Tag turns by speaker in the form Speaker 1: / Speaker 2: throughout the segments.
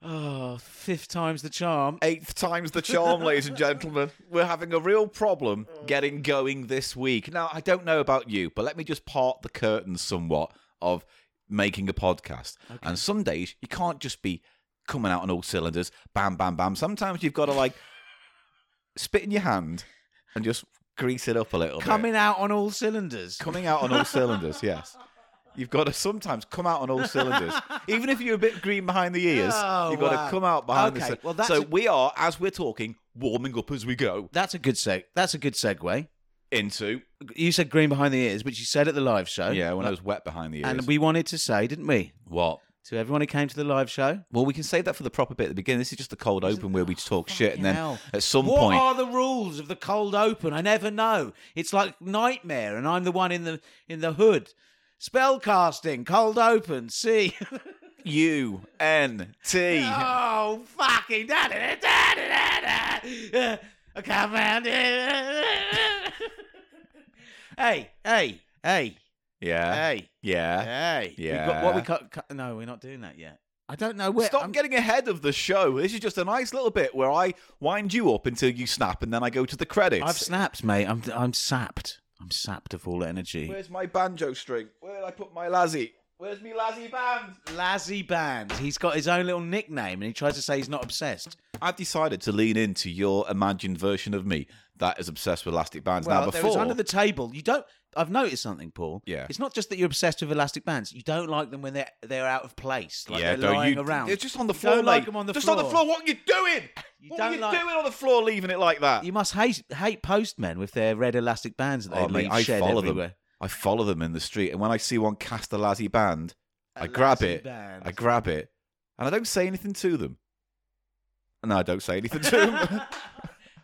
Speaker 1: Oh, Fifth time's the charm.
Speaker 2: Eighth time's the charm, ladies and gentlemen. We're having a real problem getting going this week. Now, I don't know about you, but let me just part the curtains somewhat of making a podcast. And some days you can't just be coming out on all cylinders, bam, bam, bam. Sometimes you've got to like spit in your hand and just grease it up a little bit.
Speaker 1: Coming out on all cylinders.
Speaker 2: coming out on all cylinders. Yes, you've got to sometimes come out on all cylinders, even if you're a bit green behind the ears.
Speaker 1: Oh,
Speaker 2: you've got
Speaker 1: wow.
Speaker 2: to come out behind
Speaker 1: Okay,
Speaker 2: the. cyl-
Speaker 1: well, that's
Speaker 2: so
Speaker 1: a-
Speaker 2: we are, as we're talking, warming up as we go
Speaker 1: That's a good seg. That's a good segue.
Speaker 2: into.
Speaker 1: You said green behind the ears, which you said at the live show.
Speaker 2: Yeah, when I was wet behind the ears.
Speaker 1: And we wanted to say, didn't we,
Speaker 2: what?
Speaker 1: to everyone who came to the live show?
Speaker 2: Well, we can save that for the proper bit at the beginning. This is just the cold open where we talk shit, and then
Speaker 1: hell.
Speaker 2: at some
Speaker 1: What
Speaker 2: point,
Speaker 1: are the rules of the cold open? I never know. It's like nightmare, and I'm the one in the in the hood. Spellcasting, cold open, see.
Speaker 2: U N T.
Speaker 1: oh fucking da da da da da Uh, da. I can't find it. hey, hey, hey,
Speaker 2: Yeah,
Speaker 1: hey,
Speaker 2: yeah.
Speaker 1: hey.
Speaker 2: Yeah.
Speaker 1: We've got what we cut, cut. No, we're not doing that yet. I don't know where.
Speaker 2: Stop
Speaker 1: I'm-
Speaker 2: getting ahead of the show. This is just a nice little bit where I wind you up until you snap, and then I go to the credits.
Speaker 1: I've snapped, mate. I'm I'm sapped. I'm sapped of all energy.
Speaker 2: Where's my banjo string? Where did I put my lazzy? Where's me lazzy band?
Speaker 1: Lazzy Band. He's got his own little nickname, and he tries to say he's not obsessed.
Speaker 2: I've decided to lean into your imagined version of me that is obsessed with elastic bands. now,
Speaker 1: there
Speaker 2: before
Speaker 1: was under the table. You don't. I've noticed something, Paul.
Speaker 2: Yeah.
Speaker 1: It's not just that you're obsessed with elastic bands. You don't like them when they're they're out of place. Like
Speaker 2: yeah,
Speaker 1: they're
Speaker 2: don't
Speaker 1: lying
Speaker 2: you?
Speaker 1: around.
Speaker 2: It's just on the
Speaker 1: You
Speaker 2: floor,
Speaker 1: don't
Speaker 2: mate.
Speaker 1: like 'em on the
Speaker 2: just
Speaker 1: floor.
Speaker 2: on the floor. What are you doing?
Speaker 1: You
Speaker 2: what
Speaker 1: don't
Speaker 2: are you
Speaker 1: like-
Speaker 2: doing on the floor, leaving it like that?
Speaker 1: You must hate hate postmen with their red elastic bands that they
Speaker 2: Oh, mate,
Speaker 1: leave
Speaker 2: I
Speaker 1: shed
Speaker 2: follow
Speaker 1: everywhere.
Speaker 2: them. I follow them in the street, and when I see one cast a lazzy band, I
Speaker 1: A
Speaker 2: grab
Speaker 1: lazzy
Speaker 2: it.
Speaker 1: band.
Speaker 2: I grab it, and I don't say anything to them. No, I don't say anything to them.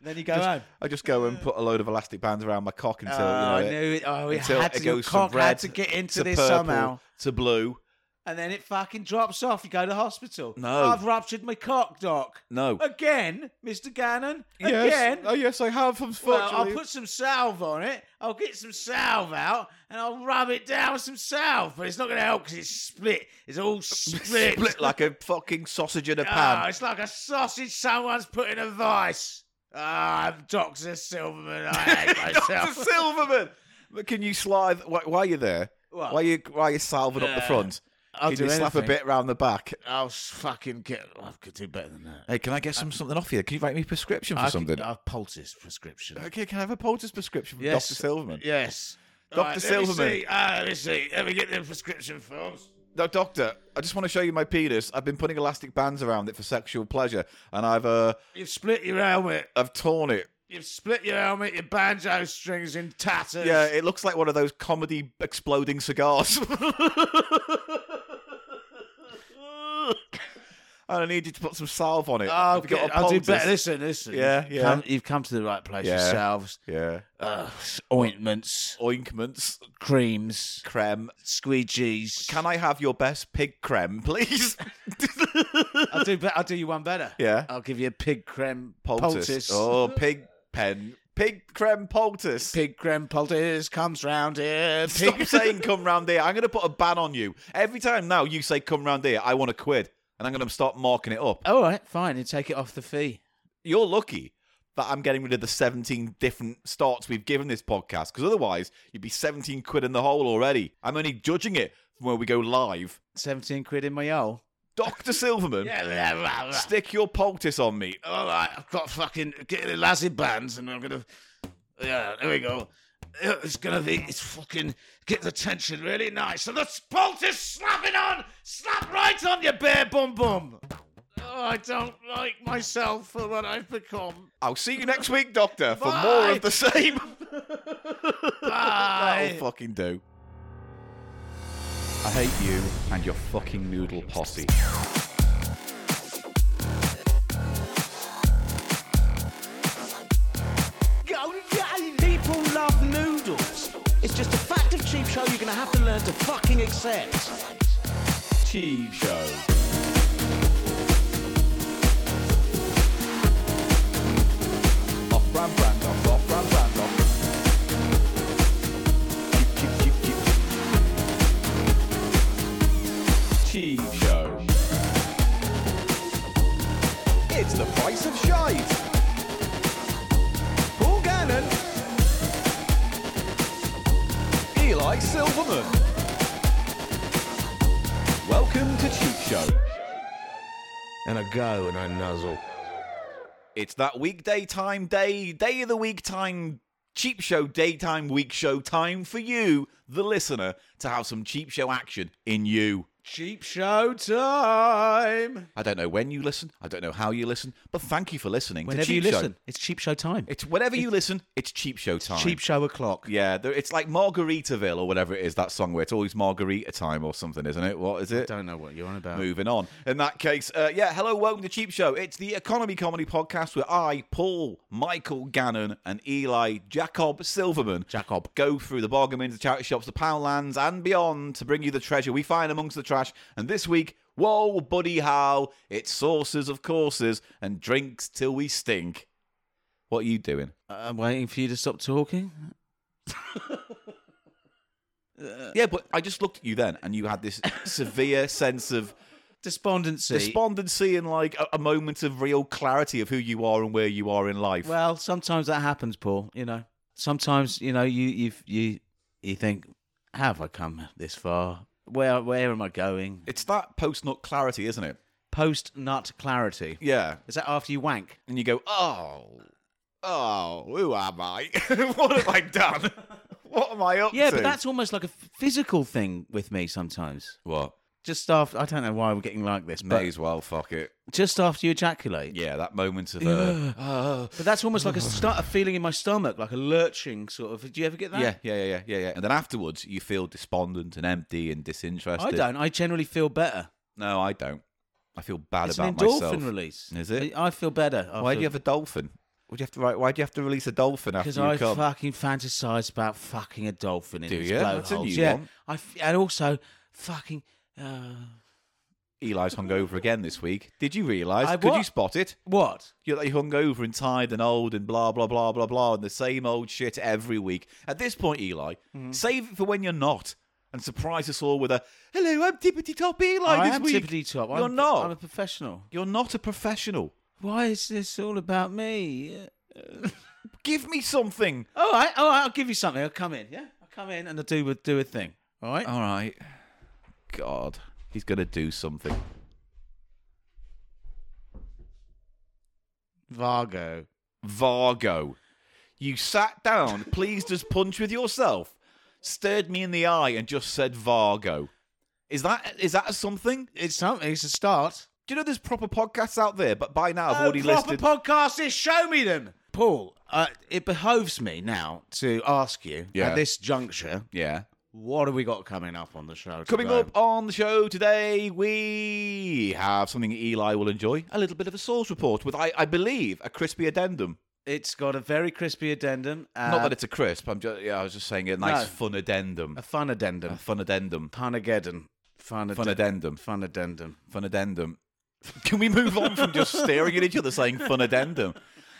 Speaker 1: Then you go
Speaker 2: Just-
Speaker 1: home.
Speaker 2: I just go and put a load of elastic bands around my cock until
Speaker 1: oh,
Speaker 2: you know,
Speaker 1: I knew it. Oh, it
Speaker 2: until
Speaker 1: had to,
Speaker 2: it
Speaker 1: your
Speaker 2: goes from
Speaker 1: cock
Speaker 2: red
Speaker 1: had to get into
Speaker 2: to
Speaker 1: this
Speaker 2: purple
Speaker 1: somehow.
Speaker 2: to blue.
Speaker 1: And then it fucking drops off. You go to hospital.
Speaker 2: No.
Speaker 1: I've ruptured my cock, doc.
Speaker 2: No.
Speaker 1: Again, Mr. Gannon.
Speaker 2: Yes.
Speaker 1: Again.
Speaker 2: Oh yes, I have.
Speaker 1: Well, I'll
Speaker 2: Unfortunately,
Speaker 1: put some salve on it. I'll get some salve out and I'll rub it down with some salve. But it's not going to help because it's split. It's all split.
Speaker 2: split like a fucking sausage in a
Speaker 1: Ah,
Speaker 2: pan.
Speaker 1: it's like a sausage someone's put in a vice. Ah, I'm Dr. Silverman. I hate
Speaker 2: Dr.
Speaker 1: myself.
Speaker 2: Silverman. But can you slide? Why, why are you there?
Speaker 1: What?
Speaker 2: Why are you? Why are you salving up the
Speaker 1: Uh,
Speaker 2: front?
Speaker 1: I'll
Speaker 2: can
Speaker 1: do
Speaker 2: you slap a
Speaker 1: anything.
Speaker 2: bit round the back?
Speaker 1: I'll s- fucking get. I could do better than that.
Speaker 2: Hey, can I get some something off you? Can you write me a prescription for
Speaker 1: I
Speaker 2: something?
Speaker 1: Could, I'll poultice prescription.
Speaker 2: okay, can I have a poultice prescription for
Speaker 1: Yes.
Speaker 2: Dr. Silverman?
Speaker 1: Yes.
Speaker 2: Dr.
Speaker 1: Right, Let
Speaker 2: Silverman.
Speaker 1: me see. Uh, let me see. Let me get the prescription forms.
Speaker 2: No, doctor, I just want to show you my penis. I've been putting elastic bands around it for sexual pleasure, and I've uh,
Speaker 1: You've split your helmet.
Speaker 2: I've torn it.
Speaker 1: You've split your helmet. Your banjo strings in tatters.
Speaker 2: Yeah, it looks like one of those comedy exploding cigars. and I need you to put some salve on it.
Speaker 1: Oh,
Speaker 2: Have you got
Speaker 1: good.
Speaker 2: a
Speaker 1: I'll do
Speaker 2: poultice?
Speaker 1: better. Listen, listen.
Speaker 2: Yeah,
Speaker 1: You've
Speaker 2: yeah.
Speaker 1: Come, you've come to the right place.
Speaker 2: Yeah.
Speaker 1: Yourselves.
Speaker 2: Yeah,
Speaker 1: Uh, ointments,
Speaker 2: ointments,
Speaker 1: creams,
Speaker 2: creme.
Speaker 1: squeegees.
Speaker 2: Can I have your best pig creme, please?
Speaker 1: I'll do. Be- I'll do you one better.
Speaker 2: Yeah.
Speaker 1: I'll give you a pig creme
Speaker 2: poultice.
Speaker 1: poultice.
Speaker 2: Oh, pig pen, pig creme poultice.
Speaker 1: Pig creme poultice comes round here. Pig-
Speaker 2: Stop saying come round here. I'm going to put a ban on you. Every time now you say come round here, I want a quid. And I'm going to start marking it up.
Speaker 1: All right, fine. You take it off the fee.
Speaker 2: You're lucky that I'm getting rid of the 17 different starts we've given this podcast because otherwise you'd be 17 quid in the hole already. I'm only judging it from where we go live.
Speaker 1: Seventeen quid in my hole.
Speaker 2: Dr. Silverman,
Speaker 1: Yeah.
Speaker 2: stick your poultice on me.
Speaker 1: All right, I've got fucking get the lassie bands, and I'm gonna. Yeah, there we go. Yeah, It's gonna be. It's fucking get the tension really nice. So the spalt is slapping on. Slap right on your bare bum bum. Oh, I don't like myself for what I've become.
Speaker 2: I'll see you next week, Doctor, for
Speaker 1: Bye.
Speaker 2: more of the same.
Speaker 1: Bye.
Speaker 2: That'll fucking do. I hate you and your fucking noodle posse.
Speaker 3: Yo, yeah, People love noodles. It's just a fact of cheap show you're gonna have to learn to fucking accept.
Speaker 2: Cheese show. Off brand brand off, off brand brand off. Cheap, cheap, cheap, cheap, cheap. Cheese show.
Speaker 4: It's the price of shite. Paul Gannon. Eli Silverman. Welcome to Cheap Show.
Speaker 5: And I go and I nuzzle.
Speaker 2: It's that weekday time, day, day of the week time, cheap show, daytime, week show time for you, the listener, to have some cheap show action in you.
Speaker 1: Cheap show time.
Speaker 2: I don't know when you listen, I don't know how you listen, but thank you for listening. to
Speaker 1: Whenever
Speaker 2: cheap
Speaker 1: you
Speaker 2: Show.
Speaker 1: listen, it's cheap show time.
Speaker 2: It's whenever you listen, it's cheap show time.
Speaker 1: cheap show o'clock.
Speaker 2: Yeah, there- it's like Margaritaville or whatever it is, that song where it's always Margarita time or something, isn't it? What is it?
Speaker 1: Don't know what you're on about.
Speaker 2: Moving on. In that case, uh, yeah, hello, welcome to Cheap Show. It's the economy comedy podcast where I, Paul, Michael Gannon, and Eli Jacob Silverman
Speaker 1: Jacob.
Speaker 2: go through the bargain bins, the charity shops, the pound lands, and beyond to bring you the treasure we find amongst the trash. And this week, whoa, buddy, how it's sauces of courses and drinks till we stink. What are you doing?
Speaker 1: I'm waiting for you to stop talking.
Speaker 2: Yeah, but I just looked at you then, and you had this severe sense of
Speaker 1: Despondency.
Speaker 2: despondency and like a, a moment of real clarity of who you are and where you are in life.
Speaker 1: well, sometimes that happens, Paul. You know, sometimes you know you you've, you you think, "How have I come this far? Where where am I going?
Speaker 2: it's that post nut clarity, isn't it?
Speaker 1: Post nut clarity.
Speaker 2: Yeah,
Speaker 1: Is that after you wank?
Speaker 2: and you go, oh, oh, who am I? what have I done? what am I up
Speaker 1: Yeah,
Speaker 2: to?
Speaker 1: but that's almost like a physical thing with me sometimes.
Speaker 2: what.
Speaker 1: Just after, I don't know why we're getting like this,
Speaker 2: May
Speaker 1: but
Speaker 2: as well fuck it.
Speaker 1: just after you ejaculate.
Speaker 2: Yeah, that moment of uh, oh.
Speaker 1: But that's almost like a, st- a feeling in my stomach, like a lurching sort of. Do you ever get that?
Speaker 2: yeah, yeah, yeah, yeah, yeah, yeah. And then afterwards, you feel despondent and empty and disinterested.
Speaker 1: I don't. I generally feel better.
Speaker 2: No, I don't. I feel bad
Speaker 1: It's
Speaker 2: about
Speaker 1: an endorphin
Speaker 2: myself.
Speaker 1: release.
Speaker 2: Is it?
Speaker 1: I I feel better. After,
Speaker 2: Why do you have a dolphin? Would you have to write? Why do you have to release a dolphin after
Speaker 1: Because
Speaker 2: you
Speaker 1: I
Speaker 2: come?
Speaker 1: fucking fantasize about fucking a dolphin in
Speaker 2: Do
Speaker 1: his
Speaker 2: you?
Speaker 1: blowholes.
Speaker 2: That's a new
Speaker 1: yeah.
Speaker 2: one.
Speaker 1: I f- and also fucking. Uh,
Speaker 2: Eli's hungover again this week. Did you realise?
Speaker 1: I
Speaker 2: Could you
Speaker 1: what?
Speaker 2: spot it?
Speaker 1: what?
Speaker 2: You're like hungover and tired and old and blah blah blah blah blah and the same old shit every week. At this point, Eli,
Speaker 1: Mm-hmm.
Speaker 2: save it for when you're not and surprise us all with a "Hello, I'm tippity top Eli
Speaker 1: I
Speaker 2: this
Speaker 1: am
Speaker 2: week."
Speaker 1: tippity top.
Speaker 2: You're
Speaker 1: I'm,
Speaker 2: not.
Speaker 1: I'm a professional.
Speaker 2: You're not a professional.
Speaker 1: Why is this all about me?
Speaker 2: Give me something.
Speaker 1: All right, all right. I'll give you something. I'll come in. Yeah, I'll come in and I'll do a, do a thing. All right.
Speaker 2: All right. God, he's gonna do something.
Speaker 1: Vargo.
Speaker 2: Vargo. You sat down, pleased as punch with yourself, stared me in the eye, and just said Vargo. Is that is that something?
Speaker 1: It's something. It's a start.
Speaker 2: Do you know there's proper podcasts out there? But by now I've
Speaker 1: No
Speaker 2: already
Speaker 1: Oh, Uh, proper
Speaker 2: listed.
Speaker 1: podcast is show me them. Paul, uh, it behoves me now to ask you
Speaker 2: Yeah.
Speaker 1: at this juncture,
Speaker 2: yeah.
Speaker 1: what have we got coming up on the show?
Speaker 2: Coming
Speaker 1: today?
Speaker 2: up on the show today, we have something Eli will enjoy: a little bit of a source report with, I, I believe, a crispy addendum.
Speaker 1: it's got a very crispy addendum. Uh,
Speaker 2: Not that it's a crisp. I'm just, yeah, I was just saying a nice
Speaker 1: No.
Speaker 2: fun addendum.
Speaker 1: a fun addendum.
Speaker 2: A fun addendum.
Speaker 1: Punageddon. Fun, addendum.
Speaker 2: Fun addendum.
Speaker 1: Fun addendum.
Speaker 2: Fun addendum. Can we move on from just staring at each other saying fun addendum?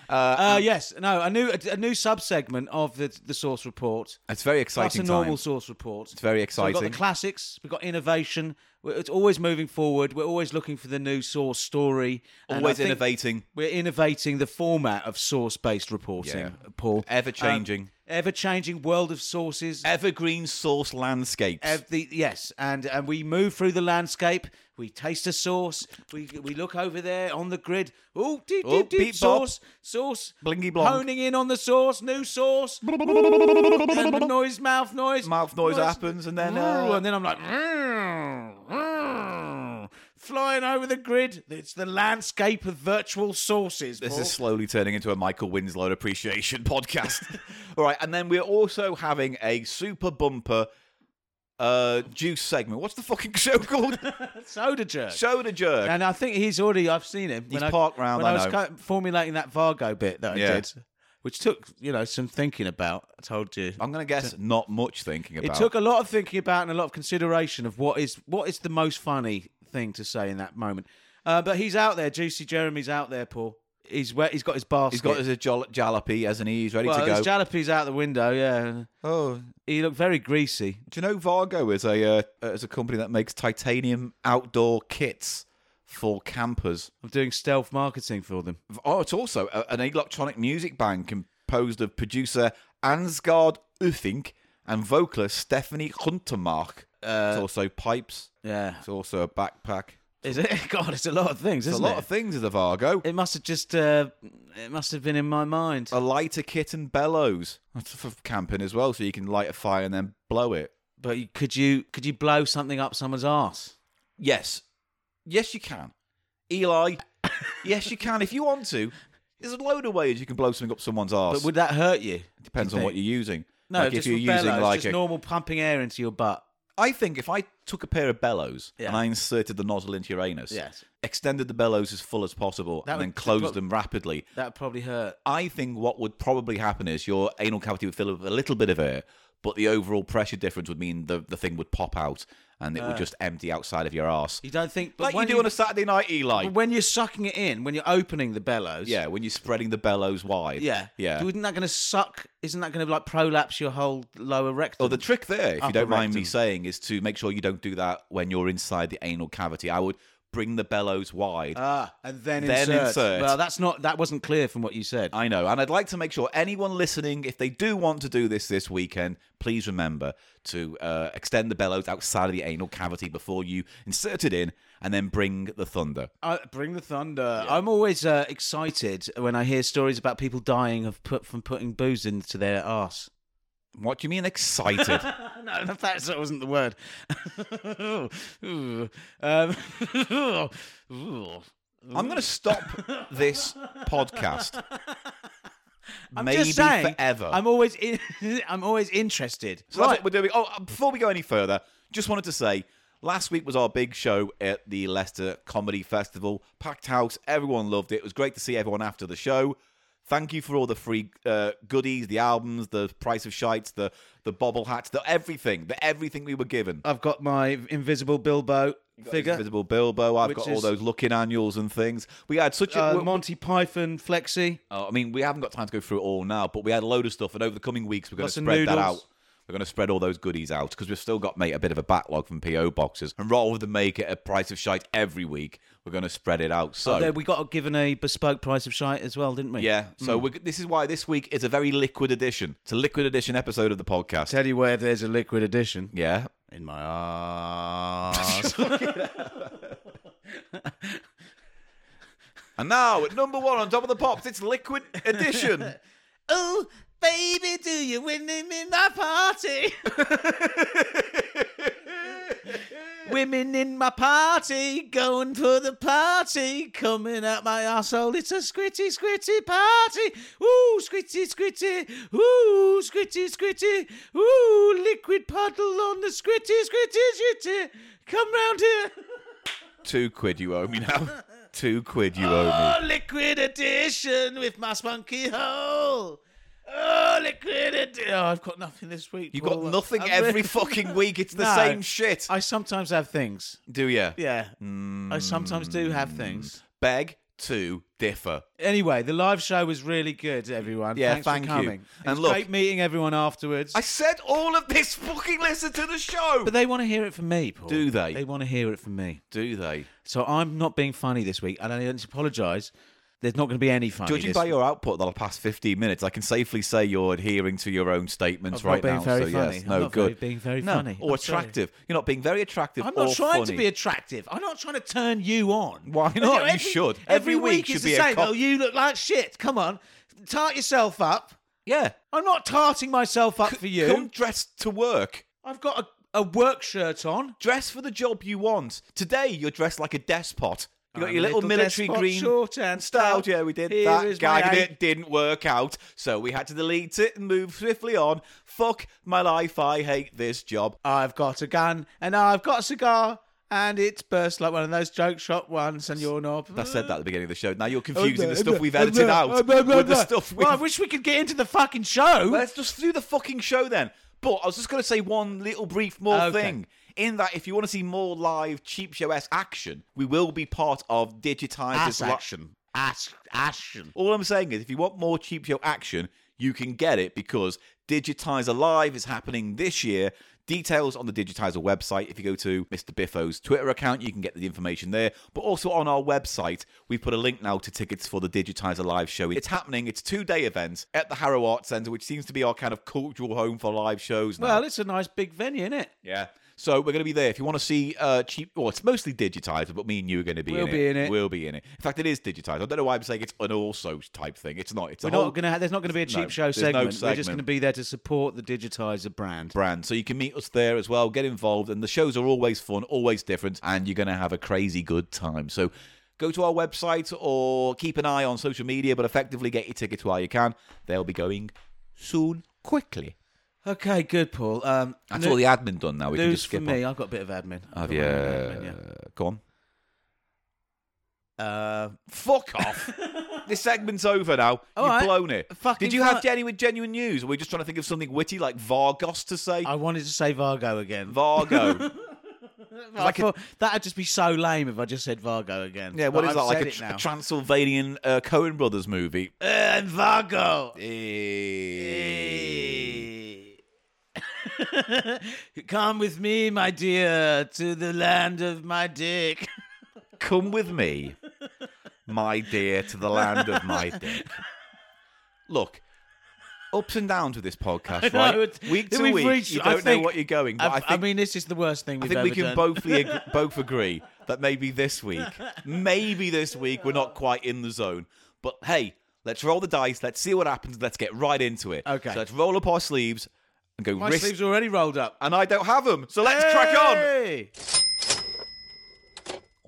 Speaker 1: Uh, yes, no, a new a new sub segment of the the source report.
Speaker 2: It's very
Speaker 1: That's a
Speaker 2: exciting.
Speaker 1: normal
Speaker 2: time.
Speaker 1: source report.
Speaker 2: It's very
Speaker 1: So we've got
Speaker 2: exciting.
Speaker 1: the classics. We've got innovation. We're, it's always moving forward. We're always looking for the new source story. And
Speaker 2: Always
Speaker 1: I think
Speaker 2: innovating.
Speaker 1: We're innovating the format of source-based reporting,
Speaker 2: Yeah.
Speaker 1: Paul.
Speaker 2: Ever changing.
Speaker 1: Um, ever-changing world of sources.
Speaker 2: Evergreen source landscapes.
Speaker 1: Ev- the- yes, and and we move through the landscape. We taste a sauce. We we look over there on the grid. Ooh, deep,
Speaker 2: Oh,
Speaker 1: deep, deep,
Speaker 2: beep, bop.
Speaker 1: sauce, sauce.
Speaker 2: Blingy blonk.
Speaker 1: Honing in on the sauce, new sauce. Ooh, and the noise, mouth noise.
Speaker 2: Mouth noise happens, and then,
Speaker 1: Ooh,
Speaker 2: uh,
Speaker 1: and then I'm like, "Mm, mm." flying over the grid. It's the landscape of virtual sources.
Speaker 2: This
Speaker 1: Paul.
Speaker 2: is slowly turning into a Michael Winslow appreciation podcast. All right, and then we're also having a super bumper uh juice segment. What's the fucking show called?
Speaker 1: soda jerk.
Speaker 2: Soda jerk.
Speaker 1: And I think he's already. I've seen him.
Speaker 2: He's
Speaker 1: I-
Speaker 2: parked round,
Speaker 1: When
Speaker 2: I
Speaker 1: I, was
Speaker 2: know.
Speaker 1: kind of formulating that Vargo bit that I
Speaker 2: Yeah.
Speaker 1: did, which took you know some thinking about. I told you.
Speaker 2: I'm gonna guess not much thinking
Speaker 1: it
Speaker 2: about.
Speaker 1: took a lot of thinking about and a lot of consideration of what is what is the most funny thing to say in that moment. Uh, but he's out there. Juicy Jeremy's out there. Paul. He's wet. He's got his basket.
Speaker 2: He's got his jal- jalopy, hasn't he? He's ready
Speaker 1: well,
Speaker 2: to go.
Speaker 1: his jalapenos out the window. Yeah.
Speaker 2: oh,
Speaker 1: He looked very greasy.
Speaker 2: Do you know Vargo is a uh, is a company that makes titanium outdoor kits for campers.
Speaker 1: I'm doing stealth marketing for them.
Speaker 2: Oh, it's also a, an electronic music band composed of producer Ansgard Uthink and vocalist Stephanie Huntermark.
Speaker 1: Uh,
Speaker 2: it's also pipes.
Speaker 1: Yeah.
Speaker 2: It's also a backpack.
Speaker 1: Is it? God, it's a lot of things,
Speaker 2: It's a
Speaker 1: isn't
Speaker 2: lot
Speaker 1: it?
Speaker 2: of things in the Vargo.
Speaker 1: it must have just. Uh, it must have been in my mind.
Speaker 2: a lighter kit and bellows. That's for camping as well, so you can light a fire and then blow it.
Speaker 1: But you- could you could you blow something up someone's arse?
Speaker 2: Yes. Yes, you can. Eli, yes, you can if you want to. There's a load of ways you can blow something up someone's arse.
Speaker 1: But would that hurt you?
Speaker 2: Depends on what you're using.
Speaker 1: No,
Speaker 2: like
Speaker 1: just
Speaker 2: if you're
Speaker 1: with bellows,
Speaker 2: using like
Speaker 1: just
Speaker 2: a,
Speaker 1: normal pumping air into your butt.
Speaker 2: I think if I took a pair of bellows
Speaker 1: Yeah.
Speaker 2: and I inserted the nozzle into your anus,
Speaker 1: Yes.
Speaker 2: extended the bellows as full as possible,
Speaker 1: That
Speaker 2: and
Speaker 1: would-
Speaker 2: then closed
Speaker 1: but-
Speaker 2: them rapidly,
Speaker 1: That'd probably hurt.
Speaker 2: I think what would probably happen is your anal cavity would fill with a little bit of air, but the overall pressure difference would mean the, the thing would pop out and it would just empty outside of your arse.
Speaker 1: You don't think, Uh. but
Speaker 2: Like you
Speaker 1: when
Speaker 2: do on a Saturday night, Eli.
Speaker 1: but when you're sucking it in, when you're opening the bellows,
Speaker 2: Yeah, when you're spreading the bellows wide.
Speaker 1: yeah,
Speaker 2: Yeah.
Speaker 1: Isn't that going to suck? Isn't that going to like prolapse your whole lower rectum?
Speaker 2: Well, the trick there, if you
Speaker 1: Upper
Speaker 2: don't mind me
Speaker 1: rectum.
Speaker 2: saying, is to make sure you don't do that when you're inside the anal cavity. I would bring the bellows wide.
Speaker 1: ah, and then,
Speaker 2: Then
Speaker 1: insert.
Speaker 2: insert.
Speaker 1: Well, that's not that wasn't clear from what you said.
Speaker 2: I know, and I'd like to make sure anyone listening, if they do want to do this this weekend, please remember to uh, extend the bellows outside of the anal cavity before you insert it in, and then bring the thunder.
Speaker 1: Uh, bring the thunder! I'm always uh, excited when I hear stories about people dying of put from putting booze into their arse.
Speaker 2: What do you mean excited?
Speaker 1: no, that- that's, that wasn't the word. Ooh. um, ooh.
Speaker 2: I'm going to stop this podcast.
Speaker 1: I'm
Speaker 2: Maybe
Speaker 1: just saying,
Speaker 2: forever.
Speaker 1: I'm always, in, I'm always interested.
Speaker 2: So that's what we're doing. Oh, before we go any further, just wanted to say last week was our big show at the Leicester Comedy Festival. Packed house, everyone loved it. It was great to see everyone after the show. Thank you for all the free uh, goodies, the albums, the price of shites, the the bobble hats, the everything, the everything we were given.
Speaker 1: I've got my invisible Bilbo Uh, figure,
Speaker 2: Invisible Bilbo. I've
Speaker 1: Which
Speaker 2: got all
Speaker 1: is-
Speaker 2: those looking annuals and things. We had such a.
Speaker 1: uh,
Speaker 2: we-
Speaker 1: Monty Python flexi.
Speaker 2: Oh, I mean, we haven't got time to go through it all now, but we had a load of stuff, and over the coming weeks, we're going
Speaker 1: Lots
Speaker 2: to
Speaker 1: of
Speaker 2: spread that out.
Speaker 1: noodles.
Speaker 2: We're going to spread all those goodies out because we've still got, mate, a bit of a backlog from PO boxes, and rather than make it a price of shite every week, we're going to spread it out. So.
Speaker 1: Oh, There, we got given a bespoke price of shite as well, didn't we?
Speaker 2: yeah,
Speaker 1: Hmm.
Speaker 2: so we're, this is why this week is a very liquid edition. It's a liquid edition episode of the podcast.
Speaker 1: Tell you where there's a liquid edition
Speaker 2: Yeah,
Speaker 1: in my arse.
Speaker 2: and now at number one on top of the pops, it's liquid edition.
Speaker 1: oh, baby, do you win them in my party? Women in my party, going for the party, coming out my asshole. It's a squitty, squitty party. Ooh, squitty, squitty. Ooh, squitty, squitty. Ooh, liquid puddle on the squitty, squitty, squitty. Come round here.
Speaker 2: Two quid you owe me now. Two quid you owe me.
Speaker 1: Oh, liquid edition with my spunky hole. Oh, liquid edition. Oh, I've got nothing this week.
Speaker 2: You
Speaker 1: Paul.
Speaker 2: got nothing
Speaker 1: I'm
Speaker 2: every
Speaker 1: really-
Speaker 2: fucking week. It's the
Speaker 1: No.
Speaker 2: same shit.
Speaker 1: I sometimes have things.
Speaker 2: Do you?
Speaker 1: Yeah. I sometimes do have things.
Speaker 2: beg to differ.
Speaker 1: Anyway, the live show was really good, everyone.
Speaker 2: Yeah,
Speaker 1: Thanks
Speaker 2: thank you.
Speaker 1: for coming. It
Speaker 2: And
Speaker 1: was
Speaker 2: look-
Speaker 1: great meeting everyone afterwards.
Speaker 2: I said all of this fucking listen to the show.
Speaker 1: But they want to hear it from me, Paul.
Speaker 2: Do they?
Speaker 1: They want to hear it from me.
Speaker 2: do they?
Speaker 1: So I'm not being funny this week, and I need to apologise. There's not going to be any funny.
Speaker 2: Judging
Speaker 1: this
Speaker 2: by your output that'll pass 15 minutes, I can safely say you're adhering to your own statements
Speaker 1: I'm not
Speaker 2: right
Speaker 1: being
Speaker 2: now.
Speaker 1: very
Speaker 2: so
Speaker 1: funny.
Speaker 2: yes,
Speaker 1: I'm
Speaker 2: no
Speaker 1: not
Speaker 2: good.
Speaker 1: very- being very
Speaker 2: no,
Speaker 1: funny.
Speaker 2: or
Speaker 1: I'm sorry.
Speaker 2: attractive. You're not being very attractive.
Speaker 1: I'm not
Speaker 2: or
Speaker 1: trying
Speaker 2: funny.
Speaker 1: to be attractive. I'm not trying to turn you on.
Speaker 2: Why
Speaker 1: You
Speaker 2: not?
Speaker 1: know,
Speaker 2: You should. Every
Speaker 1: Every,
Speaker 2: week
Speaker 1: week,
Speaker 2: should
Speaker 1: is
Speaker 2: be
Speaker 1: the
Speaker 2: a
Speaker 1: same.
Speaker 2: cop-
Speaker 1: Oh, you look like shit. Come on, tart yourself up.
Speaker 2: yeah.
Speaker 1: I'm not tarting myself up for you.
Speaker 2: Come dressed to work.
Speaker 1: I've got a, a work shirt on.
Speaker 2: Dress for the job you want. Today you're dressed like a despot. You got
Speaker 1: I'm
Speaker 2: your
Speaker 1: a
Speaker 2: little,
Speaker 1: little
Speaker 2: military
Speaker 1: despot,
Speaker 2: green
Speaker 1: short and
Speaker 2: styled.
Speaker 1: stout.
Speaker 2: Yeah, we did
Speaker 1: Here
Speaker 2: that.
Speaker 1: is
Speaker 2: Gagged
Speaker 1: my
Speaker 2: it, didn't work out, so we had to delete it and move swiftly on. Fuck my life, I hate this job.
Speaker 1: I've got a gun and I've got a cigar, and it's burst like one of those joke shop ones. And you're not.
Speaker 2: I said that at the beginning of the show. Now you're confusing the stuff we've edited out with the stuff
Speaker 1: Well, I
Speaker 2: we've.
Speaker 1: wish we could get into the fucking show.
Speaker 2: Let's just do the fucking show then. But I was just going to say one little brief more
Speaker 1: Okay.
Speaker 2: thing. In that, if you want to see more live cheap show esque action, we will be part of Digitized
Speaker 1: Ass
Speaker 2: li-
Speaker 1: action. Ass action.
Speaker 2: All I'm saying is, if you want more cheap show action, you can get it because Digitizer Live is happening this year. Details on the Digitizer website. If you go to Mr. Biffo's Twitter account, you can get the information there. But also on our website, we put a link now to tickets for the Digitizer live show. It's happening. It's a two-day event at the Harrow Arts Centre, which seems to be our kind of cultural home for live shows. Now.
Speaker 1: Well, it's a nice big venue, isn't it?
Speaker 2: Yeah. So we're going to be there. If you want to see uh, cheap, well, it's mostly digitized, but me and you are going to be
Speaker 1: We'll
Speaker 2: in
Speaker 1: be
Speaker 2: it.
Speaker 1: in it.
Speaker 2: We'll be in it. In fact, it is digitized. I don't know why I'm saying it's an also type thing. It's not. It's
Speaker 1: We're
Speaker 2: a whole
Speaker 1: not gonna. Ha- there's not gonna be a cheap
Speaker 2: No,
Speaker 1: show
Speaker 2: there's no
Speaker 1: segment. We're just
Speaker 2: segment.
Speaker 1: gonna be there to support the Digitizer brand.
Speaker 2: brand. So you can meet us there as well. Get involved, and the shows are always fun, always different, and you're going to have a crazy good time. So go to our website or keep an eye on social media, but effectively get your tickets while you can. They'll be going soon, quickly.
Speaker 1: Okay, good, Paul. Um,
Speaker 2: That's
Speaker 1: nu-
Speaker 2: all the admin done now. We can
Speaker 1: news
Speaker 2: just skip
Speaker 1: for me.
Speaker 2: on. Oh,
Speaker 1: I've got a bit of admin. I've
Speaker 2: Have
Speaker 1: got
Speaker 2: you?
Speaker 1: a uh, bit of admin,
Speaker 2: Go on.
Speaker 1: yeah. Uh,
Speaker 2: Fuck off. this segment's over now.
Speaker 1: All
Speaker 2: You've
Speaker 1: right.
Speaker 2: blown it.
Speaker 1: Fucking
Speaker 2: Did you have
Speaker 1: fu-
Speaker 2: genuine, genuine news? Or were you just trying to think of something witty like Vargos to say?
Speaker 1: I wanted to say Vargo again.
Speaker 2: Vargo.
Speaker 1: I thought that'd just be so lame if I just said Vargo again.
Speaker 2: yeah, what
Speaker 1: But
Speaker 2: is that?
Speaker 1: I've
Speaker 2: Like
Speaker 1: said
Speaker 2: a,
Speaker 1: it
Speaker 2: tr-
Speaker 1: now.
Speaker 2: Transylvanian uh, Cohen Brothers movie.
Speaker 1: Uh, and Vargo. Come with me, my dear, to the land of my dick.
Speaker 2: Come with me, my dear, to the land of my dick. Look. Ups and downs with this podcast,
Speaker 1: know,
Speaker 2: right?
Speaker 1: it's-
Speaker 2: week to
Speaker 1: we've
Speaker 2: week,
Speaker 1: reached-
Speaker 2: you
Speaker 1: I
Speaker 2: don't know
Speaker 1: think-
Speaker 2: what you're going. But
Speaker 1: I've-
Speaker 2: I,
Speaker 1: I,
Speaker 2: think
Speaker 1: mean, this is the worst thing
Speaker 2: I
Speaker 1: we've
Speaker 2: think
Speaker 1: ever
Speaker 2: we can
Speaker 1: done.
Speaker 2: bothly ag- both agree that maybe this week, maybe this week, we're not quite in the zone. But hey, let's roll the dice. Let's see what happens. Let's get right into it.
Speaker 1: Okay.
Speaker 2: So let's roll up our sleeves and go
Speaker 1: My
Speaker 2: risk.
Speaker 1: sleeves are already rolled up.
Speaker 2: and I don't have them. So let's crack on.
Speaker 1: Hey!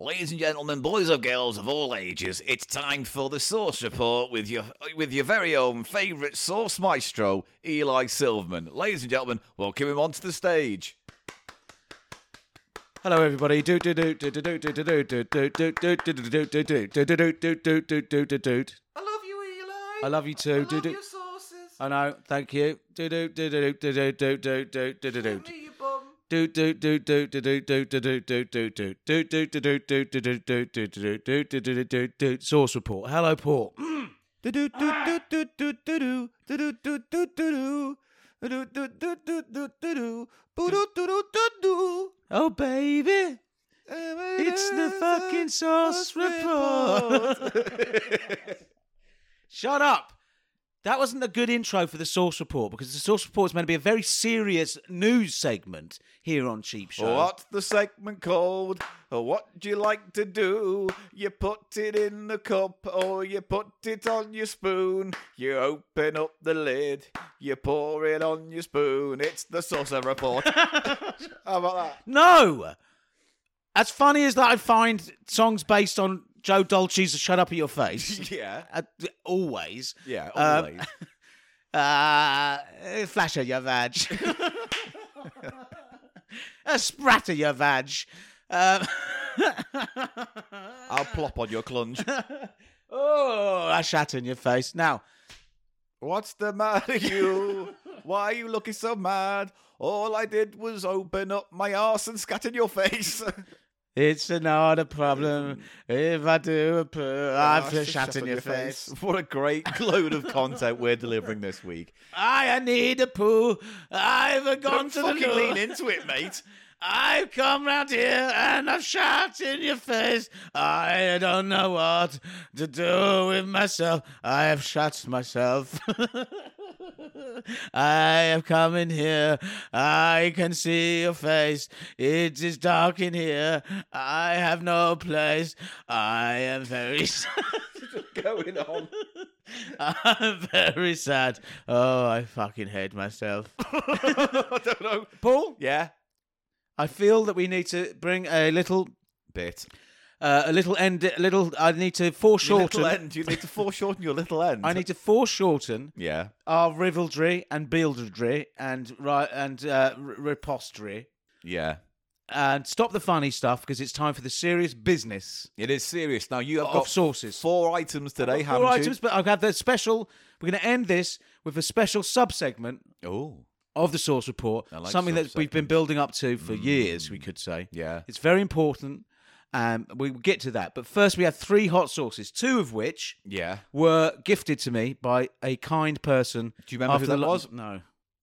Speaker 2: Ladies and gentlemen, boys and girls of all ages, it's time for the Source Report with your with your very own favourite Source Maestro, Eli Silverman. Ladies and gentlemen, welcome him onto the stage.
Speaker 1: Hello, everybody. Do do do do do do do do do do do do do do do do do do do do do do do do do.
Speaker 2: I love you, Eli.
Speaker 1: I love you too. Do do.
Speaker 2: sources.
Speaker 1: I know. Thank you. Do do do do do do do do do do do do. do do do do do do do do do do do do do do do do do do do do do do do do do do do source report. Hello, Paul. Oh baby, it's the fucking source report. Shut up. That wasn't a good intro for the source report because the source report is meant to be a very serious news segment here on Cheap Show.
Speaker 2: What's the segment called? What do you like to do? You put it in the cup or you put it on your spoon. You open up the lid, you pour it on your spoon. It's the saucer report. How about that?
Speaker 1: No. As funny as that, I find songs based on Joe Dolce's "Shut Up at Your Face."
Speaker 2: Yeah.
Speaker 1: Uh, always.
Speaker 2: Yeah,
Speaker 1: Um,
Speaker 2: always.
Speaker 1: Uh, flash of your vag. a spratter your vag. Um,
Speaker 2: I'll plop on your clunge.
Speaker 1: oh, I shat in your face. Now,
Speaker 2: What's the matter, you? Why are you looking so mad? All I did was open up my arse and scat in your face.
Speaker 1: it's not a problem if I do Oh, a poo.
Speaker 2: Ah,
Speaker 1: I feel shat in your face.
Speaker 2: What a great load of content we're delivering this week.
Speaker 1: I need a poo. I've gone
Speaker 2: Don't
Speaker 1: to the
Speaker 2: fucking
Speaker 1: loo.
Speaker 2: lean into it, mate.
Speaker 1: I've come round here and I've shot in your face. I don't know what to do with myself. I have shot myself. I have come in here. I can see your face. It is dark in here. I have no place. I am very sad.
Speaker 2: Going on.
Speaker 1: I'm very sad. Oh, I fucking hate myself.
Speaker 2: I don't know.
Speaker 1: Paul,
Speaker 2: Yeah.
Speaker 1: I feel that we need to bring a little
Speaker 2: Bit.
Speaker 1: Uh, a little end, a little. I need to
Speaker 2: Your
Speaker 1: foreshorten.
Speaker 2: little end. You need to foreshorten your little end.
Speaker 1: I need to foreshorten
Speaker 2: Yeah.
Speaker 1: our ribaldry and bieldry and right and uh, r- ripostery
Speaker 2: Yeah.
Speaker 1: and stop the funny stuff because it's time for the serious business
Speaker 2: It is serious. Now you have
Speaker 1: of
Speaker 2: got
Speaker 1: sources.
Speaker 2: four items today, haven't
Speaker 1: Four items, but I've had the special. We're going to end this with a special subsegment
Speaker 2: you? Oh.
Speaker 1: of the source report,
Speaker 2: like Mm.
Speaker 1: something that we've been building up to for years. We could say,
Speaker 2: Yeah.
Speaker 1: it's very important. Um, we will get to that, but first we have three hot sauces, two of which
Speaker 2: Yeah.
Speaker 1: were gifted to me by a kind person.
Speaker 2: Do you remember who
Speaker 1: after the
Speaker 2: that
Speaker 1: lo-
Speaker 2: was?
Speaker 1: No.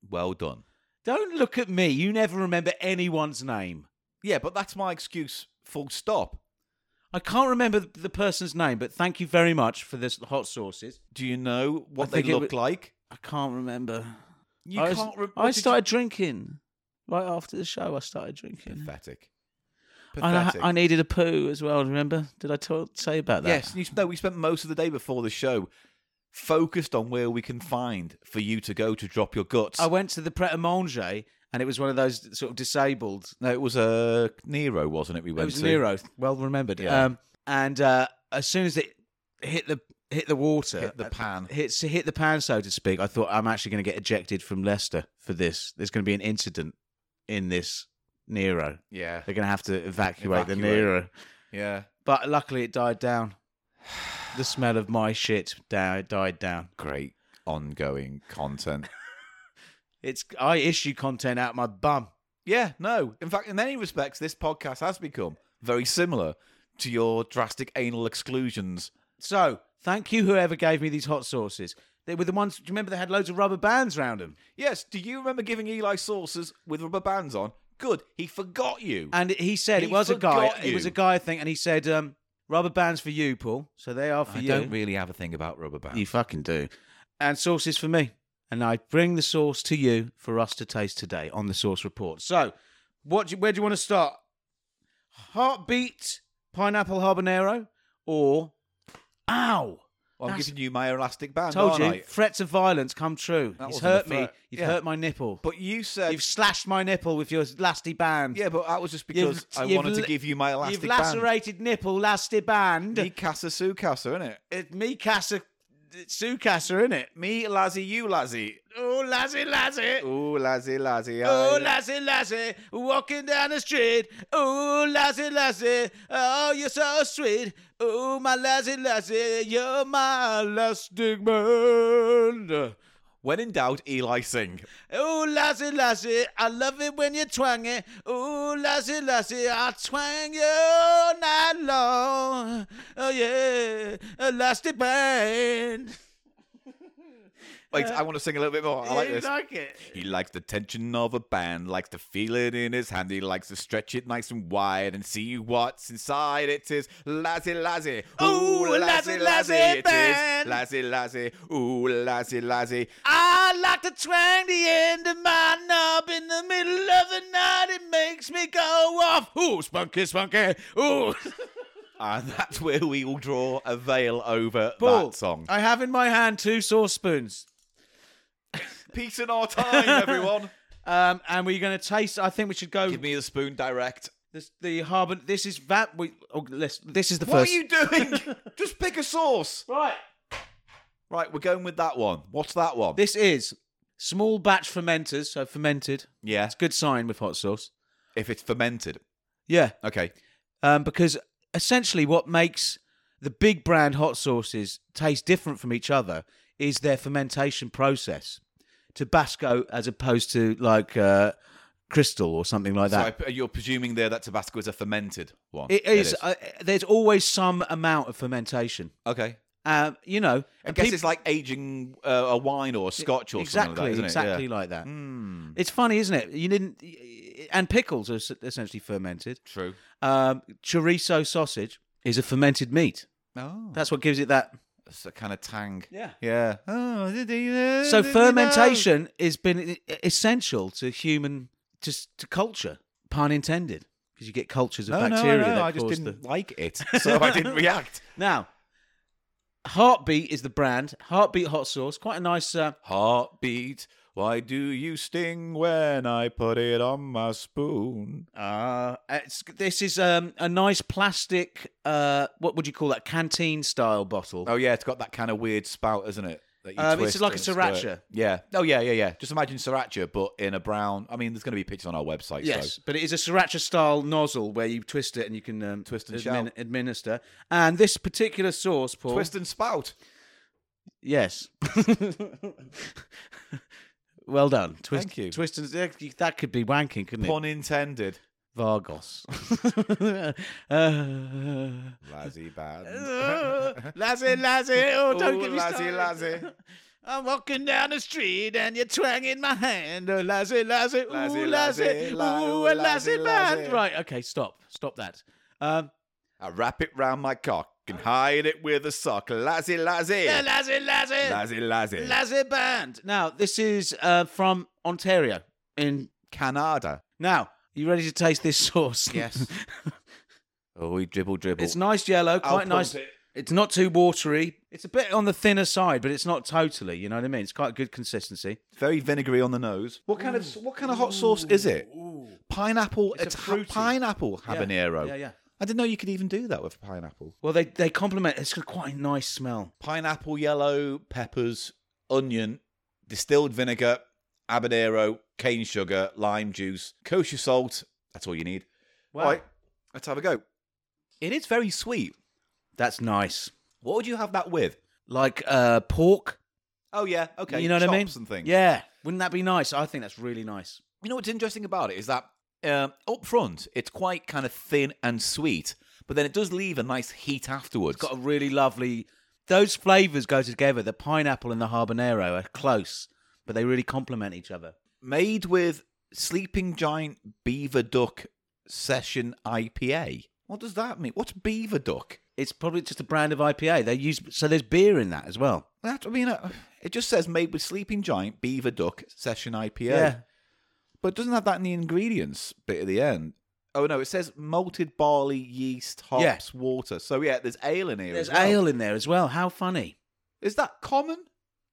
Speaker 2: Well done.
Speaker 1: Don't look at me. You never remember anyone's name.
Speaker 2: Yeah, but that's my excuse. Full stop.
Speaker 1: I can't remember the the person's name, but thank you very much for this hot sauces.
Speaker 2: Do you know what they
Speaker 1: think it
Speaker 2: look
Speaker 1: wa-
Speaker 2: like?
Speaker 1: I can't remember.
Speaker 2: You
Speaker 1: I, was-
Speaker 2: can't remember.
Speaker 1: I started drinking right after the show. I started drinking.
Speaker 2: pathetic.
Speaker 1: And I,
Speaker 2: Pathetic.
Speaker 1: I needed a poo as well. Remember? Did I talk, say about that?
Speaker 2: Yes, you, no, we spent most of the day before the show focused on where we can find for you to go to drop your guts.
Speaker 1: I went to the Pret a Manger, and it was one of those sort of disabled
Speaker 2: no, it was a uh, Nero, wasn't it? We went
Speaker 1: It was
Speaker 2: to
Speaker 1: Nero. Well remembered.
Speaker 2: Yeah.
Speaker 1: Um, and uh, as soon as it hit the hit the water,
Speaker 2: Hit the pan.
Speaker 1: hit hit the pan, so to speak. I thought I'm actually going to get ejected from Leicester for this. There's going to be an incident in this Nero.
Speaker 2: Yeah,
Speaker 1: They're going to have to evacuate, the
Speaker 2: Evacuate.
Speaker 1: Nero.
Speaker 2: yeah.
Speaker 1: But luckily, it died down. The smell of my shit died died down.
Speaker 2: Great ongoing content.
Speaker 1: It's I issue content out my bum.
Speaker 2: yeah, no. In fact, in many respects, this podcast has become very similar to your drastic anal exclusions.
Speaker 1: So thank you, whoever gave me these hot sauces. They were the ones. Do you remember they had loads of rubber bands around them?
Speaker 2: Yes, do you remember giving Eli saucers with rubber bands on? Good, he forgot you.
Speaker 1: And he said
Speaker 2: He
Speaker 1: it was a guy.
Speaker 2: forgot
Speaker 1: It was
Speaker 2: you.
Speaker 1: a guy thing, and he said um, rubber bands for you, Paul. So they are for
Speaker 2: I
Speaker 1: you.
Speaker 2: don't really have a thing about rubber bands.
Speaker 1: you fucking do. And sauce is for me. And I bring the sauce to you for us to taste today on the sauce report. So, what? Do you, where do you want to start? Heartbeat pineapple habanero or ow?
Speaker 2: Well, I'm
Speaker 1: That's-
Speaker 2: giving you my elastic band,
Speaker 1: Told
Speaker 2: aren't
Speaker 1: you,
Speaker 2: I?
Speaker 1: threats of violence come true.
Speaker 2: That
Speaker 1: You've
Speaker 2: wasn't a
Speaker 1: hurt me.
Speaker 2: threat.
Speaker 1: You've
Speaker 2: Yeah.
Speaker 1: hurt my nipple.
Speaker 2: But you said
Speaker 1: You've slashed my nipple with your lasty band.
Speaker 2: yeah, but that was just because I
Speaker 1: you've
Speaker 2: wanted to
Speaker 1: la-
Speaker 2: give you my elastic
Speaker 1: You've
Speaker 2: band.
Speaker 1: lacerated nipple, lasty band.
Speaker 2: Me casa su casa, innit?
Speaker 1: It, me casa, Sukasa, in it.
Speaker 2: Me lazzy, you lazzy.
Speaker 1: Oh, lassie, lassie.
Speaker 2: Ooh lazzy, lazzy.
Speaker 1: Oh,
Speaker 2: I-
Speaker 1: lassie, lassie. Walking down the street. Oh, lassie, lassie. Oh, you're so sweet. Oh, my lassie, lassie. You're my elastic band.
Speaker 2: When in doubt, Eli sing.
Speaker 1: Oh, lassie, lassie. I love it when you twang it. Oh, lassie, lassie. I twang you all night long. Oh, yeah. Elastic band.
Speaker 2: Wait,
Speaker 1: Uh,
Speaker 2: I want to sing a little bit more. I like
Speaker 1: You
Speaker 2: this.
Speaker 1: like it.
Speaker 2: He likes the tension of a band, likes to feel it in his hand. He likes to stretch it nice and wide and see what's inside. It is lazzy, lazzy.
Speaker 1: Ooh, lazzy, lazzy
Speaker 2: It
Speaker 1: band.
Speaker 2: is lazzy, lazzy. Ooh, lazzy, lazzy.
Speaker 1: I like to twang the end of my knob in the middle of the night. It makes me go off. Ooh, spunky, spunky. Ooh.
Speaker 2: And that's where we will draw a veil over that song.
Speaker 1: I have in my hand two saucepans.
Speaker 2: Peace in our time, everyone.
Speaker 1: Um, and we're going to taste. I think we should go.
Speaker 2: Give me the spoon direct.
Speaker 1: this, the harbor. This is that. We, oh, let's, this is the
Speaker 2: What
Speaker 1: first.
Speaker 2: are you doing? Just pick a sauce.
Speaker 1: Right.
Speaker 2: Right, we're going with that one. What's that one?
Speaker 1: This is small batch fermenters. So fermented.
Speaker 2: yeah,
Speaker 1: That's a good sign with hot sauce.
Speaker 2: if it's fermented.
Speaker 1: Yeah.
Speaker 2: Okay.
Speaker 1: um, because essentially what makes the big brand hot sauces taste different from each other is their fermentation process. Tabasco, as opposed to like uh, Crystal or something like
Speaker 2: So
Speaker 1: that.
Speaker 2: I, you're presuming there that Tabasco is a fermented one.
Speaker 1: it is. Uh, there's always some amount of fermentation.
Speaker 2: okay.
Speaker 1: Um, you know,
Speaker 2: I guess it's like aging uh, a wine or a scotch or
Speaker 1: exactly
Speaker 2: something like that, isn't
Speaker 1: exactly
Speaker 2: it? Yeah. Mm. Hmm,
Speaker 1: like that. It's funny, isn't it? You didn't, and pickles are s- essentially fermented.
Speaker 2: True.
Speaker 1: Um, chorizo sausage is a fermented meat.
Speaker 2: Oh,
Speaker 1: That's what gives it that
Speaker 2: that's a kind of tang.
Speaker 1: Yeah.
Speaker 2: Yeah. Oh,
Speaker 1: So fermentation has been i- essential to human to s- to culture, pun intended, because you get cultures of
Speaker 2: No, no,
Speaker 1: bacteria
Speaker 2: no,
Speaker 1: that
Speaker 2: I just
Speaker 1: cause
Speaker 2: didn't
Speaker 1: the.
Speaker 2: like it, so I didn't react.
Speaker 1: Now, Heartbeat is the brand. Heartbeat hot sauce, quite a nice. Uh,
Speaker 2: Heartbeat, why do you sting when I put it on my spoon?
Speaker 1: uh, it's, this is um, a nice plastic. Uh, what would you call that? Canteen style bottle.
Speaker 2: Oh yeah, it's got that kind of weird spout, isn't it? That you
Speaker 1: Um, it's
Speaker 2: twist
Speaker 1: like a
Speaker 2: and squirt.
Speaker 1: sriracha.
Speaker 2: Yeah. Oh yeah, yeah, yeah. Just imagine sriracha, but in a brown. I mean, there's going to be pictures on our website.
Speaker 1: Yes,
Speaker 2: So.
Speaker 1: but it is a sriracha style nozzle where you twist it and you can um,
Speaker 2: Twist and shout.
Speaker 1: administer. And this particular sauce, Paul.
Speaker 2: Twist and spout.
Speaker 1: Yes. well done. Twist,
Speaker 2: Thank you.
Speaker 1: Twist and that could be wanking, couldn't it?
Speaker 2: Pun intended.
Speaker 1: Vargos. uh,
Speaker 2: Lazzy bad.
Speaker 1: lazzy, lazzy. Oh, don't
Speaker 2: Ooh,
Speaker 1: get me Oh,
Speaker 2: lazzy,
Speaker 1: started.
Speaker 2: lazzy.
Speaker 1: I'm walking down the street and you're twanging my hand. Oh, Lassie, Lassie, ooh,
Speaker 2: Lassie,
Speaker 1: Lassie,
Speaker 2: Lassie,
Speaker 1: ooh,
Speaker 2: la-
Speaker 1: a Lassie,
Speaker 2: Lassie, Lassie.
Speaker 1: band. Right, okay, stop, stop that. Um,
Speaker 2: I wrap it round my cock and hide it with a sock. Lazzy, lazzy.
Speaker 1: yeah, Lassie, Lassie,
Speaker 2: Lazzy, lazzy.
Speaker 1: Lassie band. Now, this is uh, from Ontario in
Speaker 2: Canada.
Speaker 1: Now, you ready to taste this sauce? Yes.
Speaker 2: Oh, we dribble, dribble.
Speaker 1: it's nice yellow, quite nice. It's not too watery. It's a bit on the thinner side, but it's not totally. You know what I mean? It's quite a good consistency.
Speaker 2: very vinegary on the nose. What kind of what kind of hot sauce is it? Pineapple. It's,
Speaker 1: It's a
Speaker 2: ha-
Speaker 1: fruity.
Speaker 2: pineapple habanero.
Speaker 1: yeah, yeah.
Speaker 2: I didn't know you could even do that with pineapple.
Speaker 1: Well, they they complement. It's got quite a nice smell.
Speaker 2: Pineapple, yellow peppers, onion, distilled vinegar, habanero, cane sugar, lime juice, kosher salt. That's all you need.
Speaker 1: Wow.
Speaker 2: All right, let's have a go. It is very sweet.
Speaker 1: That's nice.
Speaker 2: What would you have that with?
Speaker 1: Like uh, pork.
Speaker 2: Oh yeah, okay.
Speaker 1: you know what I mean?
Speaker 2: Chops And things.
Speaker 1: Yeah. Wouldn't that be nice? I think that's really nice.
Speaker 2: You know what's interesting about it is that um, up front it's quite kind of thin and sweet, but then it does leave a nice heat afterwards.
Speaker 1: Got a really lovely. Those flavors go together. The pineapple and the habanero are close, but they really complement each other.
Speaker 2: Made with Sleeping Giant Beaver Duck Session IPA. What does that mean? What's Beaver Duck?
Speaker 1: It's probably just a brand of IPA. They use so there's beer in that as well.
Speaker 2: That I mean, uh, it just says made with Sleeping Giant Beaver Duck Session IPA. But it doesn't have that in the ingredients bit at the end. Oh no, it says malted barley, yeast, hops,
Speaker 1: Yeah.
Speaker 2: water. So yeah, there's ale in here.
Speaker 1: There's
Speaker 2: as well.
Speaker 1: ale in there as well. How funny.
Speaker 2: Is that common?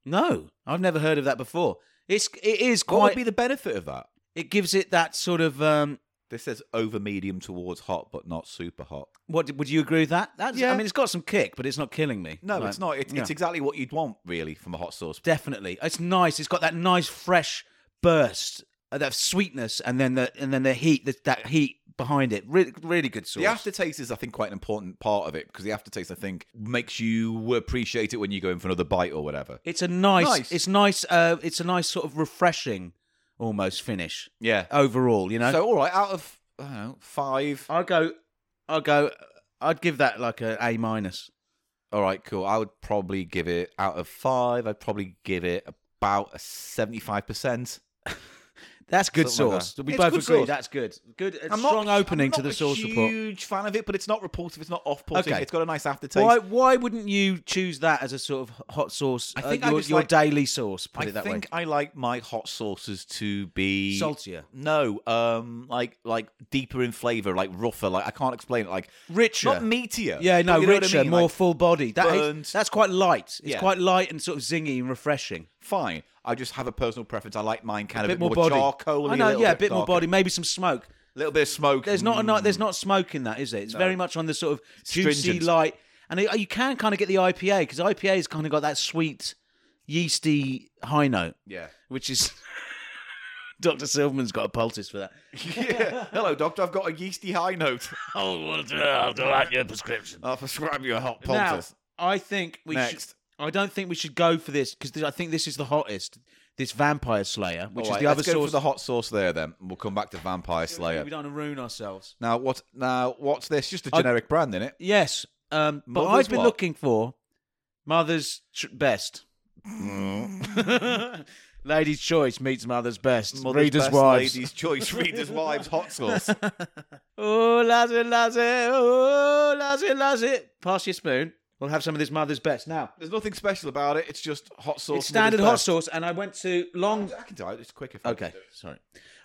Speaker 1: No, I've never heard of that before. It's it is
Speaker 2: What would
Speaker 1: quite
Speaker 2: be the benefit of that?
Speaker 1: it gives it that sort of um
Speaker 2: This says over medium towards hot, but not super hot.
Speaker 1: what would you agree with that? That's
Speaker 2: Yeah.
Speaker 1: I mean it's got some kick, but it's not killing me.
Speaker 2: No,
Speaker 1: Like,
Speaker 2: it's not. It's,
Speaker 1: yeah.
Speaker 2: it's exactly what you'd want, really, from a hot sauce.
Speaker 1: definitely. It's nice. It's got that nice fresh burst, uh, that sweetness and then the and then the heat that that heat behind it. Really really good sauce.
Speaker 2: The aftertaste is, I think, quite an important part of it because the aftertaste, I think, makes you appreciate it when you go in for another bite or whatever.
Speaker 1: It's a nice,
Speaker 2: Nice.
Speaker 1: it's nice uh it's a nice sort of refreshing almost finish
Speaker 2: Yeah.
Speaker 1: overall, you know.
Speaker 2: So, all right, out of I don't know five.
Speaker 1: I'll go. I'll go. I'd give that like a A minus.
Speaker 2: All right, cool. I would probably give it out of five. I'd probably give it about a seventy-five percent.
Speaker 1: That's good
Speaker 2: Something like
Speaker 1: sauce.
Speaker 2: that.
Speaker 1: we
Speaker 2: It's
Speaker 1: both
Speaker 2: good
Speaker 1: agree
Speaker 2: sauce.
Speaker 1: that's good. Good. A strong opening to the sauce
Speaker 2: I'm
Speaker 1: report.
Speaker 2: not a huge fan of it, but it's not repulsive. It's not off-putting.
Speaker 1: Okay.
Speaker 2: It's got a nice aftertaste.
Speaker 1: Why? Why wouldn't you choose that as a sort of hot sauce?
Speaker 2: I
Speaker 1: uh,
Speaker 2: think I
Speaker 1: your,
Speaker 2: just
Speaker 1: your
Speaker 2: like-
Speaker 1: daily sauce. Put
Speaker 2: I
Speaker 1: it that
Speaker 2: think
Speaker 1: way.
Speaker 2: I like my hot sauces to be
Speaker 1: Saltier.
Speaker 2: No, um, like like deeper in flavor, like rougher. Like I can't explain it. Like
Speaker 1: Richer.
Speaker 2: not meatier.
Speaker 1: Yeah,
Speaker 2: but
Speaker 1: no,
Speaker 2: you know what I
Speaker 1: richer,
Speaker 2: mean,
Speaker 1: more
Speaker 2: like,
Speaker 1: full bodied. That is-
Speaker 2: burnt.
Speaker 1: that's quite light. It's
Speaker 2: Yeah.
Speaker 1: quite light and sort of zingy and refreshing.
Speaker 2: fine. I just have a personal preference. I like mine
Speaker 1: A
Speaker 2: kind
Speaker 1: bit
Speaker 2: of
Speaker 1: more body.
Speaker 2: charcoal.
Speaker 1: I know, yeah, a bit more body. Maybe some smoke.
Speaker 2: A little bit of smoke.
Speaker 1: There's not a
Speaker 2: Mm.
Speaker 1: ni- there's not smoke in that, is it? It's very much on the sort of juicy
Speaker 2: Stringent.
Speaker 1: light, and it- you can kind of get the IPA because IPA has kind of got that sweet, yeasty high note,
Speaker 2: Yeah.
Speaker 1: which is. Doctor Silverman's got a poultice for that.
Speaker 2: yeah. Hello, doctor. I've got a yeasty high note.
Speaker 1: Oh, I'll like your prescription.
Speaker 2: I'll prescribe you a hot
Speaker 1: Now,
Speaker 2: poultice.
Speaker 1: I think we
Speaker 2: Next.
Speaker 1: should. I don't think we should go for this because I think this is the hottest. This Vampire Slayer, which
Speaker 2: All right,
Speaker 1: is the
Speaker 2: let's
Speaker 1: other
Speaker 2: go
Speaker 1: sauce.
Speaker 2: for the hot sauce there. Then we'll come back to Vampire Slayer.
Speaker 1: We don't want to ruin ourselves.
Speaker 2: Now what? Now what's this? Just a
Speaker 1: I-
Speaker 2: generic brand, innit?
Speaker 1: Yes, um, but
Speaker 2: Mother's
Speaker 1: I've been
Speaker 2: what?
Speaker 1: looking for mother's tr- best. Lady's choice meets mother's best.
Speaker 2: Mm. Mother's
Speaker 1: Readers'
Speaker 2: best
Speaker 1: wives.
Speaker 2: Ladies' choice. Readers' wives. Hot sauce.
Speaker 1: Oh, Lazzy, Lazzy. Oh, Lazzy, Lazzy. Pass your spoon. We'll have some of this mother's best. Now,
Speaker 2: There's nothing special about it. It's just hot sauce.
Speaker 1: it's standard hot
Speaker 2: sauce.
Speaker 1: sauce, and I went to Long.
Speaker 2: I can do it. It's quicker.
Speaker 1: Okay, sorry.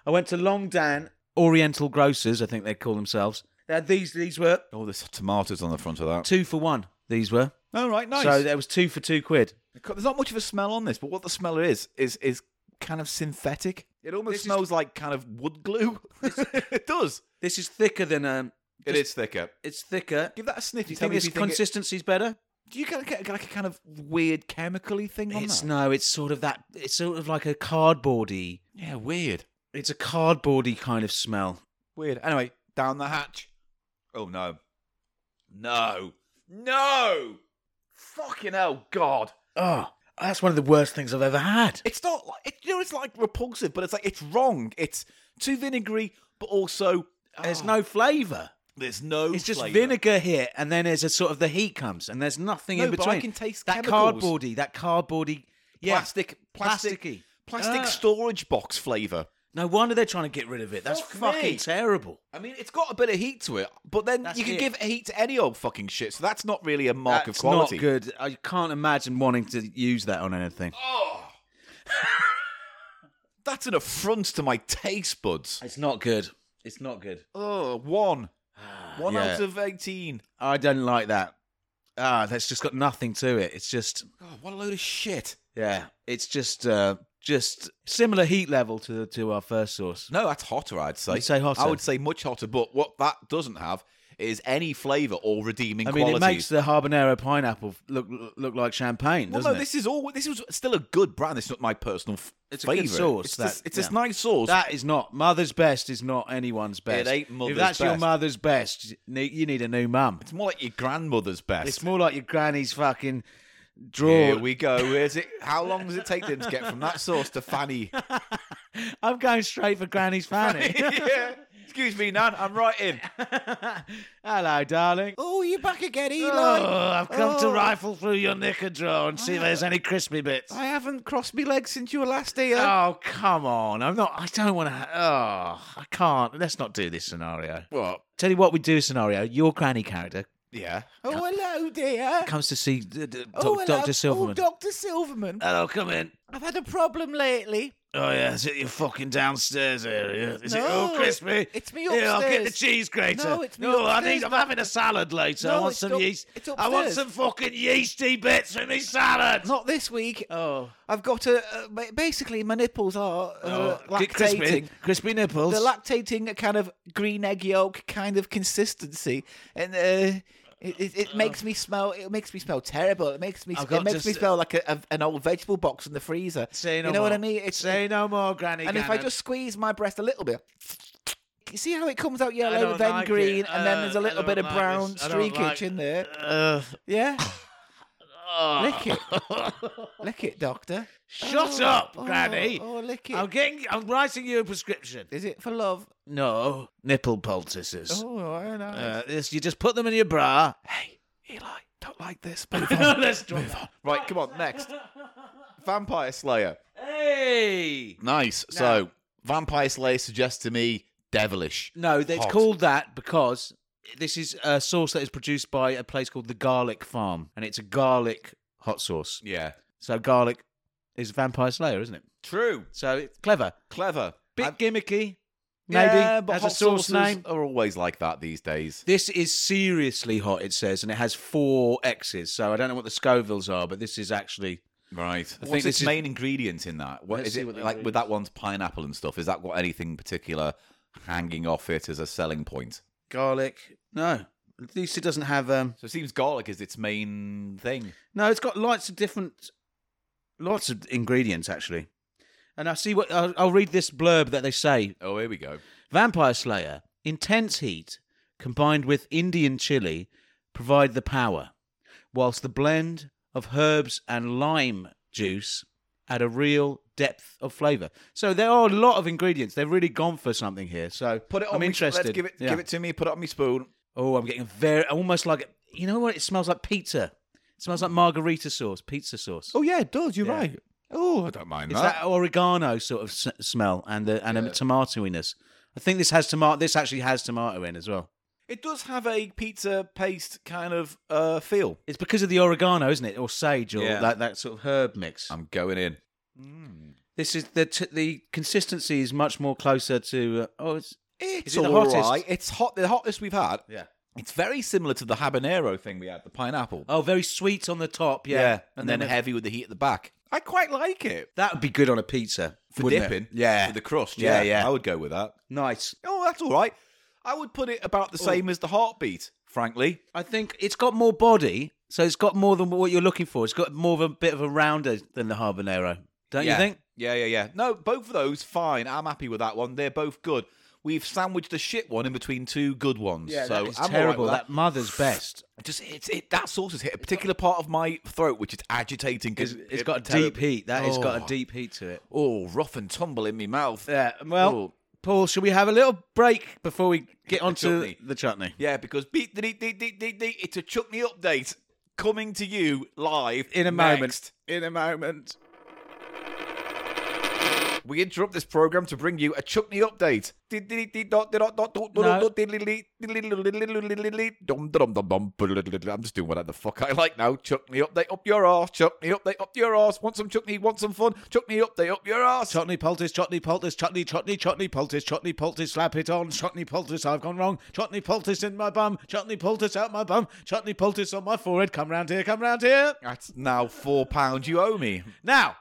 Speaker 1: I went to Long Dan Oriental Grocers, I think they call themselves. They had these, these were
Speaker 2: Oh, there's tomatoes on the front of that.
Speaker 1: two for one. These were.
Speaker 2: All right, nice.
Speaker 1: So there was two for two quid.
Speaker 2: there's not much of a smell on this, but what the smell is is is kind of synthetic. It almost
Speaker 1: This is-
Speaker 2: smells like kind of wood glue. it does.
Speaker 1: This is thicker than um.
Speaker 2: It is thicker.
Speaker 1: It's thicker.
Speaker 2: Give that a sniff.
Speaker 1: Do you
Speaker 2: tell
Speaker 1: think
Speaker 2: me if
Speaker 1: this
Speaker 2: think it-
Speaker 1: consistency's better?
Speaker 2: Do you kind of get like a kind of weird chemically thing on
Speaker 1: It's
Speaker 2: that?
Speaker 1: no, it's sort of that. It's sort of like a cardboardy.
Speaker 2: Yeah, weird.
Speaker 1: It's a cardboardy kind of smell.
Speaker 2: Weird. Anyway, down the hatch. Oh no. No. No. Fucking hell, God.
Speaker 1: Oh, that's one of the worst things I've ever had.
Speaker 2: It's not like it, you know. It's like repulsive, but it's like it's wrong. It's too vinegary, but also
Speaker 1: There's
Speaker 2: Ah,
Speaker 1: no flavour.
Speaker 2: There's no.
Speaker 1: It's just
Speaker 2: flavour.
Speaker 1: vinegar here, and then there's a sort of the heat comes, and there's nothing
Speaker 2: No,
Speaker 1: in
Speaker 2: but I
Speaker 1: between.
Speaker 2: can taste
Speaker 1: that
Speaker 2: chemicals.
Speaker 1: cardboardy, that cardboardy
Speaker 2: Yeah.
Speaker 1: Yeah.
Speaker 2: Plastic, plastic,
Speaker 1: Plasticky.
Speaker 2: plastic
Speaker 1: Ah.
Speaker 2: storage box flavour.
Speaker 1: No wonder they're trying to get rid of it. That's
Speaker 2: Fuck
Speaker 1: fucking
Speaker 2: me.
Speaker 1: terrible.
Speaker 2: I mean, it's got a bit of heat to it, but then
Speaker 1: That's
Speaker 2: you can
Speaker 1: it.
Speaker 2: give heat to any old fucking shit, so that's not really a mark
Speaker 1: That's
Speaker 2: of quality.
Speaker 1: not good. I can't imagine wanting to use that on anything.
Speaker 2: That's an affront to my taste buds.
Speaker 1: It's not good. It's not good.
Speaker 2: Oh, one. One
Speaker 1: Yeah.
Speaker 2: out of 18.
Speaker 1: I don't like that. Ah, that's just got nothing to it. It's just
Speaker 2: God, what a load of shit.
Speaker 1: yeah. It's just uh just similar heat level to to our first source.
Speaker 2: No, that's hotter, I'd say.
Speaker 1: You'd say hotter?
Speaker 2: I would say much hotter, but what that doesn't have is any flavour or redeeming
Speaker 1: I mean,
Speaker 2: qualities.
Speaker 1: it makes the habanero pineapple look look like champagne,
Speaker 2: well,
Speaker 1: doesn't
Speaker 2: no,
Speaker 1: it?
Speaker 2: this is all. This was still a good brand. It's not my personal f-
Speaker 1: It's a good
Speaker 2: favorite.
Speaker 1: sauce,
Speaker 2: It's,
Speaker 1: that-
Speaker 2: this, it's this
Speaker 1: yeah.
Speaker 2: nice sauce.
Speaker 1: That is not mother's best. Is not anyone's best.
Speaker 2: ain't
Speaker 1: if
Speaker 2: mother's
Speaker 1: that's your
Speaker 2: best.
Speaker 1: mother's best, ne- you need a new mum.
Speaker 2: it's more like your grandmother's best.
Speaker 1: It's more like your granny's fucking
Speaker 2: Here
Speaker 1: drawer.
Speaker 2: we go. Is it? How long does it take them to get from that sauce to Fanny?
Speaker 1: I'm going straight for granny's fanny.
Speaker 2: yeah. Excuse me, Nan. I'm right in.
Speaker 1: Hello, darling.
Speaker 2: Oh, you back again, Eli?
Speaker 6: Oh, I've come to rifle through your knicker drawer and see if there's any crispy bits.
Speaker 2: I haven't crossed my legs since you were last here.
Speaker 6: Oh, come on. I'm not. I don't want to. Ha- oh, I can't. Let's not do this scenario.
Speaker 2: Oh. What?
Speaker 1: Tell you what, we do a scenario. Your granny character
Speaker 2: Yeah. Oh, hello, dear.
Speaker 1: comes to see d- d- doc-
Speaker 2: Oh, hello.
Speaker 1: Dr. Silverman.
Speaker 2: Oh, Dr. Silverman.
Speaker 6: Hello, come in.
Speaker 2: I've had a problem lately.
Speaker 6: Oh, yeah. Is it your fucking downstairs area? Is it
Speaker 2: No,
Speaker 6: all crispy?
Speaker 2: it's me
Speaker 6: Yeah, I'll get the
Speaker 2: upstairs.
Speaker 6: cheese grater. Oh,
Speaker 2: No, it's me
Speaker 6: I
Speaker 2: upstairs,
Speaker 6: need, I'm having a salad later. I
Speaker 2: No,
Speaker 6: want
Speaker 2: it's
Speaker 6: some
Speaker 2: up-
Speaker 6: yeast.
Speaker 2: it's
Speaker 6: I want
Speaker 2: upstairs.
Speaker 6: some fucking yeasty bits in me salad.
Speaker 2: Not this week.
Speaker 6: Oh.
Speaker 2: I've got a. Uh, ba- basically, my nipples are uh,
Speaker 6: Oh, get
Speaker 2: lactating.
Speaker 6: crispy, crispy nipples.
Speaker 2: They're lactating a kind of green egg yolk kind of consistency, and. Uh, it, it, it makes me smell. It makes me smell terrible. It makes me.
Speaker 6: I've
Speaker 2: It
Speaker 6: got
Speaker 2: makes me
Speaker 6: just-
Speaker 2: smell like a, a, an old vegetable box in the freezer.
Speaker 6: Say no
Speaker 2: you know what
Speaker 6: more.
Speaker 2: I mean? It's,
Speaker 6: Say no more, Granny.
Speaker 2: and if I
Speaker 6: Gannon.
Speaker 2: just squeeze my breast a little bit, you see how it comes out
Speaker 6: I
Speaker 2: yellow,
Speaker 6: don't
Speaker 2: then
Speaker 6: like
Speaker 2: green,
Speaker 6: it.
Speaker 2: and then
Speaker 6: Uh,
Speaker 2: there's a
Speaker 6: I
Speaker 2: little
Speaker 6: don't
Speaker 2: bit of
Speaker 6: like
Speaker 2: brown
Speaker 6: this. I don't
Speaker 2: streakage
Speaker 6: like-
Speaker 2: in there.
Speaker 6: Uh,
Speaker 2: Yeah,
Speaker 6: oh.
Speaker 2: lick it, lick it, doctor.
Speaker 6: Shut
Speaker 2: Oh,
Speaker 6: up,
Speaker 2: oh,
Speaker 6: Granny.
Speaker 2: Oh, lick it.
Speaker 6: I'm getting. I'm writing you a prescription.
Speaker 2: Is it for love?
Speaker 6: No nipple poultices.
Speaker 2: Oh, I know.
Speaker 6: Uh, this, you just put them in your bra.
Speaker 2: hey, Eli, don't like this. Move on.
Speaker 6: Let's drop that.
Speaker 2: right, come on, next. Vampire Slayer.
Speaker 1: Hey!
Speaker 2: Nice. So, Vampire Slayer suggests to me devilish.
Speaker 1: No, it's
Speaker 2: Hot.
Speaker 1: called that because this is a sauce that is produced by a place called the Garlic Farm, and it's a garlic hot sauce.
Speaker 2: Yeah.
Speaker 1: So garlic is Vampire Slayer, isn't it?
Speaker 2: True.
Speaker 1: So it's clever,
Speaker 2: Clever.
Speaker 1: bit gimmicky, maybe
Speaker 2: Yeah, but
Speaker 1: as a
Speaker 2: hot
Speaker 1: sauce
Speaker 2: sauces
Speaker 1: name.
Speaker 2: are always like that these days.
Speaker 1: This is seriously hot, it says, and it has four X's. So I don't know what the Scovilles are, but this is actually
Speaker 2: Right. I
Speaker 1: think
Speaker 2: What's
Speaker 1: this
Speaker 2: its
Speaker 1: is-
Speaker 2: main ingredient in that? What
Speaker 1: Let's
Speaker 2: is
Speaker 1: see
Speaker 2: it
Speaker 1: what the
Speaker 2: like with that one's pineapple and stuff? Is that got anything particular hanging off it as a selling point?
Speaker 1: garlic. No, at least it doesn't have. um
Speaker 2: So it seems garlic is its main thing.
Speaker 1: No, it's got lots of different, lots of ingredients actually. And I see what I'll, I'll read this blurb that they say
Speaker 2: Oh, here we go.
Speaker 1: Vampire Slayer, intense heat combined with Indian chili provide the power, whilst the blend of herbs and lime juice add a real depth of flavour. So there are a lot of ingredients. They've really gone for something here. So
Speaker 2: Put it on
Speaker 1: I'm
Speaker 2: me-
Speaker 1: interested.
Speaker 2: Let's give it
Speaker 1: Yeah.
Speaker 2: give it to me, put it on my spoon.
Speaker 1: Oh, I'm getting very almost like you know what? It smells like pizza. It smells like margarita sauce, pizza sauce.
Speaker 2: Oh yeah, it does, you're
Speaker 1: Yeah.
Speaker 2: right. Oh, I don't mind
Speaker 1: It's that oregano sort of s- smell and the and
Speaker 2: Yeah.
Speaker 1: a tomatoiness. I think this has tomato. This actually has tomato in as well.
Speaker 2: It does have a pizza paste kind of uh, feel.
Speaker 1: It's because of the oregano, isn't it, or sage, or
Speaker 2: Yeah.
Speaker 1: that, that sort of herb mix.
Speaker 2: I'm going in.
Speaker 1: this is the t- the consistency is much more closer to uh, oh, it's,
Speaker 2: It's
Speaker 1: it the
Speaker 2: all
Speaker 1: hottest?
Speaker 2: right. It's hot. The hottest we've had.
Speaker 1: Yeah.
Speaker 2: It's very similar to the habanero thing we had, the pineapple.
Speaker 1: oh, very sweet on the top, yeah,
Speaker 2: And, then,
Speaker 1: it-
Speaker 2: heavy with the heat at the back. I quite like it
Speaker 1: that would be good on a pizza
Speaker 2: for
Speaker 1: wouldn't it?
Speaker 2: dipping.
Speaker 1: Yeah,
Speaker 2: For the crust.
Speaker 1: Yeah,
Speaker 2: Yeah,
Speaker 1: yeah.
Speaker 2: I would go with that.
Speaker 1: nice.
Speaker 2: Oh, that's all right. I would put it about the same as the heartbeat, frankly.
Speaker 1: I think it's got more body, so it's got more than what you're looking for. It's got more of a bit of a rounder than the habanero, don't
Speaker 2: yeah.
Speaker 1: you think?
Speaker 2: Yeah, yeah, yeah. No, both of those fine. I'm happy with that one. They're both good. We've sandwiched a shit one in between two good ones. so
Speaker 1: it's
Speaker 2: I'm all right
Speaker 1: terrible.
Speaker 2: with
Speaker 1: that. mother's best.
Speaker 2: Just it's it that sauce has hit a particular part of my throat which is agitating because
Speaker 1: it's got a deep heat. That has got a deep heat to it.
Speaker 2: oh rough and tumble in my mouth.
Speaker 1: Yeah. Well,
Speaker 2: Ooh.
Speaker 1: Paul, shall we have a little break before we get on
Speaker 2: chutney.
Speaker 1: to the chutney?
Speaker 2: Yeah, because beat dee, dee, dee, dee, dee, it's a chutney update coming to you live
Speaker 1: In a
Speaker 2: next.
Speaker 1: moment. In a moment.
Speaker 2: We interrupt this program to bring you a Chuckney update. I'm just doing whatever the fuck I like now. Chuckney update up your arse. Chuckney update up your arse. Want some Chuckney? Want some fun? Chuckney update up your arse.
Speaker 1: Chutney poultice, chutney poultice, chutney, chutney, chutney poultice, chutney poultice, slap it on, chutney poultice, I've gone wrong, chutney poultice in my bum, chutney poultice out my bum, chutney poultice on my forehead, come round here, come round here.
Speaker 2: That's now four pounds you owe me.
Speaker 1: Now,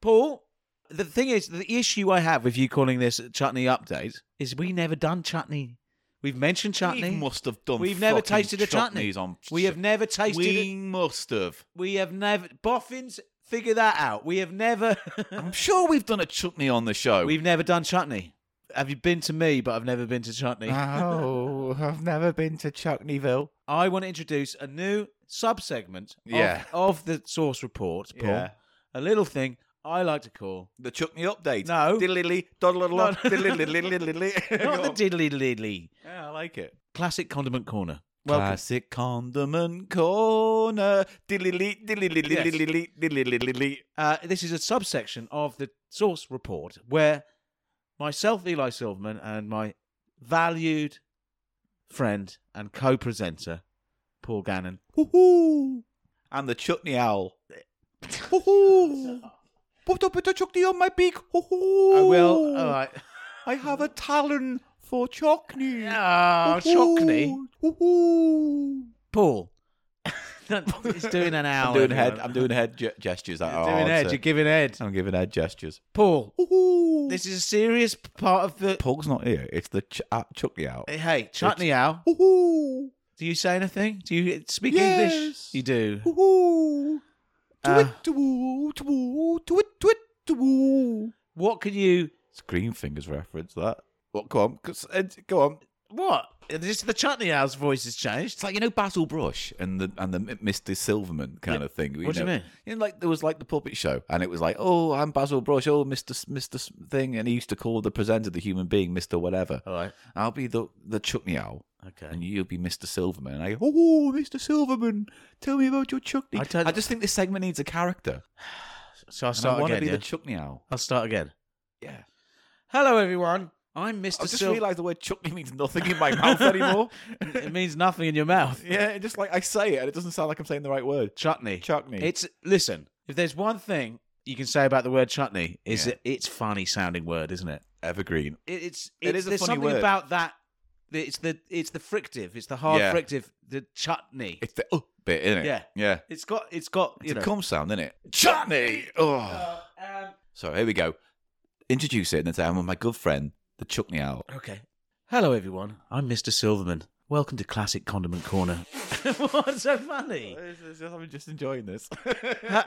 Speaker 1: Paul, the thing is, the issue I have with you calling this a chutney update is we never done chutney. We've mentioned chutney.
Speaker 2: We must have done.
Speaker 1: We've never
Speaker 2: fucking
Speaker 1: tasted a chutney.
Speaker 2: chutneys On
Speaker 1: we have never tasted
Speaker 2: We
Speaker 1: it.
Speaker 2: must have.
Speaker 1: We have never. Boffins, figure that out. We have never.
Speaker 2: I'm sure we've done a chutney on the show.
Speaker 1: we've never done chutney. Have you been to me, but I've never been to chutney?
Speaker 2: Oh, I've never been to Chuckneyville.
Speaker 1: I want to introduce a new sub segment of,
Speaker 2: Yeah.
Speaker 1: of the source report, Paul.
Speaker 2: Yeah.
Speaker 1: A little thing I like to call
Speaker 2: The Chuckney update.
Speaker 1: No.
Speaker 2: Diddly-lily, doddle-a-lot,
Speaker 1: No.
Speaker 2: diddly-lily-lily-lily.
Speaker 1: not the diddly diddly
Speaker 2: Yeah, I like it.
Speaker 1: classic condiment corner. Welcome.
Speaker 2: Classic condiment corner. Diddly-lily, diddly-lily-lily-lily, diddly-lily-lily.
Speaker 1: Uh, this is a subsection of the source report where myself, Eli Silverman, and my valued friend and co-presenter Paul Gannon.
Speaker 2: Woohoo! And the Chutney owl. Woohoo! Put a bit of Chuckney on my beak. Woohoo!
Speaker 1: I will. All right.
Speaker 2: I have a talon for Chuckney.
Speaker 1: Oh, Chockney.
Speaker 2: Woohoo!
Speaker 1: Paul. He's doing an hour.
Speaker 2: I'm doing head. Oh,
Speaker 1: everyone.
Speaker 2: I'm doing head ge- gestures. That are
Speaker 1: doing
Speaker 2: hard
Speaker 1: head.
Speaker 2: to-
Speaker 1: You're giving head.
Speaker 2: I'm giving head gestures.
Speaker 1: Paul,
Speaker 2: Woohoo!
Speaker 1: this is a serious part of the.
Speaker 2: Pug's not here. It's the ch- uh, Chuckney out.
Speaker 1: Hey, Chutney Owl,
Speaker 2: Woohoo!
Speaker 1: do you say anything? Do you speak
Speaker 2: Yes.
Speaker 1: English? You do.
Speaker 2: Woohoo! Ah.
Speaker 1: Uh,
Speaker 2: Twit, twoo, twit, twit, twoo.
Speaker 1: what can you.
Speaker 2: Screen fingers reference that. What? Go on. 'cause- uh, Go on.
Speaker 1: What? Uh, This the Chutney Owl's voice has changed.
Speaker 2: It's like you know Basil Brush and the and the M- Mr. Silverman kind of thing.
Speaker 1: What do you
Speaker 2: know.
Speaker 1: mean?
Speaker 2: You know, like there was like the puppet show, and it was like, oh, I'm Basil Brush, oh, Mr. S- Mr. S- thing, and he used to call the presenter the human being Mr. Whatever.
Speaker 1: All right.
Speaker 2: I'll be the the Chuckney owl,
Speaker 1: Okay.
Speaker 2: and you'll be Mr. Silverman. And I, go, oh, Mr. Silverman, tell me about your Chuckney.
Speaker 1: I tell-
Speaker 2: I just think this segment needs a character.
Speaker 1: So I'll
Speaker 2: And I
Speaker 1: start
Speaker 2: want to
Speaker 1: again. yeah?
Speaker 2: be the Chuckney owl.
Speaker 1: I'll start again.
Speaker 2: Yeah.
Speaker 1: Hello, everyone. I'm Mr.
Speaker 2: I just
Speaker 1: Sil-
Speaker 2: realised the word Chuckney means nothing in my mouth anymore.
Speaker 1: it means nothing in your mouth.
Speaker 2: yeah, just like I say it, and it doesn't sound like I'm saying the right word.
Speaker 1: Chutney.
Speaker 2: Chuckney.
Speaker 1: It's listen. If there's one thing you can say about the word chutney, is
Speaker 2: Yeah.
Speaker 1: that it's funny sounding word, isn't it?
Speaker 2: Evergreen.
Speaker 1: it, it's, it's
Speaker 2: It is a
Speaker 1: there's
Speaker 2: funny
Speaker 1: something
Speaker 2: word.
Speaker 1: about that. that It's the it's the fricative. It's the hard
Speaker 2: Yeah.
Speaker 1: fricative. The chutney.
Speaker 2: It's the uh, bit, isn't it?
Speaker 1: Yeah.
Speaker 2: Yeah.
Speaker 1: It's got it's got you
Speaker 2: It's a
Speaker 1: know.
Speaker 2: cum sound, isn't it? Chutney! Oh.
Speaker 1: Uh,
Speaker 2: so here we go. Introduce it, and then say, I'm with my good friend, the Chuckney Owl.
Speaker 1: okay. Hello everyone. I'm Mr. Silverman. Welcome to Classic Condiment Corner. What's so funny?
Speaker 2: I'm just enjoying this.
Speaker 1: H-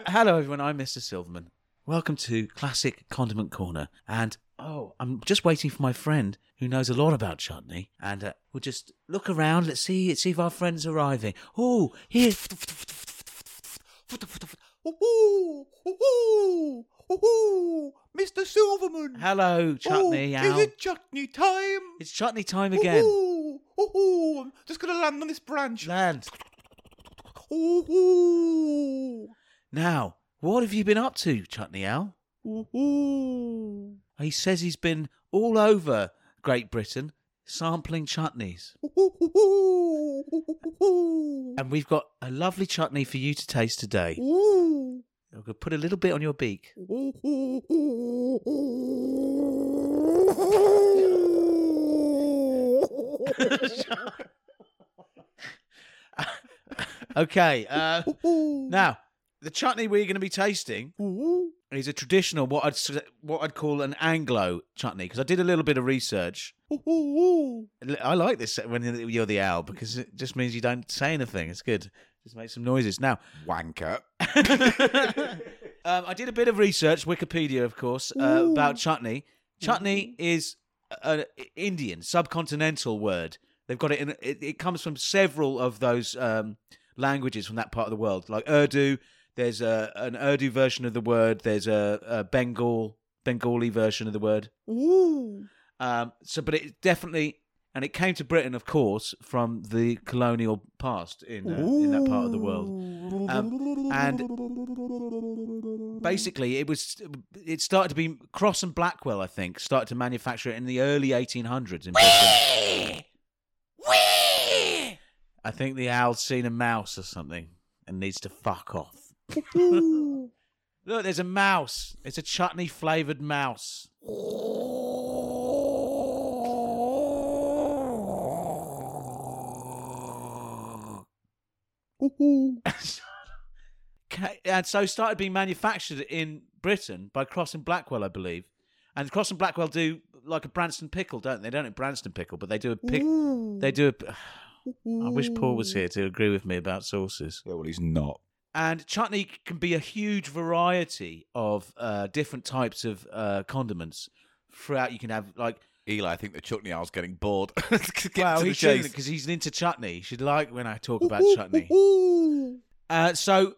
Speaker 1: Hello everyone. I'm Mr. Silverman. Welcome to Classic Condiment Corner. And oh, I'm just waiting for my friend who knows a lot about chutney. And uh, we'll just look around. Let's see see if our friend's arriving. Oh, here.
Speaker 2: Woohoo! Woohoo! Woohoo! Mr. Silverman!
Speaker 1: Hello, chutney.
Speaker 2: oh,
Speaker 1: owl.
Speaker 2: Is it chutney time?
Speaker 1: It's chutney time again.
Speaker 2: Woohoo! Woohoo! I'm just going to land on this branch.
Speaker 1: Land.
Speaker 2: Woohoo!
Speaker 1: Now, what have you been up to, Chutney Owl?
Speaker 2: Woohoo!
Speaker 1: He says he's been all over Great Britain sampling chutneys.
Speaker 2: Woohoo! Woohoo!
Speaker 1: And we've got a lovely chutney for you to taste today.
Speaker 2: Woo!
Speaker 1: I'm going to put a little bit on your beak. Okay. Uh, now, the chutney we're going to be tasting is a traditional, what I'd s- what I'd call an Anglo chutney, because I did a little bit of research. L- I like this when you're the owl because it just means you don't say anything. It's good. Just make some noises. Now,
Speaker 2: Wanker.
Speaker 1: um, I did a bit of research, Wikipedia, of course, uh, about chutney. Chutney is an Indian subcontinental word. They've got it in. It, it comes from several of those um, languages from that part of the world, like Urdu. There's a, an Urdu version of the word. There's a, a Bengal Bengali version of the word. Um, so, but it definitely and it came to Britain, of course, from the colonial past in, uh, in that part of the world. Um, and basically, it was it started to be Cross and Blackwell, I think, started to manufacture it in the early 1800s in Britain. I think the owl's seen a mouse or something and needs to fuck off. Look, there's a mouse. It's a chutney flavored mouse. Ca- and so it started being manufactured in Britain by Cross and Blackwell, I believe. And Cross and Blackwell do like a Branston pickle, don't they? They don't do Branston pickle, but they do a pick. They do a. I wish Paul was here to agree with me about sauces.
Speaker 2: Yeah, well, he's not.
Speaker 1: And chutney can be a huge variety of uh, different types of uh, condiments. Throughout, you can have like
Speaker 2: Eli, I think the chutney owl's getting bored. Let's get
Speaker 1: well,
Speaker 2: to the
Speaker 1: he shouldn't
Speaker 2: chase.
Speaker 1: because he's into chutney. She'd like when I talk about chutney. Uh, so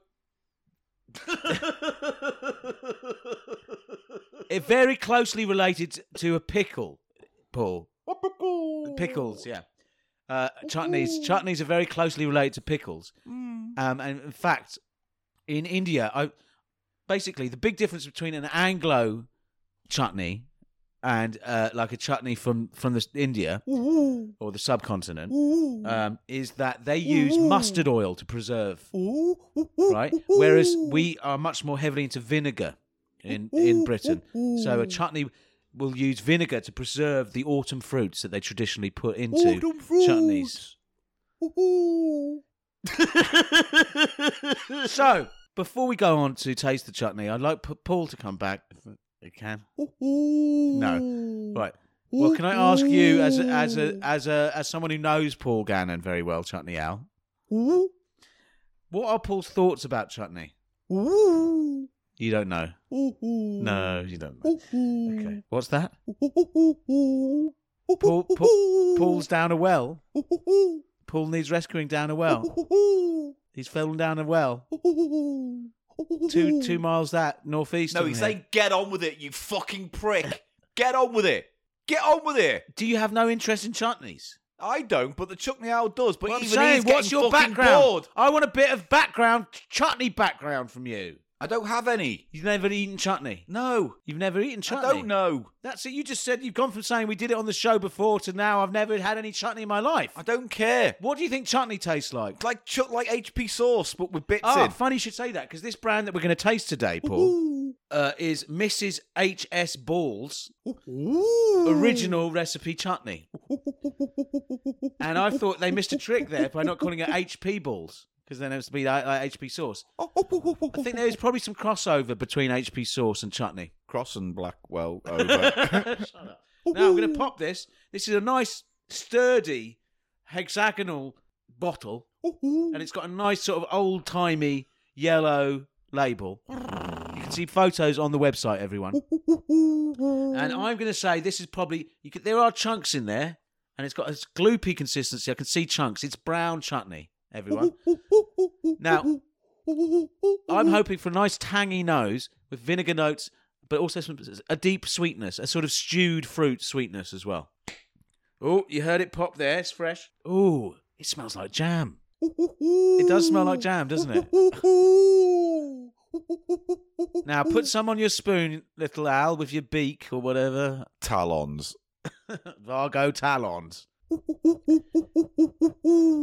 Speaker 1: it very closely related to a pickle, Paul. Pickles, yeah. Uh, chutneys, chutneys are very closely related to pickles. Um, and in fact, in India, I basically the big difference between an Anglo chutney and uh, like a chutney from from the, India or the subcontinent um, is that they use mustard oil to preserve, right? Whereas we are much more heavily into vinegar in in Britain. So a chutney will use vinegar to preserve the autumn fruits that they traditionally put into chutneys. so before we go on to taste the chutney, I'd like P- Paul to come back if he can. No, right. Well, can I ask you, as a, as a as a as someone who knows Paul Gannon very well, Chutney Al, what are Paul's thoughts about chutney? You don't know. No, you don't know. Okay, what's that? Paul, Paul, Paul's down a well. Paul needs rescuing down a well. He's fallen down a well. Two two miles that northeast.
Speaker 2: No,
Speaker 1: of
Speaker 2: he's
Speaker 1: here.
Speaker 2: saying, get on with it, you fucking prick. Get on with it. Get on with it.
Speaker 1: Do you have no interest in chutneys?
Speaker 2: I don't, but the Chuckney Owl does. But
Speaker 1: Well, I'm
Speaker 2: even
Speaker 1: saying,
Speaker 2: he's
Speaker 1: what's
Speaker 2: getting
Speaker 1: your
Speaker 2: fucking
Speaker 1: background?
Speaker 2: bored.
Speaker 1: I want a bit of background, chutney background from you.
Speaker 2: I don't have any.
Speaker 1: You've never eaten chutney.
Speaker 2: No,
Speaker 1: You've never eaten chutney.
Speaker 2: I don't know.
Speaker 1: That's it. You just said you've gone from saying we did it on the show before to now I've never had any chutney in my life.
Speaker 2: I don't care.
Speaker 1: What do you think chutney tastes like?
Speaker 2: It's like Chuck, like HP sauce, but with bits
Speaker 1: Ah,
Speaker 2: in.
Speaker 1: funny you should say that because this brand that we're going to taste today, Paul, uh, is Mrs. H.S. Ball's original recipe chutney. and I thought they missed a trick there by not calling it HP Balls because then it was to be like, like HP sauce. I think there is probably some crossover between HP sauce and chutney.
Speaker 2: Cross and Blackwell over.
Speaker 1: Now I'm going to pop this. This is a nice, sturdy, hexagonal bottle, and it's got a nice sort of old timey yellow label. You can see photos on the website, everyone. And I'm going to say this is probably you could, there are chunks in there, and it's got a gloopy consistency. I can see chunks. It's brown chutney, everyone. Now, I'm hoping for a nice tangy nose with vinegar notes, but also some, a deep sweetness, a sort of stewed fruit sweetness as well. Oh, you heard it pop there. It's fresh. Ooh, it smells like jam. It does smell like jam, doesn't it? now put some on your spoon, little Al, with your beak or whatever.
Speaker 2: Talons.
Speaker 1: Vargo Talons.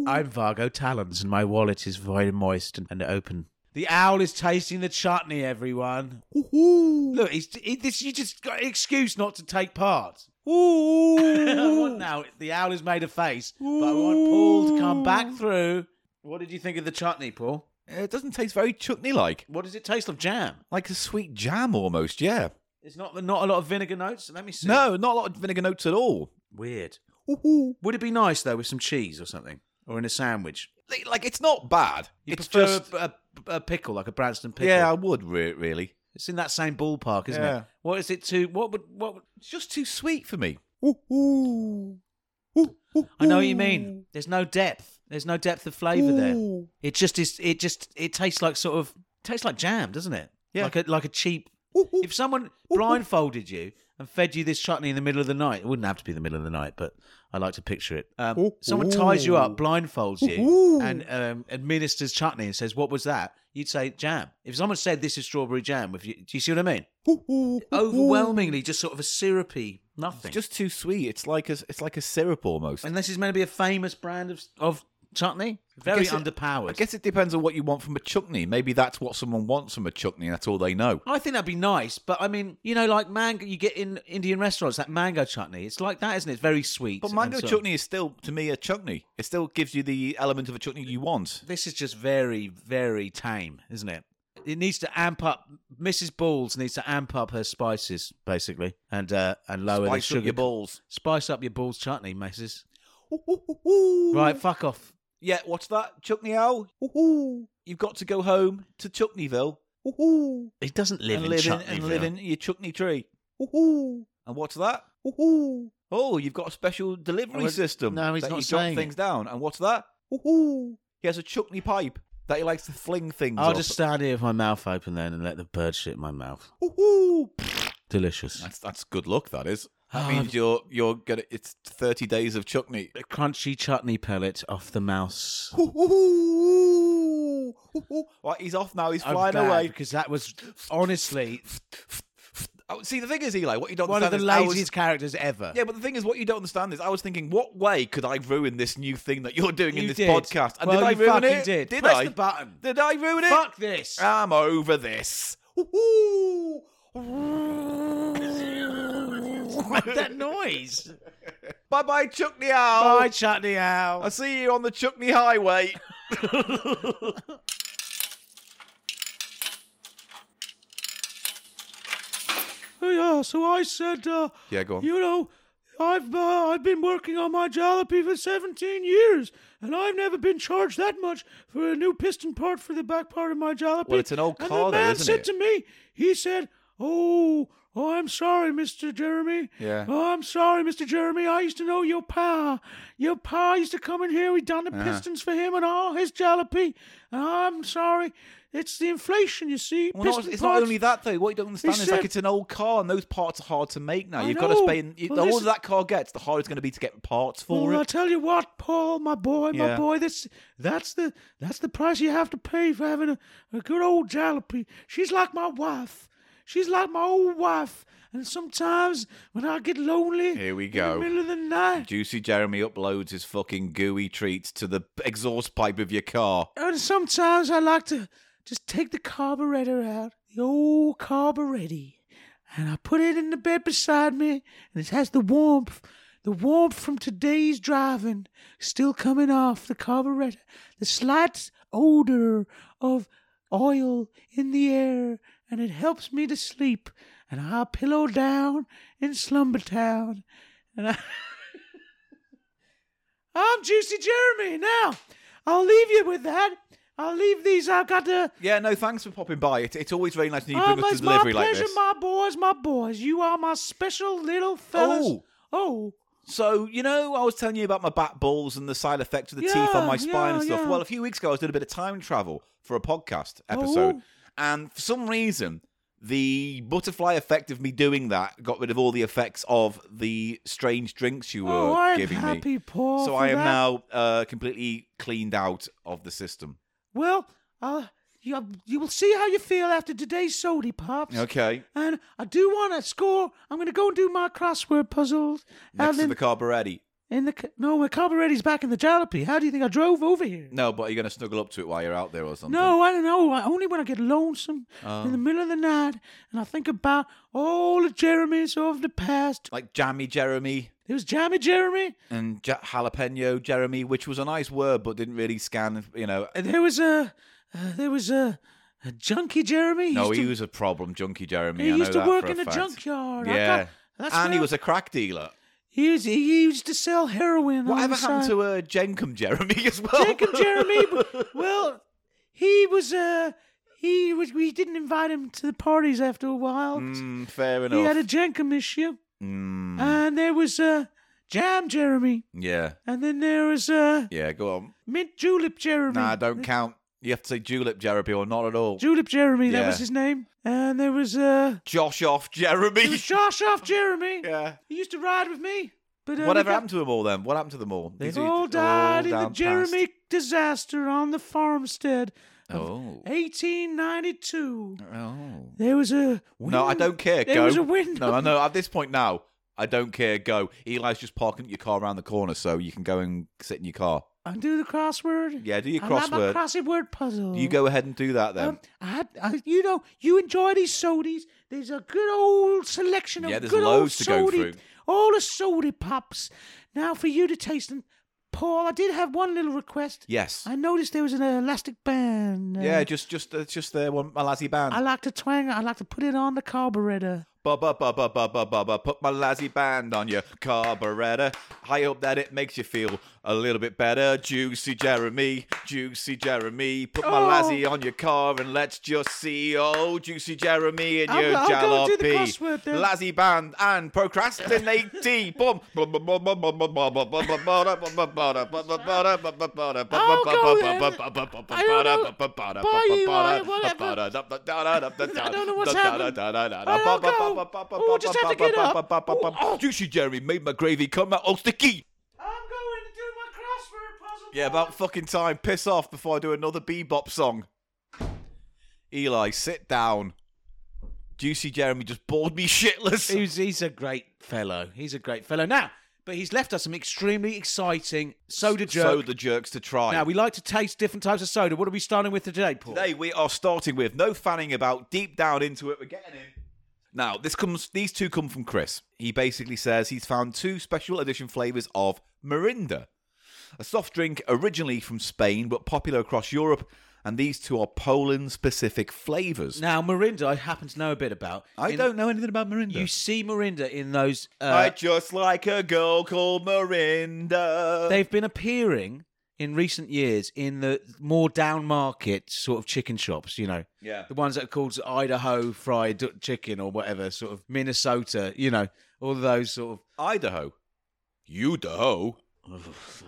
Speaker 1: I'm Vargo Talons, and my wallet is very moist and, and open. The owl is tasting the chutney, everyone. Look, he's, he, this you just got an excuse not to take part. I want now the owl has made a face, but I want Paul to come back through. What did you think of the chutney, Paul?
Speaker 2: It doesn't taste very chutney like.
Speaker 1: What does it taste of? Jam.
Speaker 2: Like a sweet jam almost, yeah.
Speaker 1: It's not not a lot of vinegar notes. Let me see.
Speaker 2: No, not a lot of vinegar notes at all.
Speaker 1: Weird. Would it be nice though with some cheese or something, or in a sandwich?
Speaker 2: Like- Like, it's not bad.
Speaker 1: You
Speaker 2: it's
Speaker 1: prefer
Speaker 2: just.
Speaker 1: a, a- a pickle, like a Branston pickle.
Speaker 2: Yeah, I would, re- really.
Speaker 1: it's in that same ballpark, isn't
Speaker 2: Yeah.
Speaker 1: it? What is it to? What would? What? Would,
Speaker 2: It's just too sweet for me.
Speaker 1: I know what you mean. There's no depth. There's no depth of flavour there. It just is. It just. It tastes like sort of tastes like jam, doesn't it?
Speaker 2: Yeah.
Speaker 1: Like a like a cheap. If someone blindfolded you and fed you this chutney in the middle of the night, it wouldn't have to be the middle of the night, but I like to picture it. Um, someone ties you up, blindfolds you, and um, administers chutney and says, "What was that?" You'd say jam. If someone said, "This is strawberry jam," with you, do you see what I mean? Overwhelmingly, just sort of a syrupy nothing.
Speaker 2: Just too sweet. It's like a it's like a syrup almost.
Speaker 1: and this is meant to be a famous brand of of chutney.
Speaker 2: I
Speaker 1: Very
Speaker 2: guess it-
Speaker 1: underpowered.
Speaker 2: I guess it depends on what you want from a chutney. Maybe that's what someone wants from a chutney. and That's all they know.
Speaker 1: I think that'd be nice, but I mean, you know, like mango, you get in Indian restaurants that mango chutney. It's like that, isn't it? It's very sweet.
Speaker 2: But
Speaker 1: and
Speaker 2: mango
Speaker 1: sort of-
Speaker 2: chutney is still, to me, a chutney. It still gives you the element of a chutney you want.
Speaker 1: This is just very, very tame, isn't it? It needs to amp up. Mrs. Balls needs to amp up her spices, basically, and uh, and lower the
Speaker 2: Spice
Speaker 1: sugar.
Speaker 2: up your balls.
Speaker 1: Spice up your balls chutney, Mrs. Right, fuck off.
Speaker 2: Yeah, what's that? Chutney Owl? Woohoo! You've got to go home to Chutneyville. Woohoo!
Speaker 1: He doesn't live
Speaker 2: and
Speaker 1: in
Speaker 2: live in,
Speaker 1: Chutneyville.
Speaker 2: and live in your chutney tree. Woohoo! And what's that? Woohoo! Oh, you've got a special delivery
Speaker 1: Oh, it-
Speaker 2: system.
Speaker 1: no, he's
Speaker 2: that
Speaker 1: not
Speaker 2: you
Speaker 1: saying
Speaker 2: drop things down. And what's that? Woohoo! He has a chutney pipe that he likes to fling things.
Speaker 1: I'll
Speaker 2: up.
Speaker 1: just stand here with my mouth open then and let the bird shit in my mouth.
Speaker 2: Woohoo!
Speaker 1: Delicious.
Speaker 2: That's that's good luck. That is. That
Speaker 1: Oh,
Speaker 2: means
Speaker 1: I've-
Speaker 2: you're you're gonna. It's thirty days of chutney.
Speaker 1: A crunchy chutney pellet off the mouse.
Speaker 2: Woohoo! Woohoo! Right, he's off now. He's
Speaker 1: I'm
Speaker 2: flying
Speaker 1: glad,
Speaker 2: away.
Speaker 1: because that was honestly
Speaker 2: Oh, See, the thing is, Eli, what you don't
Speaker 1: one of the
Speaker 2: understand is I was-
Speaker 1: laziest characters ever.
Speaker 2: Yeah, but the thing is, what you don't understand is, I was thinking, what way could I ruin this new thing that you're doing in
Speaker 1: You
Speaker 2: this
Speaker 1: did.
Speaker 2: podcast? And
Speaker 1: Well,
Speaker 2: did I
Speaker 1: you
Speaker 2: ruin
Speaker 1: fucking
Speaker 2: it?
Speaker 1: did.
Speaker 2: Did
Speaker 1: Press
Speaker 2: I?
Speaker 1: the button.
Speaker 2: Did I ruin it?
Speaker 1: Fuck this.
Speaker 2: I'm over this. Woohoo!
Speaker 1: that noise.
Speaker 2: bye bye, Chuckney Owl.
Speaker 1: Bye, chutney owl.
Speaker 2: I see you on the Chuckney Highway.
Speaker 1: Oh, yeah, so I said, uh,
Speaker 2: Yeah, go on.
Speaker 1: You know, I've uh, I've been working on my jalopy for 17 years, and I've never been charged that much for a new piston part for the back part of my jalopy.
Speaker 2: Well, it's an old
Speaker 1: and
Speaker 2: car
Speaker 1: the
Speaker 2: though,
Speaker 1: man
Speaker 2: isn't
Speaker 1: said
Speaker 2: it?
Speaker 1: to me, he said, "Oh, oh, I'm sorry, Mister Jeremy.
Speaker 2: Yeah.
Speaker 1: Oh, I'm sorry, Mister Jeremy. I used to know your pa. Your pa used to come in here. We done the
Speaker 2: Uh-huh.
Speaker 1: pistons for him and all his jalopy. And I'm sorry." It's the inflation, you see.
Speaker 2: Well, not,
Speaker 1: Piston
Speaker 2: it's not
Speaker 1: parts-
Speaker 2: only that though. What you don't understand is
Speaker 1: said-
Speaker 2: like it's an old car, and those parts are hard to make now.
Speaker 1: I
Speaker 2: You've got to
Speaker 1: know.
Speaker 2: spend. You,
Speaker 1: Well,
Speaker 2: the
Speaker 1: this
Speaker 2: older
Speaker 1: is-
Speaker 2: that car gets, the harder it's going to be to get parts for
Speaker 1: Well, I
Speaker 2: it.
Speaker 1: tell you what, Paul, my boy, my
Speaker 2: Yeah.
Speaker 1: boy, that's that's the that's the price you have to pay for having a, a good old jalopy. She's like my wife. She's like my old wife. And sometimes when I get lonely,
Speaker 2: Here we
Speaker 1: in
Speaker 2: go.
Speaker 1: the middle of the night,
Speaker 2: Juicy Jeremy uploads his fucking gooey treats to the exhaust pipe of your car.
Speaker 1: and sometimes I like to just take the carburetor out, the old carburetor, and I put it in the bed beside me, and it has the warmth, the warmth from today's driving still coming off the carburetor, the slight odor of oil in the air, and it helps me to sleep. And I pillow down in Slumber Town, and I. I'm Juicy Jeremy. Now, I'll leave you with that. I'll leave these. I've got to.
Speaker 2: Yeah, no, thanks for popping by. It's, it's always very nice when you
Speaker 1: Oh,
Speaker 2: bring us
Speaker 1: it's
Speaker 2: to
Speaker 1: my
Speaker 2: delivery
Speaker 1: pleasure,
Speaker 2: like this.
Speaker 1: my boys, my boys. You are my special little fellas.
Speaker 2: Oh.
Speaker 1: oh.
Speaker 2: So, you know, I was telling you about my bat balls and the side effects of the
Speaker 1: Yeah,
Speaker 2: teeth on my spine
Speaker 1: yeah,
Speaker 2: and stuff.
Speaker 1: yeah.
Speaker 2: Well, a few weeks ago, I was doing a bit of time travel for a podcast episode.
Speaker 1: Oh.
Speaker 2: And for some reason, the butterfly effect of me doing that got rid of all the effects of the strange drinks you were
Speaker 1: Oh, I am
Speaker 2: giving
Speaker 1: happy,
Speaker 2: me.
Speaker 1: Paul.
Speaker 2: so
Speaker 1: for
Speaker 2: I am
Speaker 1: that.
Speaker 2: now uh, completely cleaned out of the system.
Speaker 1: Well, I'll, you, uh, you will see how you feel after today's sody pops.
Speaker 2: Okay.
Speaker 1: And I do want to score. I'm going to go and do my crossword puzzles.
Speaker 2: Next
Speaker 1: and
Speaker 2: to
Speaker 1: then
Speaker 2: the carburetti.
Speaker 1: in the ca- no, my carburetor's back in the jalopy. How do you think I drove over here?
Speaker 2: No, but are you going to snuggle up to it while you're out there or something?
Speaker 1: No, I don't know. I, only when I get lonesome in
Speaker 2: Oh.
Speaker 1: the middle of the night and I think about all the Jeremys of the past.
Speaker 2: Like Jammy Jeremy
Speaker 1: There was Jammy Jeremy,
Speaker 2: and ja- Jalapeno Jeremy, which was a nice word but didn't really scan, you know.
Speaker 1: and there was a, uh, there was a, a junkie Jeremy.
Speaker 2: No,
Speaker 1: used
Speaker 2: he
Speaker 1: to-
Speaker 2: was a problem junkie, Jeremy.
Speaker 1: He
Speaker 2: I
Speaker 1: used to
Speaker 2: know that
Speaker 1: work
Speaker 2: for
Speaker 1: in
Speaker 2: a
Speaker 1: a
Speaker 2: fact.
Speaker 1: junkyard. I
Speaker 2: Yeah.
Speaker 1: got- that's
Speaker 2: and he
Speaker 1: where-
Speaker 2: was a crack dealer.
Speaker 1: He used, he used to sell heroin.
Speaker 2: Whatever
Speaker 1: on the
Speaker 2: happened
Speaker 1: side.
Speaker 2: to uh, Jenkum Jeremy as well?
Speaker 1: Jacob Jeremy? w- well, he was uh, he was. We didn't invite him to the parties after a while. 'cause
Speaker 2: Mm, fair
Speaker 1: he
Speaker 2: enough.
Speaker 1: had a Jenkum issue,
Speaker 2: Mm,
Speaker 1: and there was uh, Jam Jeremy,
Speaker 2: yeah.
Speaker 1: and then there was uh,
Speaker 2: Yeah, go on.
Speaker 1: Mint Julep Jeremy.
Speaker 2: Nah, don't count. You have to say Julep Jeremy or not at all.
Speaker 1: Julep Jeremy, that
Speaker 2: Yeah.
Speaker 1: was his name. And there was uh,
Speaker 2: Josh off
Speaker 1: there
Speaker 2: Jeremy.
Speaker 1: was Josh off Jeremy.
Speaker 2: yeah.
Speaker 1: He used to ride with me. But uh,
Speaker 2: Whatever
Speaker 1: we got-
Speaker 2: happened to them all then? What happened to them all?
Speaker 1: They've
Speaker 2: These are
Speaker 1: all died in the
Speaker 2: down um, past.
Speaker 1: Jeremy disaster on the farmstead of
Speaker 2: Oh.
Speaker 1: 1892.
Speaker 2: Oh.
Speaker 1: There was a wind.
Speaker 2: No, I don't care.
Speaker 1: There
Speaker 2: go.
Speaker 1: was a wind.
Speaker 2: No, I know. At this point now, I don't care. Go. Eli's just parking your car around the corner, so you can go and sit in your car.
Speaker 1: I do the crossword.
Speaker 2: Yeah, do your
Speaker 1: I like my
Speaker 2: crossword.
Speaker 1: crossword puzzle.
Speaker 2: You go ahead and do that then.
Speaker 1: Um, I, I, you know, you enjoy these sodies. There's a good old selection of
Speaker 2: Yeah, there's
Speaker 1: good
Speaker 2: loads to
Speaker 1: old
Speaker 2: go
Speaker 1: sody,
Speaker 2: through.
Speaker 1: all the sody pops. Now for you to taste them, Paul. I did have one little request.
Speaker 2: yes.
Speaker 1: I noticed there was an elastic band. uh,
Speaker 2: yeah, just just uh, just there, one my lassie band.
Speaker 1: I like to twang. it. I like to put it on the carburetor.
Speaker 2: Ba ba ba ba ba ba ba ba. Put my lassie band on your carburetor. I hope that it makes you feel a little bit better. Juicy Jeremy, Juicy Jeremy. Put my
Speaker 1: Oh.
Speaker 2: lassie on your car and let's just see. Oh, Juicy Jeremy and
Speaker 1: I'll
Speaker 2: your
Speaker 1: go- I'll go do the
Speaker 2: jalopy.
Speaker 1: crossword then.
Speaker 2: Lassie band and procrastinate. Boom. I'll
Speaker 1: go then. I don't know. Bye, Eli, whatever. I don't know what's happened. I'll go. Oh, I just have to get up.
Speaker 2: Oh, Juicy Jerry made my gravy come out of the key.
Speaker 1: I'm going to do my crossword puzzle.
Speaker 2: Yeah, about fucking time. Piss off before I do another bebop song. Eli, sit down. Juicy Jeremy just bored me shitless.
Speaker 1: He's, he's a great fellow. He's a great fellow. Now, but he's left us some extremely exciting soda jerk.
Speaker 2: So the jerks to try.
Speaker 1: Now, we like to taste different types of soda. What are we starting with today, Paul?
Speaker 2: Today we are starting with no fanning about, deep down into it. We're getting in. Now this comes; these two come from Chris. He basically says he's found two special edition flavors of Mirinda, a soft drink originally from Spain but popular across Europe, and these two are Poland-specific flavors.
Speaker 1: Now, Mirinda, I happen to know a bit about.
Speaker 2: I
Speaker 1: In-
Speaker 2: don't know anything about Mirinda.
Speaker 1: You see Mirinda in those. Uh,
Speaker 2: I just like a girl called Mirinda.
Speaker 1: They've been appearing in recent years in the more down market sort of chicken shops, you know.
Speaker 2: Yeah.
Speaker 1: The ones that are called Idaho fried chicken or whatever, sort of Minnesota, you know, all those sort
Speaker 2: Idaho. Idaho.
Speaker 1: Oh, of.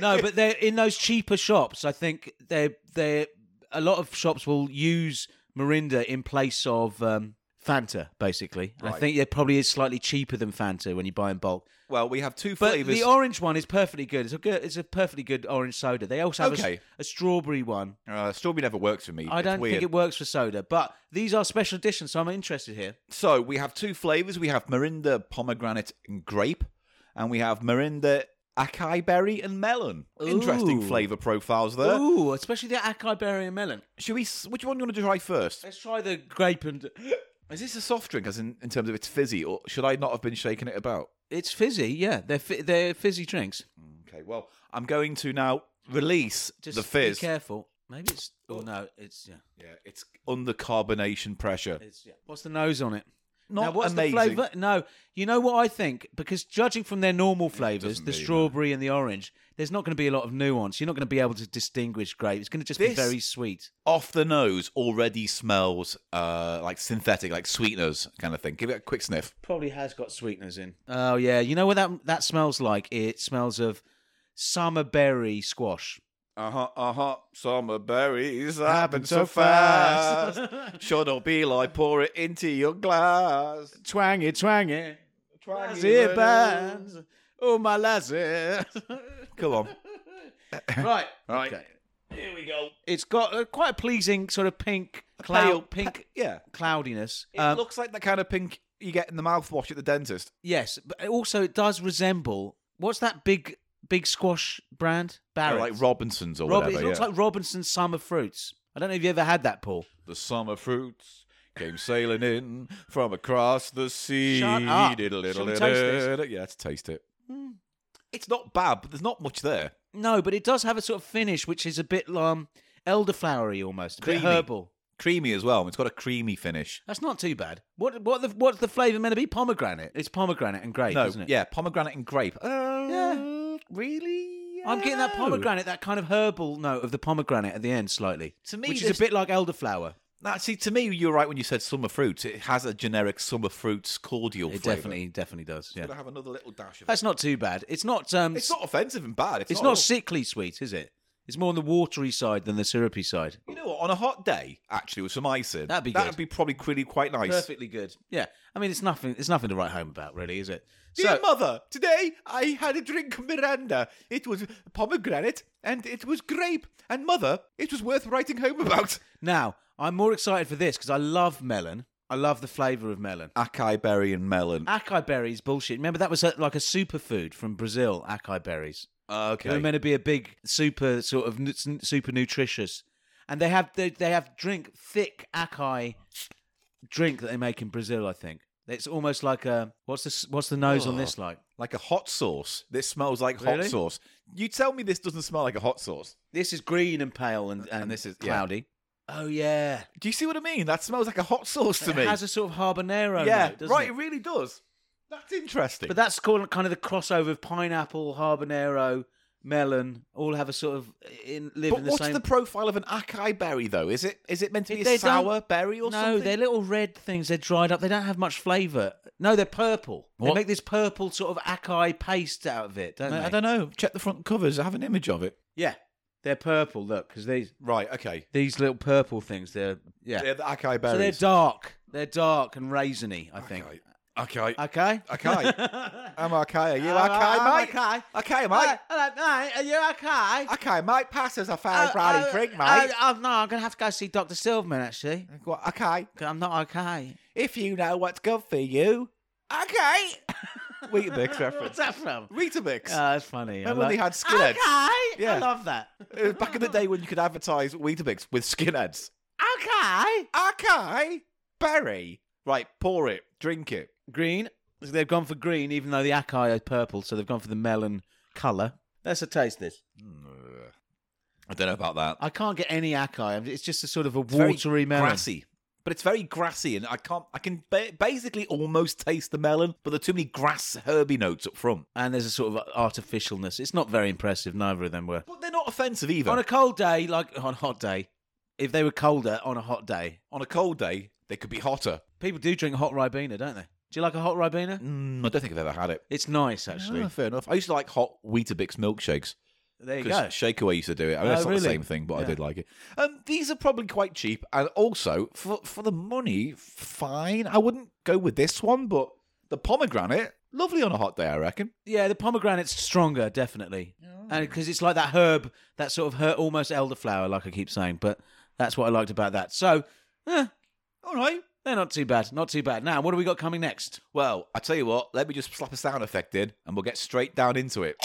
Speaker 1: No, but they're in those cheaper shops. I think they're, they're, a lot of shops will use Mirinda in place of um, Fanta, basically. And I
Speaker 2: Right.
Speaker 1: think it probably is slightly cheaper than Fanta when you buy in bulk.
Speaker 2: Well, we have two
Speaker 1: But
Speaker 2: flavors.
Speaker 1: the orange one is perfectly good. It's a good, it's a perfectly good orange soda. They also have a s-
Speaker 2: Okay.
Speaker 1: a, strawberry one.
Speaker 2: uh, strawberry never works for me.
Speaker 1: I
Speaker 2: It's
Speaker 1: don't
Speaker 2: weird.
Speaker 1: think it works for soda, but these are special editions, so I'm interested here.
Speaker 2: So we have two flavors. We have Mirinda pomegranate and grape, and we have Mirinda acai berry and melon. Interesting
Speaker 1: Ooh.
Speaker 2: flavor profiles there.
Speaker 1: Ooh, especially the acai berry and melon.
Speaker 2: Should we? s- Which one do you want to try first?
Speaker 1: Let's try the grape and
Speaker 2: Is this a soft drink, as in, in terms of it's fizzy, or should I not have been shaking it about?
Speaker 1: it's fizzy. Yeah, they're fi- they're fizzy drinks.
Speaker 2: Okay. Well, I'm going to now release
Speaker 1: Just
Speaker 2: the fizz.
Speaker 1: Be careful. Maybe it's. Oh no, it's yeah.
Speaker 2: Yeah, it's under carbonation pressure.
Speaker 1: It's yeah. What's the nose on it?
Speaker 2: Not
Speaker 1: now, what's
Speaker 2: amazing.
Speaker 1: the flavour? No, you know what I think? Because judging from their normal flavours, the strawberry and the orange, there's not going to be a lot of nuance. You're not going to be able to distinguish grape. It's going to just be
Speaker 2: This-
Speaker 1: very sweet.
Speaker 2: Off the nose already smells uh, like synthetic, like sweeteners kind of thing. Give it a quick sniff.
Speaker 1: Probably has got sweeteners in. Oh yeah, you know what that that smells like? It smells of summer berry squash.
Speaker 2: Uh
Speaker 1: Uh-huh,
Speaker 2: huh, uh huh. Summer berries happen
Speaker 1: Happen
Speaker 2: so
Speaker 1: so
Speaker 2: fast. Shut up, Eli. Pour it into your glass.
Speaker 1: Twang it, twang it.
Speaker 2: Twang
Speaker 1: Lassie bands. Oh my lassie.
Speaker 2: Come on.
Speaker 1: right.
Speaker 2: Right.
Speaker 1: Here we go. It's got a, quite a pleasing sort of pink cloud,
Speaker 2: Pale-
Speaker 1: pink
Speaker 2: Yeah.
Speaker 1: cloudiness.
Speaker 2: It
Speaker 1: Um,
Speaker 2: looks like that kind of pink you get in the mouthwash at the dentist.
Speaker 1: yes, but also it does resemble what's that big big squash brand? Barrett.
Speaker 2: Oh, Like Robinson's or
Speaker 1: Ah, Rob-
Speaker 2: whatever.
Speaker 1: it looks
Speaker 2: yeah.
Speaker 1: like Robinson's summer fruits. I don't know if you ever had that, Paul.
Speaker 2: The summer fruits came sailing in from across the sea.
Speaker 1: Shut up.
Speaker 2: Diddle-
Speaker 1: Shall
Speaker 2: diddle-
Speaker 1: we taste this?
Speaker 2: diddle- Yeah, let's taste it. It's not bad, but there's not much there.
Speaker 1: No, but it does have a sort of finish which is a bit um elderflowery almost, a bit
Speaker 2: Creamy.
Speaker 1: herbal.
Speaker 2: Creamy as well. It's got a creamy finish.
Speaker 1: That's not too bad. What what the what's the flavour meant to be? Pomegranate. It's pomegranate and grape,
Speaker 2: no,
Speaker 1: isn't it?
Speaker 2: yeah, pomegranate and grape. Uh,
Speaker 1: Yeah.
Speaker 2: really?
Speaker 1: I'm getting that
Speaker 2: No.
Speaker 1: pomegranate, that kind of herbal note of the pomegranate at the end, slightly.
Speaker 2: To me,
Speaker 1: which
Speaker 2: this-
Speaker 1: is a bit like elderflower.
Speaker 2: Nah, see, to me, you're right when you said summer fruits. It has a generic summer fruits cordial.
Speaker 1: It
Speaker 2: flavour.
Speaker 1: definitely, definitely does. Yeah,
Speaker 2: Gotta have another little dash of it.
Speaker 1: that's not too bad. It's not. Um,
Speaker 2: It's not offensive and bad. It's,
Speaker 1: It's
Speaker 2: at
Speaker 1: not
Speaker 2: all.
Speaker 1: sickly sweet, is it? It's more on the watery side than the syrupy side.
Speaker 2: You know what? On a hot day, actually, with some ice in,
Speaker 1: That'd be
Speaker 2: that'd
Speaker 1: good.
Speaker 2: be probably pretty quite nice.
Speaker 1: Perfectly good. Yeah. I mean, it's nothing. It's nothing to write home about, really, is it?
Speaker 2: Dear mother, today I had a drink of Miranda. It was pomegranate and it was grape. And mother, it was worth writing home about.
Speaker 1: Now, I'm more excited for this because I love melon. I love the flavour of melon.
Speaker 2: Acai berry and melon.
Speaker 1: Acai berries, bullshit. Remember, that was a, like a superfood from Brazil, acai berries.
Speaker 2: Ah, Okay.
Speaker 1: They were meant to be a big, super sort of nu- s- super nutritious, and they have they, they have drink thick acai drink that they make in Brazil. I think it's almost like a what's this? What's the nose on
Speaker 2: Oh.
Speaker 1: this like?
Speaker 2: like a hot sauce. This smells like hot
Speaker 1: Really?
Speaker 2: sauce. You tell me this doesn't smell like a hot sauce.
Speaker 1: This is green and pale, and, and,
Speaker 2: this is- yeah.
Speaker 1: cloudy. Oh yeah,
Speaker 2: Do you see what I mean? That smells like a hot sauce to
Speaker 1: it
Speaker 2: me.
Speaker 1: has a sort of habanero.
Speaker 2: yeah,
Speaker 1: note, doesn't
Speaker 2: right. It?
Speaker 1: it?
Speaker 2: really does. That's interesting.
Speaker 1: But that's called kind of the crossover of pineapple, habanero, melon. All have a sort of in live
Speaker 2: But
Speaker 1: in the
Speaker 2: what's
Speaker 1: same.
Speaker 2: the profile of an acai berry though? Is it is it meant to be
Speaker 1: They
Speaker 2: a
Speaker 1: don't-
Speaker 2: sour berry or
Speaker 1: no,
Speaker 2: something?
Speaker 1: they're little red things. They're dried up. They don't have much flavour. No, they're purple. They
Speaker 2: What?
Speaker 1: make this purple sort of acai paste out of it, don't
Speaker 2: No,
Speaker 1: they?
Speaker 2: I don't know. Check the front covers. I have an image of it.
Speaker 1: Yeah, they're purple. Look, because these
Speaker 2: Right. Okay.
Speaker 1: these little purple things. They're yeah.
Speaker 2: Yeah, the acai
Speaker 1: so they're
Speaker 2: berries.
Speaker 1: dark. They're dark and raisiny. I think.
Speaker 2: Okay. Okay.
Speaker 1: Okay.
Speaker 2: Acai. I'm okay. Are you
Speaker 1: I'm- uh, I'm Uh,
Speaker 2: okay, mate? Okay, mate.
Speaker 1: Hello, hello, mate. Are you okay?
Speaker 2: Okay, mate. Pass us a
Speaker 1: Oh,
Speaker 2: fair brandy
Speaker 1: oh,
Speaker 2: drink,
Speaker 1: oh,
Speaker 2: mate.
Speaker 1: oh, no, I'm gonna have to go see Doctor Silverman actually.
Speaker 2: What- Okay.
Speaker 1: 'cause I'm not okay.
Speaker 2: If you know what's good for you. Okay. Weetabix
Speaker 1: What's
Speaker 2: reference.
Speaker 1: that from?
Speaker 2: Weetabix.
Speaker 1: Oh, that's funny.
Speaker 2: Remember when they had skinheads?
Speaker 1: Okay, I
Speaker 2: Yeah.
Speaker 1: love that.
Speaker 2: It was back in the day when you could advertise Weetabix with skinheads.
Speaker 1: Okay.
Speaker 2: Okay. Berry. Right, pour it. Drink it.
Speaker 1: Green. So they've gone for green, even though the acai are purple, so they've gone for the melon colour. Let's a taste this.
Speaker 2: Mm. I don't know about that.
Speaker 1: I can't get any acai. It's just a sort of a
Speaker 2: It's very
Speaker 1: watery melon.
Speaker 2: grassy. But it's very grassy, and I can't. I can ba- basically almost taste the melon, but there are too many grass herby notes up front.
Speaker 1: And there's a sort of artificialness. It's not very impressive. Neither of them were.
Speaker 2: But they're not offensive either.
Speaker 1: On a cold day, like on a hot day, if they were colder on a hot day,
Speaker 2: On a cold day, they could be hotter.
Speaker 1: people do drink hot ribena, don't they? Do you like a hot ribena?
Speaker 2: Mm, I don't think I've ever had it.
Speaker 1: It's nice, actually.
Speaker 2: Ah, fair enough. I used to like hot Weetabix milkshakes.
Speaker 1: there you go.
Speaker 2: Because Shakeaway used to do it. I mean,
Speaker 1: Oh,
Speaker 2: it's not the
Speaker 1: really?
Speaker 2: same thing, but I
Speaker 1: Yeah.
Speaker 2: did like it. Um, these are probably quite cheap, and also for for the money, fine. I wouldn't go with this one, but the pomegranate, lovely on a hot day, I reckon.
Speaker 1: Yeah, the pomegranate's stronger, definitely, and because it's like that herb, that sort of herb, almost elderflower, like I keep saying. But that's what I liked about that. So, eh,
Speaker 2: All right.
Speaker 1: they're not too bad, not too bad. Now, what do we got coming next?
Speaker 2: Well, I tell you what. Let me just slap a sound effect in, and we'll get straight down into it.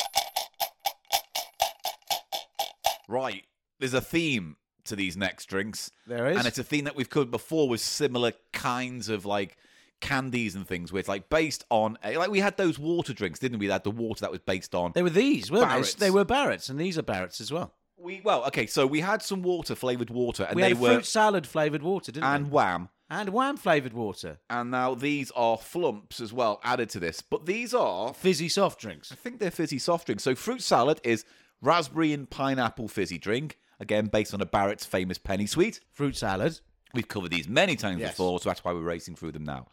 Speaker 2: Right. There's a theme to these next drinks.
Speaker 1: There is.
Speaker 2: And it's a theme that we've covered before with similar kinds of like candies and things where it's like based on a, like we had those water drinks, didn't we? That the water that was based on
Speaker 1: They were these, weren't
Speaker 2: Barrett's.
Speaker 1: they? They were Barrett's, and these are Barrett's as well.
Speaker 2: we well, okay, so we had some water, flavored water, and
Speaker 1: we
Speaker 2: they
Speaker 1: had
Speaker 2: were
Speaker 1: fruit salad flavored water, didn't
Speaker 2: and
Speaker 1: we?
Speaker 2: wham.
Speaker 1: And wham flavored water,
Speaker 2: And now these are flumps as well added to this. But these are
Speaker 1: fizzy soft drinks.
Speaker 2: I think they're fizzy soft drinks. So fruit salad is raspberry and pineapple fizzy drink, again based on a Barrett's famous penny sweet.
Speaker 1: Fruit salad.
Speaker 2: We've covered these many times
Speaker 1: Yes.
Speaker 2: before, so that's why we're racing through them now.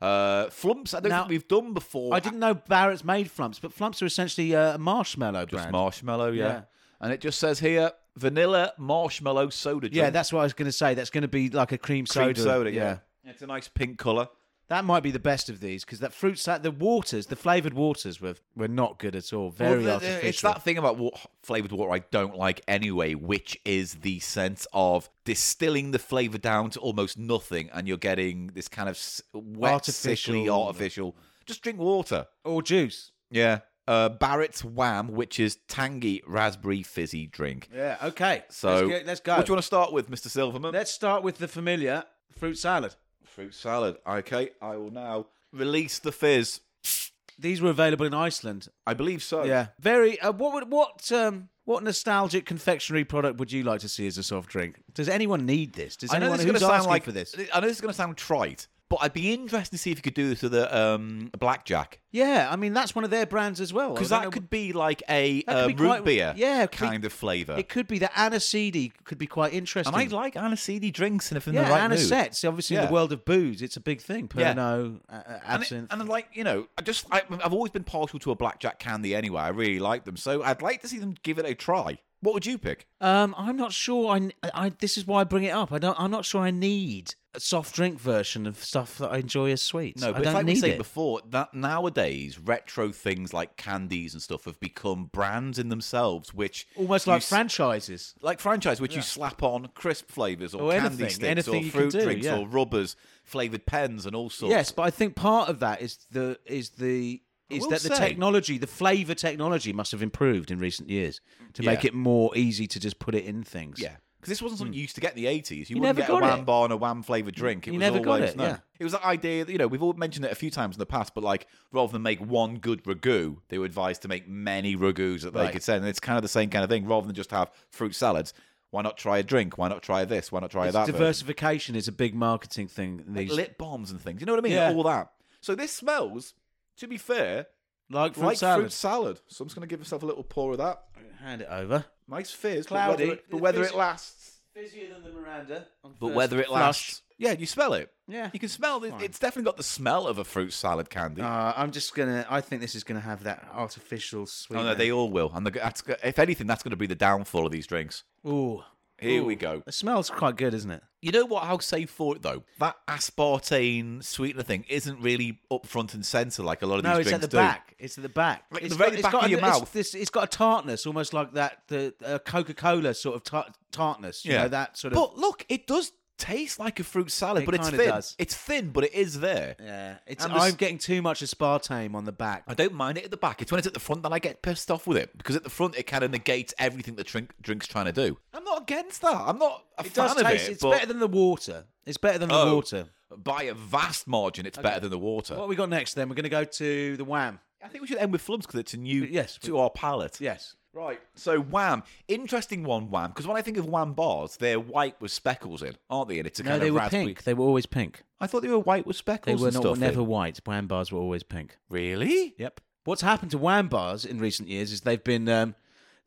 Speaker 2: Uh, flumps, I don't
Speaker 1: Now-
Speaker 2: think we've done before.
Speaker 1: I didn't know Barrett's made flumps, but flumps are essentially uh, a marshmallow
Speaker 2: Just
Speaker 1: brand.
Speaker 2: marshmallow, yeah.
Speaker 1: Yeah.
Speaker 2: And it just says here vanilla marshmallow soda drink.
Speaker 1: yeah, that's what I was going to say. That's going to be like a cream soda.
Speaker 2: cream soda, yeah. It's a nice pink color.
Speaker 1: That might be the best of these because that fruit salad, the waters, the flavored waters were were not good at all. Very artificial.
Speaker 2: it's that thing about what flavored water I don't like anyway, which is the sense of distilling the flavor down to almost nothing, and you're getting this kind of s- wet,
Speaker 1: Artificial.
Speaker 2: sickly artificial. Just drink water.
Speaker 1: or juice.
Speaker 2: Yeah. Uh, Barrett's Wham, which is tangy raspberry fizzy drink.
Speaker 1: Yeah. Okay.
Speaker 2: So
Speaker 1: let's, get, let's go.
Speaker 2: What do you want to start with, Mr. Silverman?
Speaker 1: Let's start with the familiar fruit salad.
Speaker 2: Fruit salad. Okay, I will now release the fizz.
Speaker 1: These were available in Iceland.
Speaker 2: I believe so.
Speaker 1: Yeah. Very. Uh, what would what um what nostalgic confectionery product would you like to see as a soft drink? Does anyone need this? Does
Speaker 2: I know
Speaker 1: anyone
Speaker 2: this is
Speaker 1: who's
Speaker 2: going to sound
Speaker 1: asking
Speaker 2: like
Speaker 1: for this?
Speaker 2: I know this is going to sound trite, but I'd be interested to see if you could do this with a um, blackjack
Speaker 1: Yeah. I mean, that's one of their brands as well. I
Speaker 2: because
Speaker 1: don't
Speaker 2: that
Speaker 1: know-
Speaker 2: could be like a
Speaker 1: could
Speaker 2: uh,
Speaker 1: be
Speaker 2: root
Speaker 1: quite-
Speaker 2: beer,
Speaker 1: yeah, it could be-
Speaker 2: kind of flavour.
Speaker 1: It could be that aniseed could be quite interesting.
Speaker 2: And I like aniseed drinks and if in
Speaker 1: Yeah,
Speaker 2: the right mood.
Speaker 1: anisette. Obviously, in
Speaker 2: Yeah.
Speaker 1: the world of booze, it's a big thing.
Speaker 2: Yeah.
Speaker 1: Pernod, uh, uh,
Speaker 2: And, it-
Speaker 1: absinthe.
Speaker 2: and I'm like you know, I just I, I've always been partial to a blackjack candy anyway. I really like them, so I'd like to see them give it a try. What would you pick?
Speaker 1: Um, I'm not sure. I, I this is why I bring it up. I don't. I'm not sure I need a soft drink version of stuff that I enjoy as sweets.
Speaker 2: No,
Speaker 1: I
Speaker 2: but
Speaker 1: don't
Speaker 2: it's like
Speaker 1: need
Speaker 2: we said
Speaker 1: it.
Speaker 2: before, that nowadays retro things like candies and stuff have become brands in themselves, which
Speaker 1: Almost
Speaker 2: you
Speaker 1: like
Speaker 2: s-
Speaker 1: franchises.
Speaker 2: like franchise, which you slap on crisp flavors or,
Speaker 1: Or
Speaker 2: candy
Speaker 1: Oh, anything,
Speaker 2: sticks
Speaker 1: anything
Speaker 2: or
Speaker 1: you can
Speaker 2: fruit
Speaker 1: do,
Speaker 2: drinks
Speaker 1: yeah.
Speaker 2: or rubbers, flavored pens, and all sorts.
Speaker 1: Yes, but I think part of that is the is the is
Speaker 2: will
Speaker 1: that the
Speaker 2: say-
Speaker 1: technology, the flavor technology, must have improved in recent years to make
Speaker 2: Yeah.
Speaker 1: it more easy to just put it in things.
Speaker 2: Yeah. Because this wasn't something you used to get in the 80s. You,
Speaker 1: Hmm. You
Speaker 2: wouldn't
Speaker 1: never
Speaker 2: get a
Speaker 1: got
Speaker 2: wham
Speaker 1: it.
Speaker 2: bar and a wham flavoured drink. It
Speaker 1: You
Speaker 2: was
Speaker 1: never got
Speaker 2: always,
Speaker 1: it,
Speaker 2: no.
Speaker 1: yeah.
Speaker 2: It was that idea that, you know, we've all mentioned it a few times in the past, but like rather than make one good ragu, they were advised to make many ragouts that they
Speaker 1: Right.
Speaker 2: could send. And it's kind of the same kind of thing. Rather than just have fruit salads, why not try a drink? Why not try this? Why not try
Speaker 1: It's
Speaker 2: that? version?
Speaker 1: diversification is a big marketing thing. in These
Speaker 2: Lip balms and things. You know what I mean?
Speaker 1: Yeah.
Speaker 2: All that. So this smells, to be fair,
Speaker 1: like fruit
Speaker 2: like
Speaker 1: salad.
Speaker 2: fruit salad. So I'm just going to give myself a little pour of that.
Speaker 1: Hand it over.
Speaker 2: Nice fizz.
Speaker 1: Cloudy.
Speaker 2: But whether it, but whether it
Speaker 1: Fizzy.
Speaker 2: lasts.
Speaker 1: Fizzier than the Miranda.
Speaker 2: But whether it lasts. Yeah, you smell it.
Speaker 1: Uh, Yeah.
Speaker 2: You can smell it. It's definitely got the smell of a fruit salad candy.
Speaker 1: Uh, I'm just gonna. I think this is gonna have that artificial sweet.
Speaker 2: oh, no, they all will. And the, that's, go- if anything, that's going to be the downfall of these drinks.
Speaker 1: Ooh,
Speaker 2: Here we go.
Speaker 1: it smells quite good, isn't it?
Speaker 2: You know what I'll say for it, though? That aspartame sweetener thing isn't really up front and centre like a lot of
Speaker 1: No,
Speaker 2: these
Speaker 1: it's at
Speaker 2: drinks
Speaker 1: the
Speaker 2: do.
Speaker 1: back. It's at the back.
Speaker 2: Like
Speaker 1: It's
Speaker 2: the very
Speaker 1: got- it's
Speaker 2: back
Speaker 1: got
Speaker 2: of your
Speaker 1: an- it's-
Speaker 2: mouth.
Speaker 1: this- it's got a tartness, almost like that the uh, Coca-Cola sort of tar- tartness. You know that sort of.
Speaker 2: But look, it does taste like a fruit salad,
Speaker 1: It
Speaker 2: but it's
Speaker 1: kinda
Speaker 2: thin.
Speaker 1: does.
Speaker 2: It's thin, but it is there.
Speaker 1: yeah, it's.
Speaker 2: and the s-
Speaker 1: I'm getting too much aspartame on the back.
Speaker 2: I don't mind it at the back. It's when it's at the front that I get pissed off with it because at the front it kind of negates everything the drink, drink's trying to do. I'm not against that. I'm not a
Speaker 1: It
Speaker 2: fan
Speaker 1: does
Speaker 2: of
Speaker 1: taste.
Speaker 2: it.
Speaker 1: it's
Speaker 2: but
Speaker 1: better than the water. It's better than the
Speaker 2: Oh.
Speaker 1: water.
Speaker 2: by a vast margin, it's better than the water.
Speaker 1: What have we got next? Then we're gonna go to the Wham.
Speaker 2: I think we should end with flubs because it's a new
Speaker 1: Yes,
Speaker 2: to our palate.
Speaker 1: Yes.
Speaker 2: Right. So Wham, interesting one. Wham, because when I think of Wham bars, they're white with speckles in, aren't they? And it's a
Speaker 1: No,
Speaker 2: kind
Speaker 1: they
Speaker 2: of
Speaker 1: were
Speaker 2: raspberry.
Speaker 1: pink. They were always pink.
Speaker 2: I thought they were white with
Speaker 1: They
Speaker 2: speckles.
Speaker 1: were
Speaker 2: and
Speaker 1: not
Speaker 2: stuff
Speaker 1: never
Speaker 2: in.
Speaker 1: white. Wham bars were always pink.
Speaker 2: Really?
Speaker 1: Yep. What's happened to wham bars in recent years is they've been um,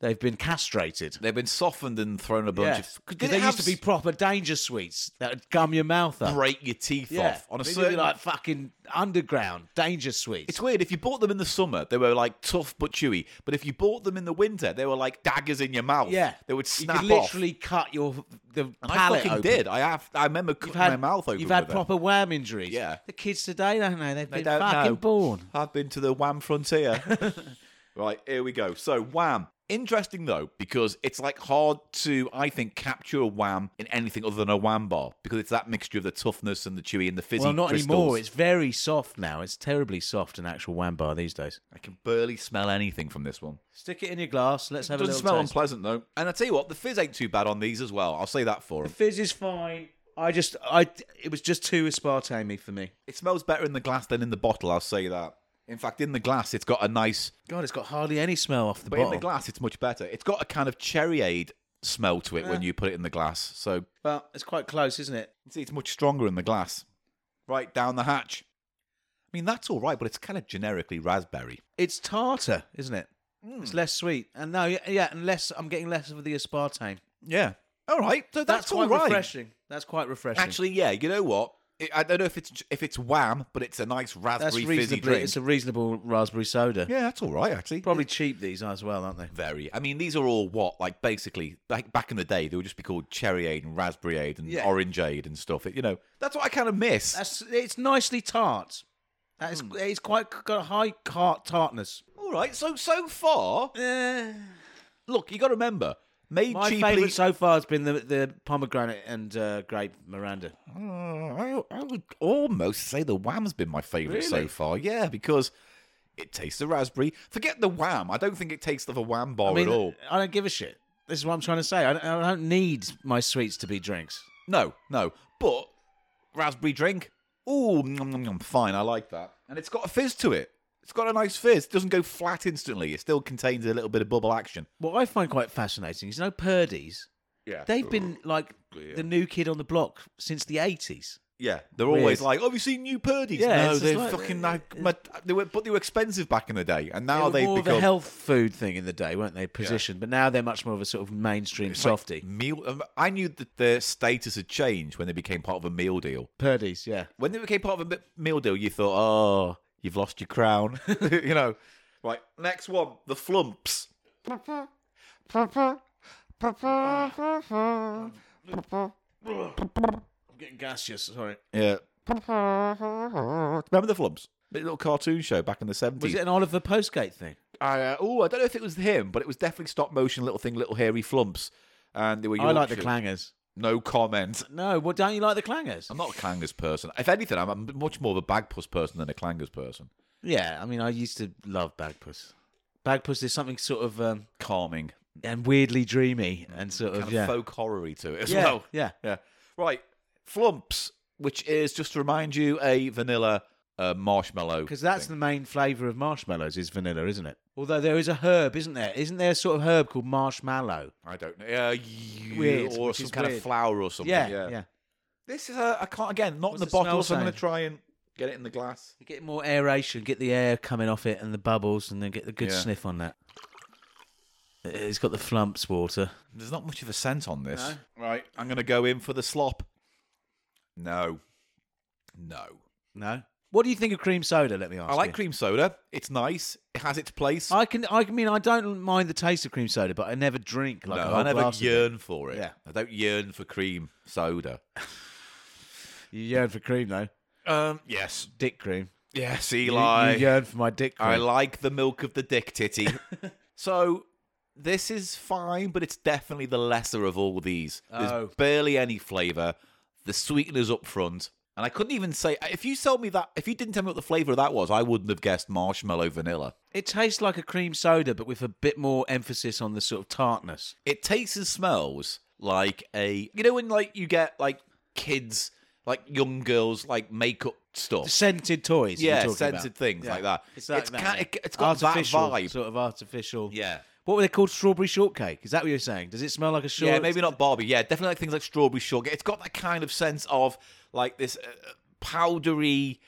Speaker 1: they've been castrated.
Speaker 2: They've been softened and thrown a bunch
Speaker 1: Yes.
Speaker 2: of.
Speaker 1: 'Cause
Speaker 2: Did it
Speaker 1: they
Speaker 2: have
Speaker 1: used to be proper danger sweets that would gum your mouth up.
Speaker 2: break your teeth
Speaker 1: Yeah,
Speaker 2: off on a
Speaker 1: They'd be
Speaker 2: certain
Speaker 1: like fucking underground danger sweets.
Speaker 2: It's weird. If you bought them in the summer, they were like tough but chewy. But if you bought them in the winter, they were like daggers in your mouth.
Speaker 1: yeah,
Speaker 2: they would snap
Speaker 1: You could
Speaker 2: off.
Speaker 1: literally cut your the
Speaker 2: And I
Speaker 1: palate
Speaker 2: fucking
Speaker 1: open.
Speaker 2: did. I have. I remember cutting
Speaker 1: You've had
Speaker 2: my mouth open.
Speaker 1: You've had
Speaker 2: with it.
Speaker 1: proper wham injuries.
Speaker 2: Yeah.
Speaker 1: the kids today don't know. They've
Speaker 2: They
Speaker 1: been
Speaker 2: don't
Speaker 1: fucking
Speaker 2: know.
Speaker 1: born.
Speaker 2: I've been to the Wham frontier. right here we go. So Wham. Interesting though, because it's like hard to, I think, capture a wham in anything other than a wham bar because it's that mixture of the toughness and the chewy and the fizzy.
Speaker 1: Well, not
Speaker 2: crystals.
Speaker 1: anymore. It's very soft now. It's terribly soft an actual wham bar these days.
Speaker 2: I can barely smell anything from this one.
Speaker 1: Stick it in your glass. Let's have a
Speaker 2: Doesn't
Speaker 1: little
Speaker 2: smell
Speaker 1: taste.
Speaker 2: unpleasant though. And I tell you what, the fizz ain't too bad on these as well. I'll say that for 'em.
Speaker 1: Fizz is fine. I just, I, it was just too aspartame for me.
Speaker 2: It smells better in the glass than in the bottle, I'll say that. In fact, in the glass, it's got a nice.
Speaker 1: God, it's got hardly any smell off the
Speaker 2: But in
Speaker 1: bottle.
Speaker 2: the glass, it's much better. It's got a kind of cherry aid smell to it when you put it in the glass. So,
Speaker 1: well, it's quite close, isn't it?
Speaker 2: see, it's much stronger in the glass. Right down the hatch. I mean, that's all right, but it's kind of generically raspberry.
Speaker 1: It's tartar, isn't it? It's less sweet, and no, yeah, yeah, and less. I'm getting less of the aspartame.
Speaker 2: Yeah. All right. So that's, all
Speaker 1: quite
Speaker 2: right.
Speaker 1: refreshing. That's quite refreshing.
Speaker 2: Actually, yeah, you know what? It, I don't know if it's if it's wham, but it's a nice
Speaker 1: that's
Speaker 2: raspberry fizzy
Speaker 1: reasonably.
Speaker 2: drink.
Speaker 1: It's a reasonable raspberry soda.
Speaker 2: Yeah, that's all right, actually.
Speaker 1: Probably cheap these as well, aren't they?
Speaker 2: Very. I mean, these are all what, like basically, back back in the day, they would just be called Cherry Aid and Raspberry Aid and
Speaker 1: Yeah.
Speaker 2: Orange Aid and stuff. It- you know, that's what I kind of miss.
Speaker 1: That's it's nicely tart. That is, it's quite got a high tart tartness.
Speaker 2: all right. So so far,
Speaker 1: Eh.
Speaker 2: look, you got to remember, made
Speaker 1: My
Speaker 2: cheaply.
Speaker 1: favourite so far has been the, the pomegranate and uh, grape Miranda.
Speaker 2: Oh, Mm, I, I would almost say the Wham's been my favourite so
Speaker 1: Really?
Speaker 2: far. Yeah, because it tastes the raspberry. Forget the Wham. I don't think it tastes of a Wham bar
Speaker 1: I mean,
Speaker 2: at all.
Speaker 1: I don't give a shit. This is what I'm trying to say. I don't, I don't need my sweets to be drinks.
Speaker 2: No, no. But raspberry drink. Ooh, nom, nom, nom, fine. I like that. And it's got a fizz to it. It's got a nice fizz. It doesn't go flat instantly. It still contains a little bit of bubble action.
Speaker 1: What I find quite fascinating is no Purdy's.
Speaker 2: Yeah.
Speaker 1: They've been like the new kid on the block since the 80s.
Speaker 2: yeah. They're
Speaker 1: Weird.
Speaker 2: always like, "Oh, you seen new Purdy's?"
Speaker 1: Yeah,
Speaker 2: no,
Speaker 1: it's just
Speaker 2: they're
Speaker 1: like-
Speaker 2: fucking like, my, they were, but they were expensive back in the day, and now
Speaker 1: they
Speaker 2: have
Speaker 1: were more
Speaker 2: become
Speaker 1: of a health food thing in the day, weren't they? Positioned, but now they're much more of a sort of mainstream
Speaker 2: it's like
Speaker 1: softy.
Speaker 2: meal. um, I knew that their status had changed when they became part of a meal deal.
Speaker 1: Purdy's, yeah.
Speaker 2: when they became part of a meal deal, you thought, oh, you've lost your crown. you know. Right, next one, the flumps.
Speaker 6: I'm getting gaseous. Sorry.
Speaker 2: Yeah. Remember the Flubs? Big little cartoon show back in the 70s.
Speaker 1: Was it an Oliver Postgate thing?
Speaker 2: I, uh, oh, I don't know if it was him, but it was definitely stop motion, little thing, little hairy flumps. And they were
Speaker 1: I like the
Speaker 2: Yorkshire.
Speaker 1: clangers.
Speaker 2: No comment.
Speaker 1: No, well, don't you like the clangers?
Speaker 2: I'm not a clangers person. If anything, I'm, I'm much more of a bagpuss person than a clangers person.
Speaker 1: Yeah, I mean, I used to love Bagpuss. Bagpuss is something sort of um,
Speaker 2: Calming.
Speaker 1: and weirdly dreamy and sort of
Speaker 2: Mm, Kind
Speaker 1: yeah,
Speaker 2: of folk horror to it as
Speaker 1: yeah,
Speaker 2: well.
Speaker 1: yeah.
Speaker 2: Yeah. Right. Flumps, which is, just to remind you, a vanilla uh, marshmallow.
Speaker 1: Because that's the main flavour of marshmallows is vanilla, isn't it? Although there is a herb, isn't there? Isn't there a sort of herb called marshmallow?
Speaker 2: I don't know. Uh, y-
Speaker 1: Weird,
Speaker 2: or
Speaker 1: which
Speaker 2: some
Speaker 1: is
Speaker 2: kind
Speaker 1: weird.
Speaker 2: of flour or something.
Speaker 1: Yeah,
Speaker 2: yeah.
Speaker 1: yeah,
Speaker 2: This is a, I can't, again, not
Speaker 1: What's
Speaker 2: in
Speaker 1: the
Speaker 2: the,
Speaker 1: smell
Speaker 2: bottle, so I'm going to
Speaker 1: saying?
Speaker 2: try and get it in the glass.
Speaker 1: You get more aeration, get the air coming off it and the bubbles, and then get the good
Speaker 2: Yeah.
Speaker 1: sniff on that. Uh, It's got the flumps water.
Speaker 2: There's not much of a scent on this. Right. I'm going to go in for the slop. No. No.
Speaker 1: No. What do you think of cream soda? Let me ask.
Speaker 2: I like
Speaker 1: you?
Speaker 2: cream soda. It's nice. It has its place.
Speaker 1: I can. I mean, I don't mind the taste of cream soda, but I never drink like a
Speaker 2: no,
Speaker 1: whole
Speaker 2: I never
Speaker 1: glass of it.
Speaker 2: yearn for it.
Speaker 1: Yeah.
Speaker 2: I don't yearn for cream soda.
Speaker 1: You yearn for cream though.
Speaker 2: Um, yes.
Speaker 1: Dick cream.
Speaker 2: Yes,
Speaker 1: You-
Speaker 2: Eli.
Speaker 1: You, yearn for my dick cream.
Speaker 2: I like the milk of the dick titty. so this is fine, but it's definitely the lesser of all these. There's
Speaker 1: Oh.
Speaker 2: barely any flavour. The sweeteners up front. And I couldn't even say if you sold me that if you didn't tell me what the flavour of that was, I wouldn't have guessed marshmallow vanilla.
Speaker 1: it tastes like a cream soda, but with a bit more emphasis on the sort of tartness.
Speaker 2: It tastes and smells like a you know when like you get like kids like young girls like makeup stuff.
Speaker 1: Scented toys. you're
Speaker 2: yeah,
Speaker 1: talking
Speaker 2: scented
Speaker 1: about.
Speaker 2: things
Speaker 1: Yeah.
Speaker 2: like that.
Speaker 1: It's like
Speaker 2: it's,
Speaker 1: that,
Speaker 2: ca-
Speaker 1: yeah.
Speaker 2: it, it's got that
Speaker 1: artificial,
Speaker 2: vibe.
Speaker 1: sort of artificial.
Speaker 2: yeah.
Speaker 1: What were they called? Strawberry shortcake. Is that what you're saying? Does it smell like a short?
Speaker 2: Yeah, maybe not Barbie. Yeah, definitely like things like strawberry shortcake. It's got that kind of sense of like this uh, powdery,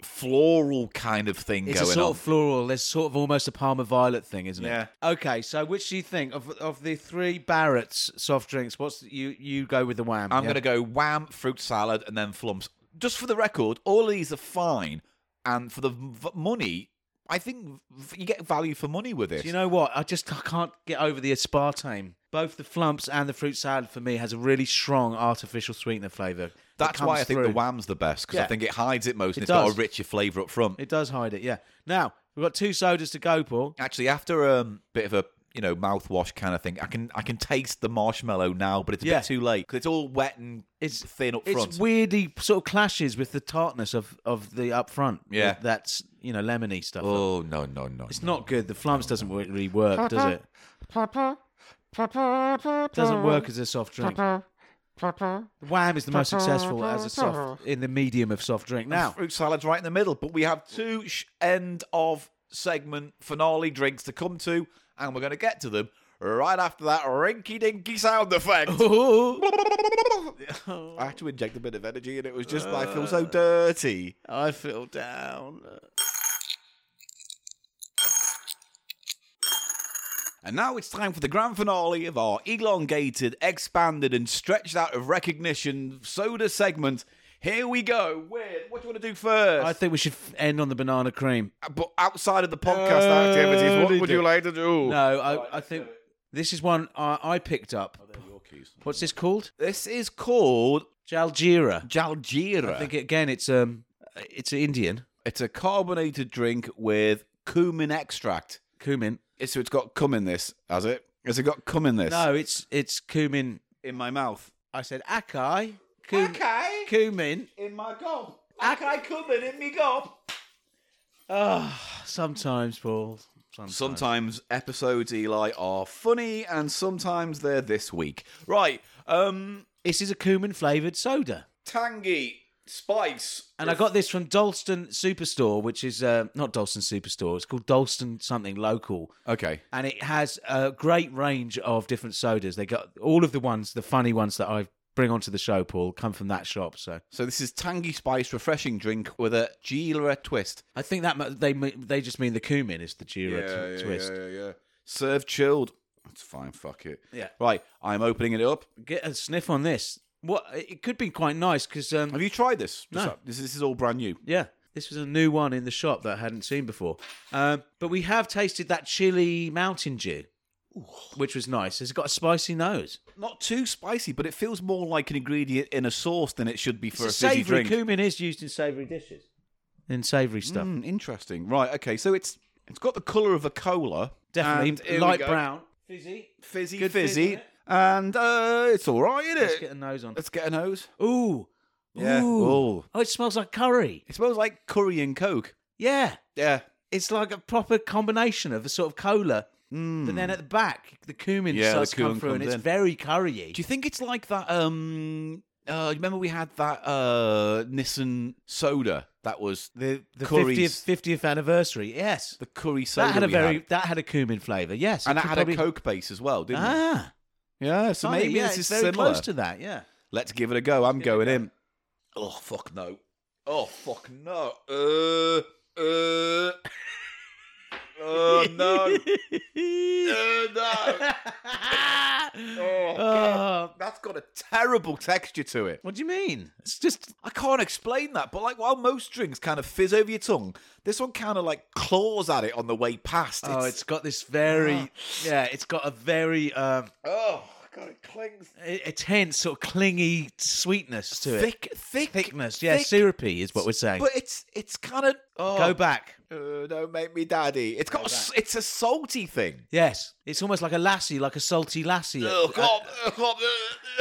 Speaker 2: floral kind of thing
Speaker 1: It's a
Speaker 2: going
Speaker 1: sort
Speaker 2: on.
Speaker 1: of floral. There's sort of almost a Palmer Violet thing, isn't
Speaker 2: Yeah.
Speaker 1: it? Okay. So, which do you think of of the three Barrett's soft drinks? What's the, you you go with the Wham?
Speaker 2: I'm
Speaker 1: yeah?
Speaker 2: gonna go wham, fruit salad, and then flumps. Just for the record, all of these are fine, and for the v- money, I think v- you get value for money with this.
Speaker 1: Do you know what? I just I can't get over the aspartame. Both the flumps and the fruit salad for me has a really strong artificial sweetener flavour. that
Speaker 2: That's
Speaker 1: comes
Speaker 2: why I think the
Speaker 1: through.
Speaker 2: wham's the best because I
Speaker 1: Yeah.
Speaker 2: think it hides it most,
Speaker 1: It
Speaker 2: and it's got
Speaker 1: does.
Speaker 2: a richer flavour up front.
Speaker 1: It does hide it, yeah. Now, we've got two sodas to go, Paul.
Speaker 2: Actually, after a um, bit of a you know mouthwash kind of thing, I can I can taste the marshmallow now, but it's a
Speaker 1: Yeah.
Speaker 2: bit too late 'cause it's all wet and
Speaker 1: It's
Speaker 2: thin up front.
Speaker 1: It's weirdly sort of clashes with the tartness of, of the up front.
Speaker 2: Yeah.
Speaker 1: That- That's, you know, lemony stuff.
Speaker 2: oh no no no!
Speaker 1: It's not good. The flumps doesn't wo- really work, does it? Doesn't work as a soft drink. The Wham is the most successful as a soft in the medium of soft drink. Now,
Speaker 2: fruit salad's right in the middle, but we have two sh- end of segment finale drinks to come to, and we're going to get to them right after that rinky dinky sound effect.
Speaker 1: Oh.
Speaker 2: I had to inject a bit of energy, and it was just I feel
Speaker 1: Uh.
Speaker 2: so dirty.
Speaker 1: I feel down.
Speaker 2: And now it's time for the grand finale of our elongated, expanded, and stretched out of recognition soda segment. Here we go. With what do you want to do first?
Speaker 1: I think we should f- end on the banana cream.
Speaker 2: but outside of the podcast activities, what would you like to do?
Speaker 1: No, I, I think this is one I, I picked up. What's this called?
Speaker 2: This is called
Speaker 1: Jalgira.
Speaker 2: Jalgira.
Speaker 1: I think again, it's um, it's Indian
Speaker 2: it's a carbonated drink with cumin extract.
Speaker 1: cumin.
Speaker 2: So it's got cum in this, has it? Has it got cum in this?
Speaker 1: No, it's it's cumin.
Speaker 2: In my mouth.
Speaker 1: I said acai. Cum-
Speaker 2: Okay.
Speaker 1: Cumin.
Speaker 2: In my gob. Akai cumin in me gob.
Speaker 1: Sometimes, Paul. Sometimes.
Speaker 2: Sometimes episodes, Eli, are funny, and sometimes they're this week. Right, um,
Speaker 1: This is a cumin flavored soda.
Speaker 2: tangy spice.
Speaker 1: And I got this from Dalston Superstore, which is uh, not Dalston Superstore. It's called Dalston something local.
Speaker 2: Okay,
Speaker 1: and it has a great range of different sodas. They got all of the ones, the funny ones that I bring onto the show, Paul, come from that shop. So
Speaker 2: so this is tangy spice refreshing drink with a Gila twist.
Speaker 1: I think that mu- they mu- they just mean the cumin is the Jira t- twist.
Speaker 2: yeah, yeah. Served chilled. It's fine. Fuck it.
Speaker 1: Yeah.
Speaker 2: Right, I'm opening it up.
Speaker 1: Get a sniff on this. What it could be quite nice because um,
Speaker 2: Have you tried this?
Speaker 1: No.
Speaker 2: Just- This, this is all brand new.
Speaker 1: yeah, this was a new one in the shop that I hadn't seen before. Um, but we have tasted that chili mountain dew. which was nice. It's got a spicy nose.
Speaker 2: Not too spicy, but it feels more like an ingredient in a sauce than it should be for
Speaker 1: It's
Speaker 2: a fizzy
Speaker 1: savoury
Speaker 2: drink.
Speaker 1: cumin is used in savoury dishes, in savoury stuff.
Speaker 2: Mm, interesting. Right. Okay. So it's it's got the color of a cola. And
Speaker 1: Definitely
Speaker 2: here we
Speaker 1: light
Speaker 2: go.
Speaker 1: brown, fizzy.
Speaker 2: fizzy,
Speaker 1: Good fizz,
Speaker 2: fizzy,
Speaker 1: isn't it?
Speaker 2: and uh, it's all right, isn't
Speaker 1: Let's
Speaker 2: it?
Speaker 1: get a nose on.
Speaker 2: Let's get a nose.
Speaker 1: Ooh,
Speaker 2: Yeah.
Speaker 1: Ooh.
Speaker 2: Ooh.
Speaker 1: oh, it smells like curry.
Speaker 2: It smells like curry and coke.
Speaker 1: Yeah,
Speaker 2: Yeah.
Speaker 1: it's like a proper combination of a sort of cola.
Speaker 2: Hmm.
Speaker 1: But then at the back, the cumin
Speaker 2: Yeah, the
Speaker 1: starts to come
Speaker 2: cumin
Speaker 1: through, and
Speaker 2: comes
Speaker 1: it's
Speaker 2: in.
Speaker 1: very curry.
Speaker 2: Do you think it's like that? Um, uh, remember we had that uh Nissan soda that was the
Speaker 1: the
Speaker 2: curry,
Speaker 1: 50th, 50th anniversary, yes.
Speaker 2: the curry soda.
Speaker 1: That had a
Speaker 2: we
Speaker 1: very that had a cumin flavour, yes.
Speaker 2: and that
Speaker 1: could
Speaker 2: had
Speaker 1: probably-
Speaker 2: a coke base as well, didn't it?
Speaker 1: Ah,
Speaker 2: Yeah. So
Speaker 1: kinda,
Speaker 2: maybe
Speaker 1: yeah,
Speaker 2: this
Speaker 1: it's
Speaker 2: is
Speaker 1: very
Speaker 2: similar.
Speaker 1: close to that. Yeah.
Speaker 2: Let's give it a go. I'm going in. Oh fuck no. Oh fuck no. Uh uh. Oh no. Uh, no. Oh, God.
Speaker 1: Oh,
Speaker 2: That's got a terrible texture to it.
Speaker 1: what do you mean? It's just
Speaker 2: I can't explain that, but like while most drinks kind of fizz over your tongue, this one kind of like claws at it on the way past.
Speaker 1: oh, it's got this very
Speaker 2: Ah.
Speaker 1: yeah, it's got a very um,
Speaker 2: oh god, it clings.
Speaker 1: i- intense sort of clingy sweetness to it.
Speaker 2: Thick, thick,
Speaker 1: Thickness, yeah,
Speaker 2: thick,
Speaker 1: syrupy is what we're saying.
Speaker 2: But it's it's kind of oh,
Speaker 1: Go back.
Speaker 2: Uh, don't make me daddy. It's got a s it's a salty thing.
Speaker 1: Yes, it's almost like a lassie, like a salty lassie.
Speaker 2: Oh god, oh,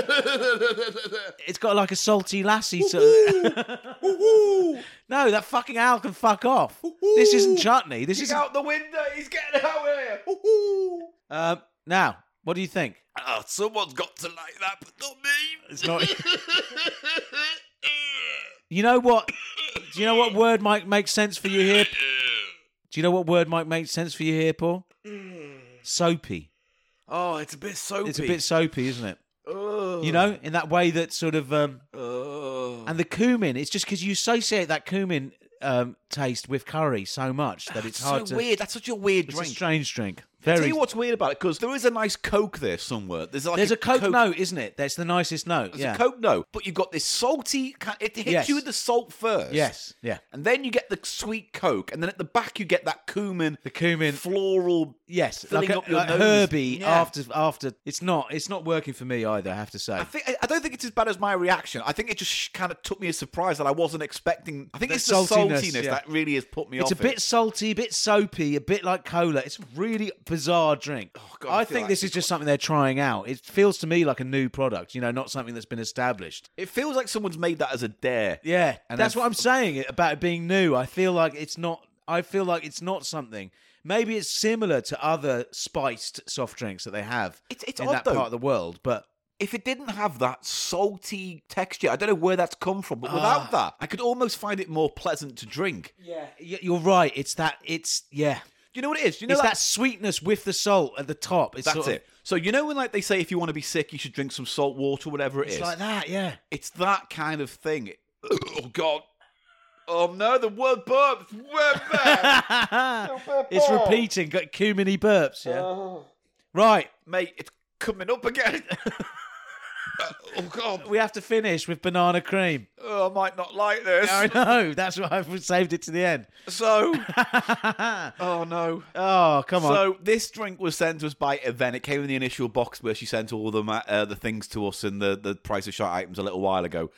Speaker 2: god.
Speaker 1: It's got like a salty lassie. Sort of... no, that fucking owl can fuck off. This isn't chutney. This
Speaker 2: He's
Speaker 1: is
Speaker 2: out the window. He's getting out of here.
Speaker 1: um, now. What do you think?
Speaker 2: Oh, someone's got to like that, but not me.
Speaker 1: It's not. you know what? Do you know what word might make sense for you here? Do you know what word might make sense for you here, Paul?
Speaker 2: Mm.
Speaker 1: Soapy.
Speaker 2: Oh, it's a bit soapy.
Speaker 1: It's a bit soapy, isn't it? You know, in that way that sort of, um, and the cumin. It's just because you associate that cumin um, taste with curry so much that it's
Speaker 2: so
Speaker 1: hard to.
Speaker 2: weird. That's such a weird
Speaker 1: It's a
Speaker 2: drink.
Speaker 1: strange drink.
Speaker 2: Tell
Speaker 1: Very.
Speaker 2: you what's weird about it, because there is a nice Coke there somewhere. There's like
Speaker 1: There's a coke,
Speaker 2: Coke
Speaker 1: note, isn't it? That's the nicest note.
Speaker 2: There's
Speaker 1: yeah.
Speaker 2: a Coke note, but you've got this salty. ki- It hits
Speaker 1: Yes.
Speaker 2: you with the salt first.
Speaker 1: Yes. Yeah.
Speaker 2: And then you get the sweet Coke, and then at the back you get that cumin,
Speaker 1: The cumin.
Speaker 2: floral.
Speaker 1: Yes,
Speaker 2: filling
Speaker 1: like a,
Speaker 2: up your
Speaker 1: like
Speaker 2: nose.
Speaker 1: herby
Speaker 2: Yeah.
Speaker 1: after after it's not it's not working for me either. I have to say.
Speaker 2: I think I- I don't think it's as bad as my reaction. I think it just kind of took me as surprise that I wasn't expecting. I think
Speaker 1: The
Speaker 2: it's the
Speaker 1: saltiness,
Speaker 2: saltiness,
Speaker 1: yeah.
Speaker 2: that really has put me
Speaker 1: it's a
Speaker 2: off.
Speaker 1: bit
Speaker 2: It.
Speaker 1: salty, a bit soapy, a bit like cola. It's a really bizarre drink.
Speaker 2: God,
Speaker 1: Oh, I,
Speaker 2: I feel
Speaker 1: think
Speaker 2: like
Speaker 1: this is
Speaker 2: this
Speaker 1: just something they're trying out. It feels to me like a new product, you know, not something that's been established.
Speaker 2: It feels like someone's made that as a dare.
Speaker 1: Yeah,
Speaker 2: And
Speaker 1: that's
Speaker 2: I've-
Speaker 1: what I'm saying about it being new. I feel like it's not. I feel like it's not something. Maybe it's similar to other spiced soft drinks that they have
Speaker 2: It's, it's
Speaker 1: in
Speaker 2: odd
Speaker 1: that
Speaker 2: though.
Speaker 1: part of the world, but
Speaker 2: if it didn't have that salty texture, I don't know where that's come from, but
Speaker 1: Ah.
Speaker 2: without that, I could almost find it more pleasant to drink. Do
Speaker 1: yeah, you're right. It's that. It's yeah.
Speaker 2: you know what it is? Do you know
Speaker 1: it's
Speaker 2: that-
Speaker 1: that sweetness with the salt at the top. It's
Speaker 2: that's
Speaker 1: sort of-
Speaker 2: it. So you know when like they say if you want to be sick, you should drink some salt water, whatever it
Speaker 1: It's
Speaker 2: is.
Speaker 1: like that, yeah.
Speaker 2: It's that kind of thing. Oh god. Oh no, the word burps. Word burp.
Speaker 1: it's
Speaker 2: Oh.
Speaker 1: repeating. Got cuminy burps, yeah.
Speaker 2: Uh.
Speaker 1: Right,
Speaker 2: Mate, it's coming up again. oh god.
Speaker 1: we have to finish with banana cream.
Speaker 2: Oh, I might not like this.
Speaker 1: I know. That's why I've saved it to the end.
Speaker 2: So Oh no.
Speaker 1: Oh, come on.
Speaker 2: So this drink was sent to us by Event. It came in the initial box where she sent all the ma- uh, the things to us and the the price of shot items a little while ago,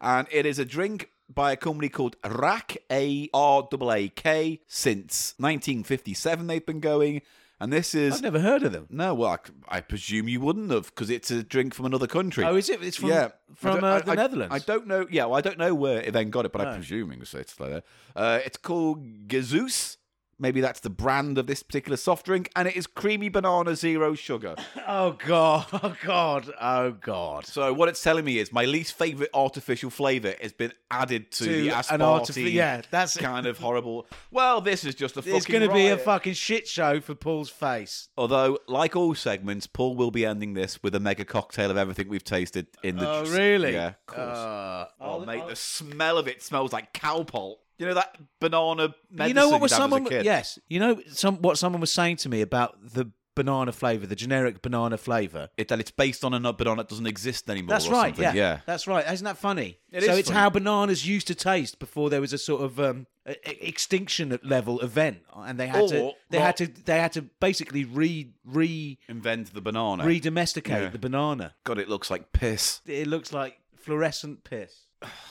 Speaker 2: and it is a drink by a company called Rack A R A A K. Since 1957, they've been going, and this is.
Speaker 1: I've never heard of them.
Speaker 2: no, well, I c- I, presume you wouldn't have because it's a drink from another country.
Speaker 1: Oh, is it? It's from,
Speaker 2: yeah, I
Speaker 1: from
Speaker 2: don't-
Speaker 1: uh,
Speaker 2: I-
Speaker 1: the
Speaker 2: I-
Speaker 1: Netherlands. Oh.
Speaker 2: I don't know. Yeah, well, I don't know where it then got it, but I'm presuming so. It's like that. Uh, it's called Gazoos. Maybe that's the brand of this particular soft drink, and it is creamy banana zero sugar.
Speaker 1: Oh, God. Oh, God. Oh, God.
Speaker 2: So what it's telling me is my least favorite artificial flavor has been added
Speaker 1: To
Speaker 2: to, the
Speaker 1: an
Speaker 2: aspartame.
Speaker 1: artifi- yeah, that's-
Speaker 2: kind of horrible. Well, this is just a
Speaker 1: It's
Speaker 2: fucking
Speaker 1: going to be a
Speaker 2: riot.
Speaker 1: fucking shit show for Paul's face.
Speaker 2: Although, like all segments, Paul will be ending this with a mega cocktail of everything we've tasted in the.
Speaker 1: Oh, really?
Speaker 2: Yeah, of course.
Speaker 1: Uh,
Speaker 2: Oh, mate, the smell of it smells like cowpole. You know that banana medicine
Speaker 1: you know what
Speaker 2: was
Speaker 1: was someone?
Speaker 2: as a kid?
Speaker 1: Yes, you know some what someone was saying to me about the banana flavor, the generic banana flavor.
Speaker 2: It, that it's based on a banana that doesn't exist anymore.
Speaker 1: That's
Speaker 2: or
Speaker 1: right.
Speaker 2: something.
Speaker 1: Yeah.
Speaker 2: yeah.
Speaker 1: That's right. Isn't that funny?
Speaker 2: It
Speaker 1: so
Speaker 2: is
Speaker 1: it's
Speaker 2: funny.
Speaker 1: how bananas used to taste before there was a sort of um, e- extinction level event, and they had to
Speaker 2: Or-
Speaker 1: they
Speaker 2: well-
Speaker 1: had to they had to basically re re
Speaker 2: Invent the banana.
Speaker 1: re domesticate
Speaker 2: Yeah.
Speaker 1: the banana.
Speaker 2: God, it looks like piss.
Speaker 1: It looks like fluorescent piss.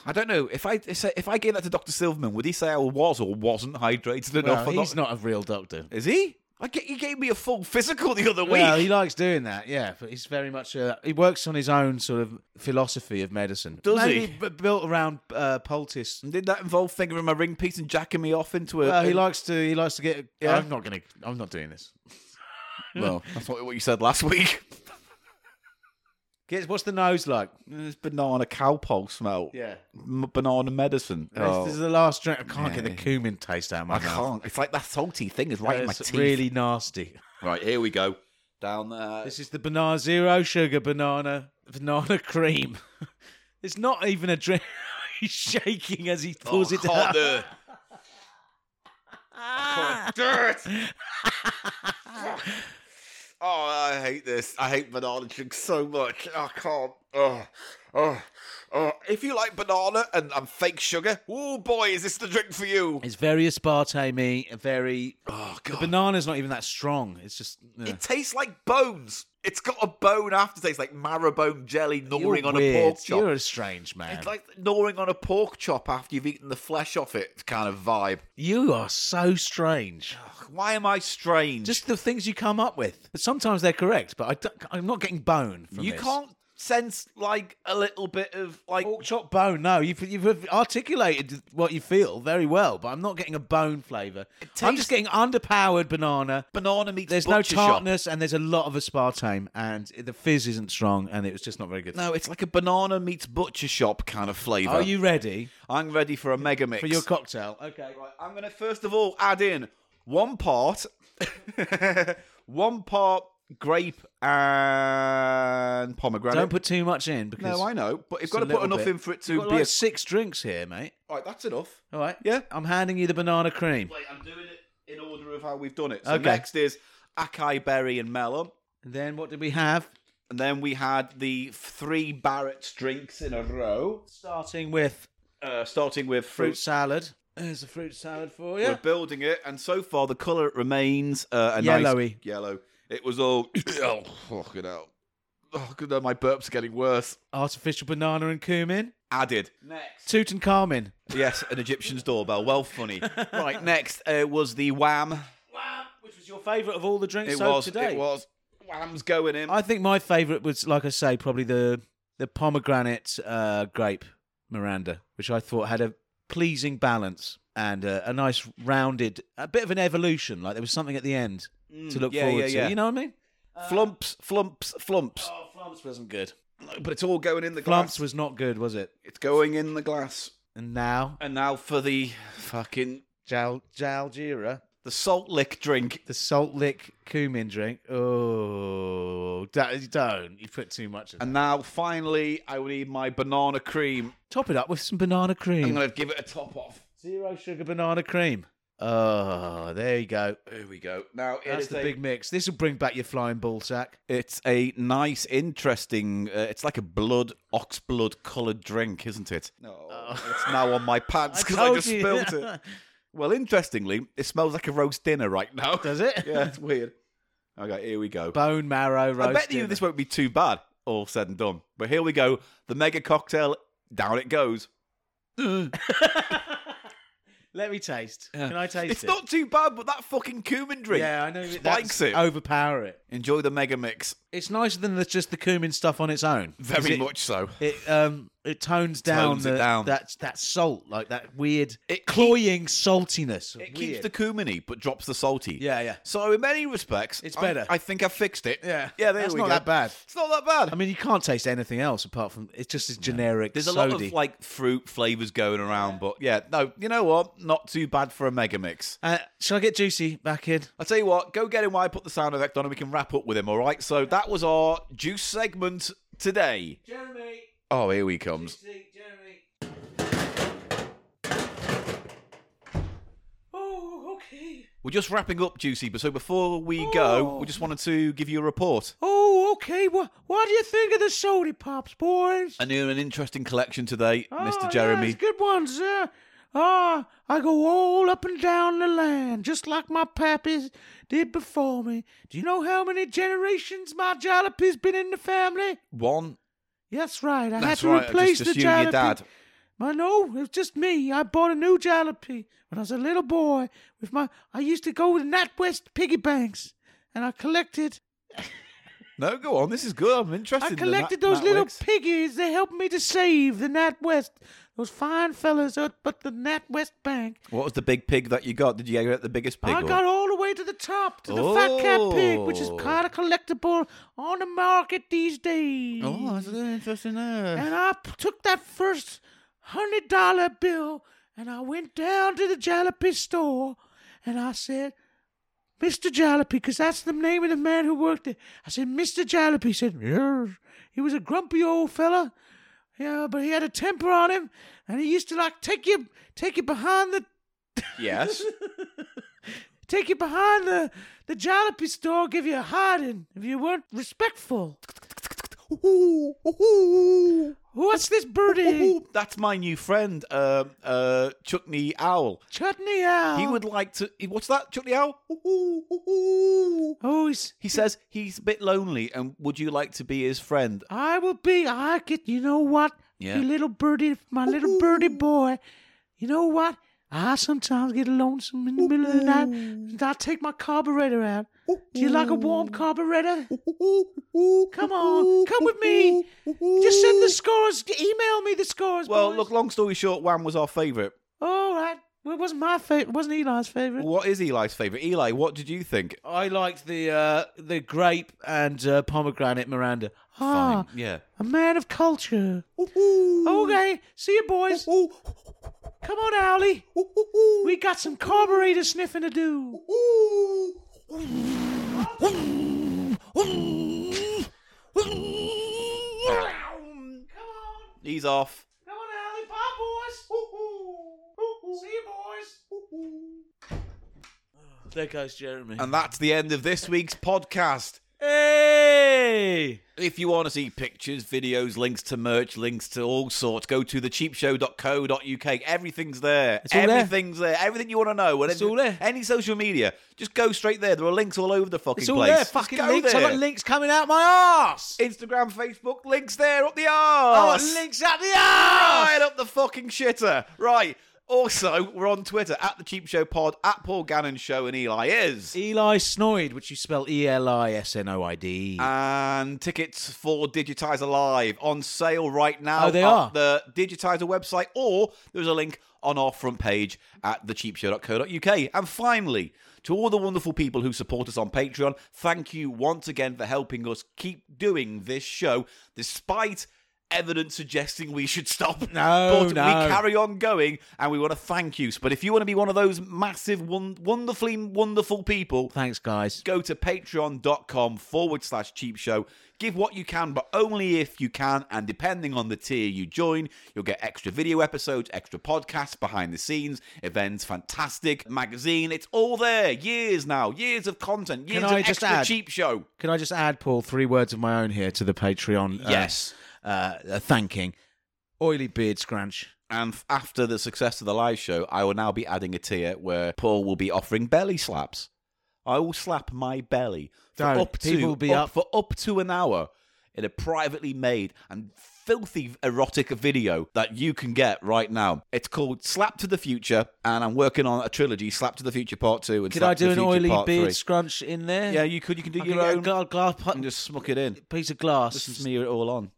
Speaker 2: I don't know if I if I gave that to Doctor Silverman, would he say I was or wasn't hydrated enough?
Speaker 1: Well,
Speaker 2: or
Speaker 1: he's not a real doctor.
Speaker 2: Is he? I get, he gave me a full physical the other
Speaker 1: Well,
Speaker 2: week.
Speaker 1: he likes doing that, yeah. But he's very much uh, he works on his own sort of philosophy of medicine.
Speaker 2: Does
Speaker 1: Maybe
Speaker 2: he?
Speaker 1: b- built around uh, poultice. Uh,
Speaker 2: Did that involve fingering my ring piece and jacking me off into a?
Speaker 1: Well, he likes to he likes to get.
Speaker 2: Yeah.
Speaker 1: I'm not gonna. I'm not doing this.
Speaker 2: Well, that's what, what you said last week.
Speaker 1: Gets- What's the nose like?
Speaker 2: This banana cowpole smell.
Speaker 1: Yeah.
Speaker 2: M- banana medicine. Oh.
Speaker 1: This is the last drink. I can't get the
Speaker 2: Yeah.
Speaker 1: cumin taste out of my
Speaker 2: I
Speaker 1: mouth.
Speaker 2: can't. It's like that salty thing is right in my
Speaker 1: It's
Speaker 2: teeth.
Speaker 1: really nasty.
Speaker 2: Right here we go. Down there.
Speaker 1: This is the banana zero sugar banana banana cream. It's not even a drink. He's shaking as he
Speaker 2: Oh,
Speaker 1: pours it down. Ah.
Speaker 2: harder. Oh, I hate this. I hate banana drinks so much. I can't. Oh, oh, oh. If you like banana and, and fake sugar, oh boy, is this the drink for you?
Speaker 1: It's very aspartame, very.
Speaker 2: Oh
Speaker 1: The
Speaker 2: god,
Speaker 1: banana's not even that strong. It's just. ugh.
Speaker 2: it tastes like bones. It's got a bone aftertaste, like marrow bone jelly gnawing
Speaker 1: You're
Speaker 2: on
Speaker 1: weird.
Speaker 2: a pork chop.
Speaker 1: You're a strange man.
Speaker 2: It's like gnawing on a pork chop after you've eaten the flesh off it, kind of vibe.
Speaker 1: you are so strange.
Speaker 2: Why am I strange?
Speaker 1: Just the things you come up with. But sometimes they're correct, but I don't, I'm not getting bone from
Speaker 2: you
Speaker 1: this.
Speaker 2: can't sense like a little bit of like
Speaker 1: Pork chop bone. No, you've you've articulated what you feel very well, but I'm not getting a bone flavour. I'm
Speaker 2: tastes-
Speaker 1: just getting underpowered banana.
Speaker 2: banana meat.
Speaker 1: There's no tartness, and there's a lot of aspartame, and the fizz isn't strong, and it was just not very good.
Speaker 2: No, it's like a banana meets butcher shop kind of flavour.
Speaker 1: Are you ready
Speaker 2: I'm ready for a mega mix.
Speaker 1: for your cocktail? Okay.
Speaker 2: Right, I'm going to first of all add in one part, one part grape and pomegranate.
Speaker 1: Don't put too much in because
Speaker 2: no, I know, but you've
Speaker 1: Just
Speaker 2: got to
Speaker 1: a
Speaker 2: put
Speaker 1: little
Speaker 2: enough
Speaker 1: bit.
Speaker 2: in for it to
Speaker 1: You've got
Speaker 2: be.
Speaker 1: like
Speaker 2: a...
Speaker 1: six drinks here, mate.
Speaker 2: Right, that's enough.
Speaker 1: All right.
Speaker 2: Yeah.
Speaker 1: I'm handing you the banana cream.
Speaker 2: Wait, I'm doing it in order of how we've done it. So
Speaker 1: Okay.
Speaker 2: next is acai berry and melon.
Speaker 1: And then what did we have?
Speaker 2: And then we had the three Barrett's drinks in a row,
Speaker 1: Starting with
Speaker 2: uh, starting with
Speaker 1: fruit
Speaker 2: fruits.
Speaker 1: salad. There's a fruit salad for
Speaker 2: We're
Speaker 1: you.
Speaker 2: building it, and so far the colour it remains uh, a nice
Speaker 1: Yellowy.
Speaker 2: yellow. It was all oh fucking hell. Oh, good, no, my burps are getting worse.
Speaker 1: Artificial banana and cumin.
Speaker 2: Added,
Speaker 1: Tutankhamen.
Speaker 2: yes, an Egyptian's doorbell. Well, funny. right, next uh, was the wham.
Speaker 1: which was your favourite of all the drinks
Speaker 2: It
Speaker 1: so
Speaker 2: was.
Speaker 1: today. Uh,
Speaker 2: It was. Wham's going in.
Speaker 1: I think my favourite was, like I say, probably the the pomegranate uh, grape Miranda, which I thought had a pleasing balance and a, a nice rounded, a bit of an evolution. Like there was something at the end to look
Speaker 2: yeah,
Speaker 1: forward
Speaker 2: yeah,
Speaker 1: to.
Speaker 2: yeah.
Speaker 1: You know what I mean?
Speaker 2: flumps, flumps, flumps.
Speaker 1: Oh, Flumps wasn't good.
Speaker 2: But it's all going in the glass.
Speaker 1: Flumps was not good, was it?
Speaker 2: It's going in the glass.
Speaker 1: And now,
Speaker 2: And now for the fucking
Speaker 1: Jal Jalgira,
Speaker 2: the salt lick drink.
Speaker 1: the salt lick cumin drink. Oh, don't, don't. you put too much. In. And
Speaker 2: And now finally, I will need my banana cream.
Speaker 1: top it up with some banana cream.
Speaker 2: I'm gonna give it a top off.
Speaker 1: Zero sugar banana cream. Oh, there you go.
Speaker 2: Here we go. Now it
Speaker 1: That's
Speaker 2: is
Speaker 1: the
Speaker 2: a,
Speaker 1: big mix. This will bring back your flying ball sack.
Speaker 2: It's a nice, interesting. Uh, it's like a blood, ox blood coloured drink, isn't it? No, it's now on my pants because I,
Speaker 1: told
Speaker 2: just
Speaker 1: you.
Speaker 2: spilled it. Well, interestingly, it smells like a roast dinner right now.
Speaker 1: Does it?
Speaker 2: yeah, it's weird. Okay, here we go.
Speaker 1: Bone marrow roast.
Speaker 2: I bet you
Speaker 1: dinner.
Speaker 2: this won't be too bad, all said and done. But here we go. The mega cocktail. Down it goes.
Speaker 1: Let me taste. Can I taste
Speaker 2: It's
Speaker 1: it?
Speaker 2: not too bad, but that fucking cumin drink.
Speaker 1: Yeah, I know. that
Speaker 2: Spikes
Speaker 1: that's-
Speaker 2: it.
Speaker 1: Overpower it.
Speaker 2: Enjoy the mega mix.
Speaker 1: It's nicer than the, just the cumin stuff on its own. 'Cause
Speaker 2: Very
Speaker 1: it-
Speaker 2: much so.
Speaker 1: It um it tones down,
Speaker 2: Tones it
Speaker 1: the-
Speaker 2: down.
Speaker 1: that that salt like that weird
Speaker 2: It
Speaker 1: cloying saltiness.
Speaker 2: It keeps the cuminy, but drops the salty.
Speaker 1: yeah yeah
Speaker 2: So in many respects,
Speaker 1: It's
Speaker 2: I-
Speaker 1: better.
Speaker 2: I, think I fixed it.
Speaker 1: yeah
Speaker 2: Yeah, there
Speaker 1: That's
Speaker 2: we
Speaker 1: not
Speaker 2: go.
Speaker 1: that bad.
Speaker 2: It's not that bad.
Speaker 1: I mean, you can't taste anything else apart from it's just as generic.
Speaker 2: There's a
Speaker 1: sody.
Speaker 2: lot of like fruit flavors going around, but yeah, no, you know what? Not too bad for a mega mix.
Speaker 1: Uh, shall I get Juicy back in?
Speaker 2: I'll tell you what, go get him while I put the sound effect on and we can wrap up with him, all right? So that was our juice segment today. Jeremy. Oh, here he comes.
Speaker 1: Oh, okay.
Speaker 2: We're just wrapping up, Juicy, but so before we go, we just wanted to give you a report.
Speaker 1: Oh, okay. What what do you think of the soda pops, boys?
Speaker 2: A new and interesting collection today,
Speaker 1: Oh,
Speaker 2: Mr.
Speaker 1: yes,
Speaker 2: Jeremy.
Speaker 1: good ones. Uh, ah, I go all up and down the land, just like my pappies did before me. Do you know how many generations my jalopy's been in the family?
Speaker 2: One.
Speaker 1: That's right. I
Speaker 2: That's
Speaker 1: had to
Speaker 2: right. I
Speaker 1: replace
Speaker 2: just
Speaker 1: the
Speaker 2: assumed
Speaker 1: jalopy.
Speaker 2: your dad.
Speaker 1: I know it was just me. I bought a new jalopy when I was a little boy. With my, I used to go to NatWest piggy banks, and I collected.
Speaker 2: No, go on. This is good. I'm interested.
Speaker 1: I
Speaker 2: in the
Speaker 1: collected
Speaker 2: Nat-
Speaker 1: those
Speaker 2: Nat
Speaker 1: little
Speaker 2: Wicks.
Speaker 1: piggies. They helped me to save the NatWest. Those fine fellas up at the NatWest Bank.
Speaker 2: What was the big pig that you got? Did you get the biggest pig?
Speaker 1: I
Speaker 2: or-
Speaker 1: got all the way to the top, to the fat cat pig, which is
Speaker 2: Oh.
Speaker 1: kind of collectible on the market these days.
Speaker 2: Oh, that's interesting. uh,
Speaker 1: And I p- took that first hundred dollar bill and I went down to the jalopy store and I said, Mr. Jalopy, because that's the name of the man who worked there. I said, Mr. Jalopy. He said, "Yes." He was a grumpy old fella. Yeah, but he had a temper on him and he used to like take you take you behind the
Speaker 2: Yes.
Speaker 1: take you behind the, the jalopy store, give you a hiding if you weren't respectful. What's this birdie?
Speaker 2: Ooh, that's my new friend, um, uh, Chuckney Owl.
Speaker 1: Chutney owl.
Speaker 2: He would like to. he- What's that, Chuckney Owl? Ooh, ooh, ooh, ooh.
Speaker 1: Oh, he's,
Speaker 2: He says he's a bit lonely, and would you like to be his friend?
Speaker 1: I will be. I get. You know what?
Speaker 2: Yeah.
Speaker 1: You little birdie, my little birdie boy. You know what? I sometimes get lonesome in the middle of the night, and I take my carburetor out. Do you like a warm carburetor? Come on, come with me. Just send the scores. Email me the scores.
Speaker 2: Well,
Speaker 1: boys.
Speaker 2: look. Long story short, Wham was our favourite.
Speaker 1: All right. Well, it wasn't my favorite. wasn't Eli's favorite.
Speaker 2: What is Eli's favourite? Eli, what did you think?
Speaker 1: I liked the uh, the grape and uh, pomegranate Miranda. Ah,
Speaker 2: Fine. Yeah.
Speaker 1: a man of culture. Okay, see you boys. Come on, Owlie. We got some carburetor sniffing to do.
Speaker 2: He's off.
Speaker 1: Come on, Owlie. Bye, boys. See you, boys. There goes Jeremy.
Speaker 2: And that's the end of this week's podcast.
Speaker 1: Hey!
Speaker 2: If you want to see pictures, videos, links to merch, links to all sorts, go to thecheapshow.co.uk. Everything's there.
Speaker 1: all there.
Speaker 2: Everything's there. Everything you want to know. Whatever,
Speaker 1: all there.
Speaker 2: Any social media, just go straight there. There are links all over the fucking
Speaker 1: It's all
Speaker 2: place.
Speaker 1: there.
Speaker 2: Just
Speaker 1: Fucking
Speaker 2: go
Speaker 1: links. I
Speaker 2: there.
Speaker 1: got links coming out my arse.
Speaker 2: Instagram, Facebook, links there up
Speaker 1: I
Speaker 2: the
Speaker 1: got
Speaker 2: arse.
Speaker 1: links out the arse.
Speaker 2: Right up the fucking shitter. Right. Also, we're on Twitter at the Cheap Show Pod, at Paul Gannon Show, and Eli is.
Speaker 1: Eli Snoid, which you spell E L I S N O I D. E.
Speaker 2: Uh,
Speaker 1: Mm.
Speaker 2: And tickets for Digitizer Live on sale right now
Speaker 1: Oh, they
Speaker 2: at
Speaker 1: are.
Speaker 2: the Digitizer website, or there's a link on our front page at thecheapshow.co.uk. And finally, to all the wonderful people who support us on Patreon, thank you once again for helping us keep doing this show, despite evidence suggesting we should stop.
Speaker 1: No,
Speaker 2: but
Speaker 1: no.
Speaker 2: we carry on going, and we want to thank you. But if you want to be one of those massive, won- wonderfully wonderful people,
Speaker 1: Thanks, guys.
Speaker 2: go to patreon.com forward slash cheap show. Give what you can, but only if you can. And depending on the tier you join, you'll get extra video episodes, extra podcasts, behind the scenes, events, fantastic magazine. It's all there. Years now, years of content, years
Speaker 1: I
Speaker 2: of
Speaker 1: just
Speaker 2: extra
Speaker 1: add-
Speaker 2: cheap show.
Speaker 1: Can I just add, Paul, three words of my own here to the Patreon? uh,
Speaker 2: Yes.
Speaker 1: Uh, uh, thanking. Oily beard scrunch.
Speaker 2: And f- after the success of the live show, I will now be adding a tier where Paul will be offering belly slaps. I will slap my belly for
Speaker 1: Don't.
Speaker 2: up to
Speaker 1: People will be up-
Speaker 2: for up to an hour in a privately made and filthy erotic video that you can get right now. It's called Slap to the Future, and I'm working on a trilogy, Slap to the Future Part Two and
Speaker 1: Could
Speaker 2: Slap
Speaker 1: I
Speaker 2: to
Speaker 1: do
Speaker 2: the
Speaker 1: an
Speaker 2: Future
Speaker 1: oily
Speaker 2: Part
Speaker 1: beard
Speaker 2: Three.
Speaker 1: scrunch in there?
Speaker 2: Yeah, you could. You can do
Speaker 1: I
Speaker 2: your
Speaker 1: can get
Speaker 2: own
Speaker 1: a gla- glass pu-
Speaker 2: and just smuck it in
Speaker 1: piece of glass. and
Speaker 2: smear it all on.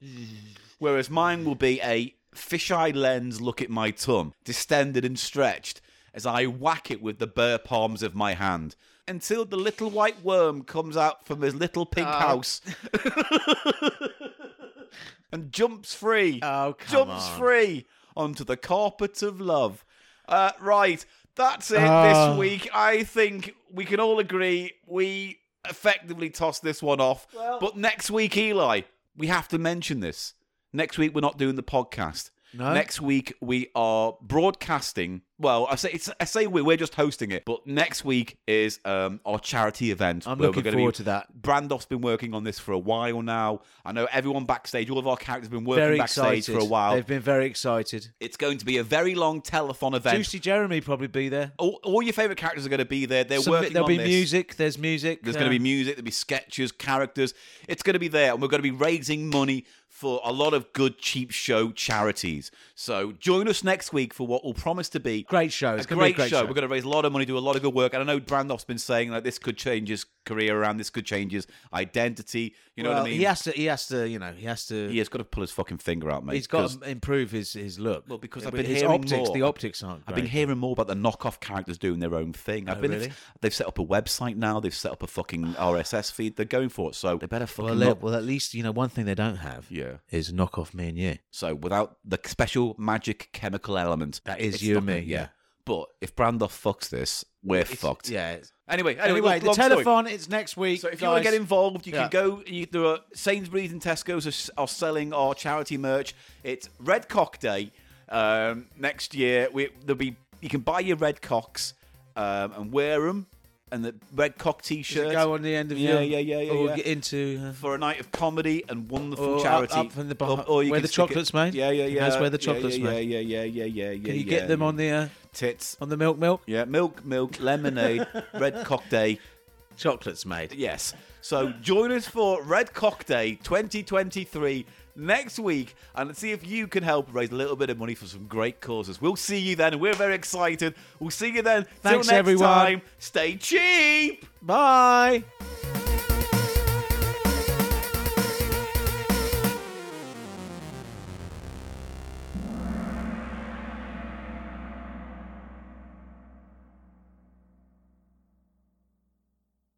Speaker 2: Whereas mine will be a fisheye lens look at my tongue, distended and stretched, as I whack it with the bare palms of my hand. Until the little white worm comes out from his little pink
Speaker 1: Ah.
Speaker 2: house and jumps free.
Speaker 1: Oh, come
Speaker 2: jumps
Speaker 1: on.
Speaker 2: free onto the carpet of love. Uh, right, that's it
Speaker 1: Ah.
Speaker 2: this week. I think we can all agree we effectively tossed this one off. but next week, Eli, we have to mention this. Next week, we're not doing the podcast.
Speaker 1: No?
Speaker 2: Next week we are broadcasting. Well, I say it's, I say we we're just hosting it, but next week is um, our charity event.
Speaker 1: I'm
Speaker 2: where we're
Speaker 1: looking
Speaker 2: gonna
Speaker 1: forward
Speaker 2: be,
Speaker 1: to that.
Speaker 2: Brandoff's been working on this for a while now. I know everyone backstage, all of our characters have been working
Speaker 1: very
Speaker 2: backstage
Speaker 1: excited.
Speaker 2: for a while.
Speaker 1: They've been very excited.
Speaker 2: It's going to be a very long telethon event.
Speaker 1: Juicy Jeremy probably be there.
Speaker 2: All, all your favorite characters are going to be there. They're
Speaker 1: Some-
Speaker 2: Oh, working
Speaker 1: there'll
Speaker 2: on
Speaker 1: be
Speaker 2: this.
Speaker 1: music. There's music. um,
Speaker 2: There's going to be music, there'll be sketches, characters. It's going to be there, and we're going to be raising money for a lot of good cheap show charities. So join us next week for what will promise to be
Speaker 1: Great show. It's
Speaker 2: a
Speaker 1: gonna
Speaker 2: great,
Speaker 1: be a great show.
Speaker 2: We're going to raise a lot of money, do a lot of good work. And I know Brandoff's been saying that this could change his career around, this could change his identity. You know
Speaker 1: well,
Speaker 2: what I mean?
Speaker 1: He has to. He has to. You know. He has to.
Speaker 2: He has got to pull his fucking finger out, mate.
Speaker 1: He's got
Speaker 2: 'cause
Speaker 1: to improve his, his look.
Speaker 2: Well, because
Speaker 1: Yeah,
Speaker 2: I've
Speaker 1: but
Speaker 2: been
Speaker 1: his
Speaker 2: hearing
Speaker 1: optics.
Speaker 2: more.
Speaker 1: The optics aren't.
Speaker 2: I've been
Speaker 1: great.
Speaker 2: hearing more about the knockoff characters doing their own thing. I've
Speaker 1: Oh,
Speaker 2: been
Speaker 1: really?
Speaker 2: they've set up a website now. They've set up a fucking RSS feed. They're going for it, so they better fucking.
Speaker 1: Well,
Speaker 2: knock-
Speaker 1: they- well, at least you know one thing they don't have.
Speaker 2: Yeah.
Speaker 1: Is knock off me and you.
Speaker 2: So without the special magic chemical element,
Speaker 1: That is
Speaker 2: it's
Speaker 1: you and
Speaker 2: not-
Speaker 1: me, yeah.
Speaker 2: But if Brandoff fucks this, we're fucked.
Speaker 1: Yeah. it's-
Speaker 2: Anyway, anyway,
Speaker 1: Anyway,
Speaker 2: look,
Speaker 1: the
Speaker 2: long story.
Speaker 1: telethon. It's next week.
Speaker 2: So if you want to
Speaker 1: guys.
Speaker 2: get involved, you
Speaker 1: Yeah.
Speaker 2: can go. You, there are Sainsbury's and Tesco's are, s- are selling our charity merch. It's Red Cock Day um, next year. We, there'll be you can buy your red cocks um, and wear them, and the red cock
Speaker 1: Does
Speaker 2: T-shirt
Speaker 1: it go on the end of
Speaker 2: Yeah,
Speaker 1: your,
Speaker 2: yeah, yeah, yeah,
Speaker 1: Or
Speaker 2: yeah.
Speaker 1: get into. uh,
Speaker 2: for a night of comedy and wonderful
Speaker 1: Or up-
Speaker 2: charity.
Speaker 1: up from the beh-
Speaker 2: Or- or you
Speaker 1: where
Speaker 2: can
Speaker 1: the
Speaker 2: stick it-
Speaker 1: chocolate's made.
Speaker 2: Yeah, yeah, yeah.
Speaker 1: That's where the
Speaker 2: Yeah,
Speaker 1: chocolate's
Speaker 2: yeah,
Speaker 1: made.
Speaker 2: Yeah, yeah, yeah, yeah, yeah.
Speaker 1: Can you get them on the uh,
Speaker 2: tits?
Speaker 1: on the milk milk?
Speaker 2: Yeah, milk, milk, lemonade, red cock day.
Speaker 1: Chocolates made.
Speaker 2: Yes. So join us for Red Cock Day 2023 next week and see if you can help raise a little bit of money for some great causes. We'll see you then. We're very excited. We'll see you then.
Speaker 1: Thanks,
Speaker 2: Till next
Speaker 1: everyone.
Speaker 2: time, stay cheap. Bye.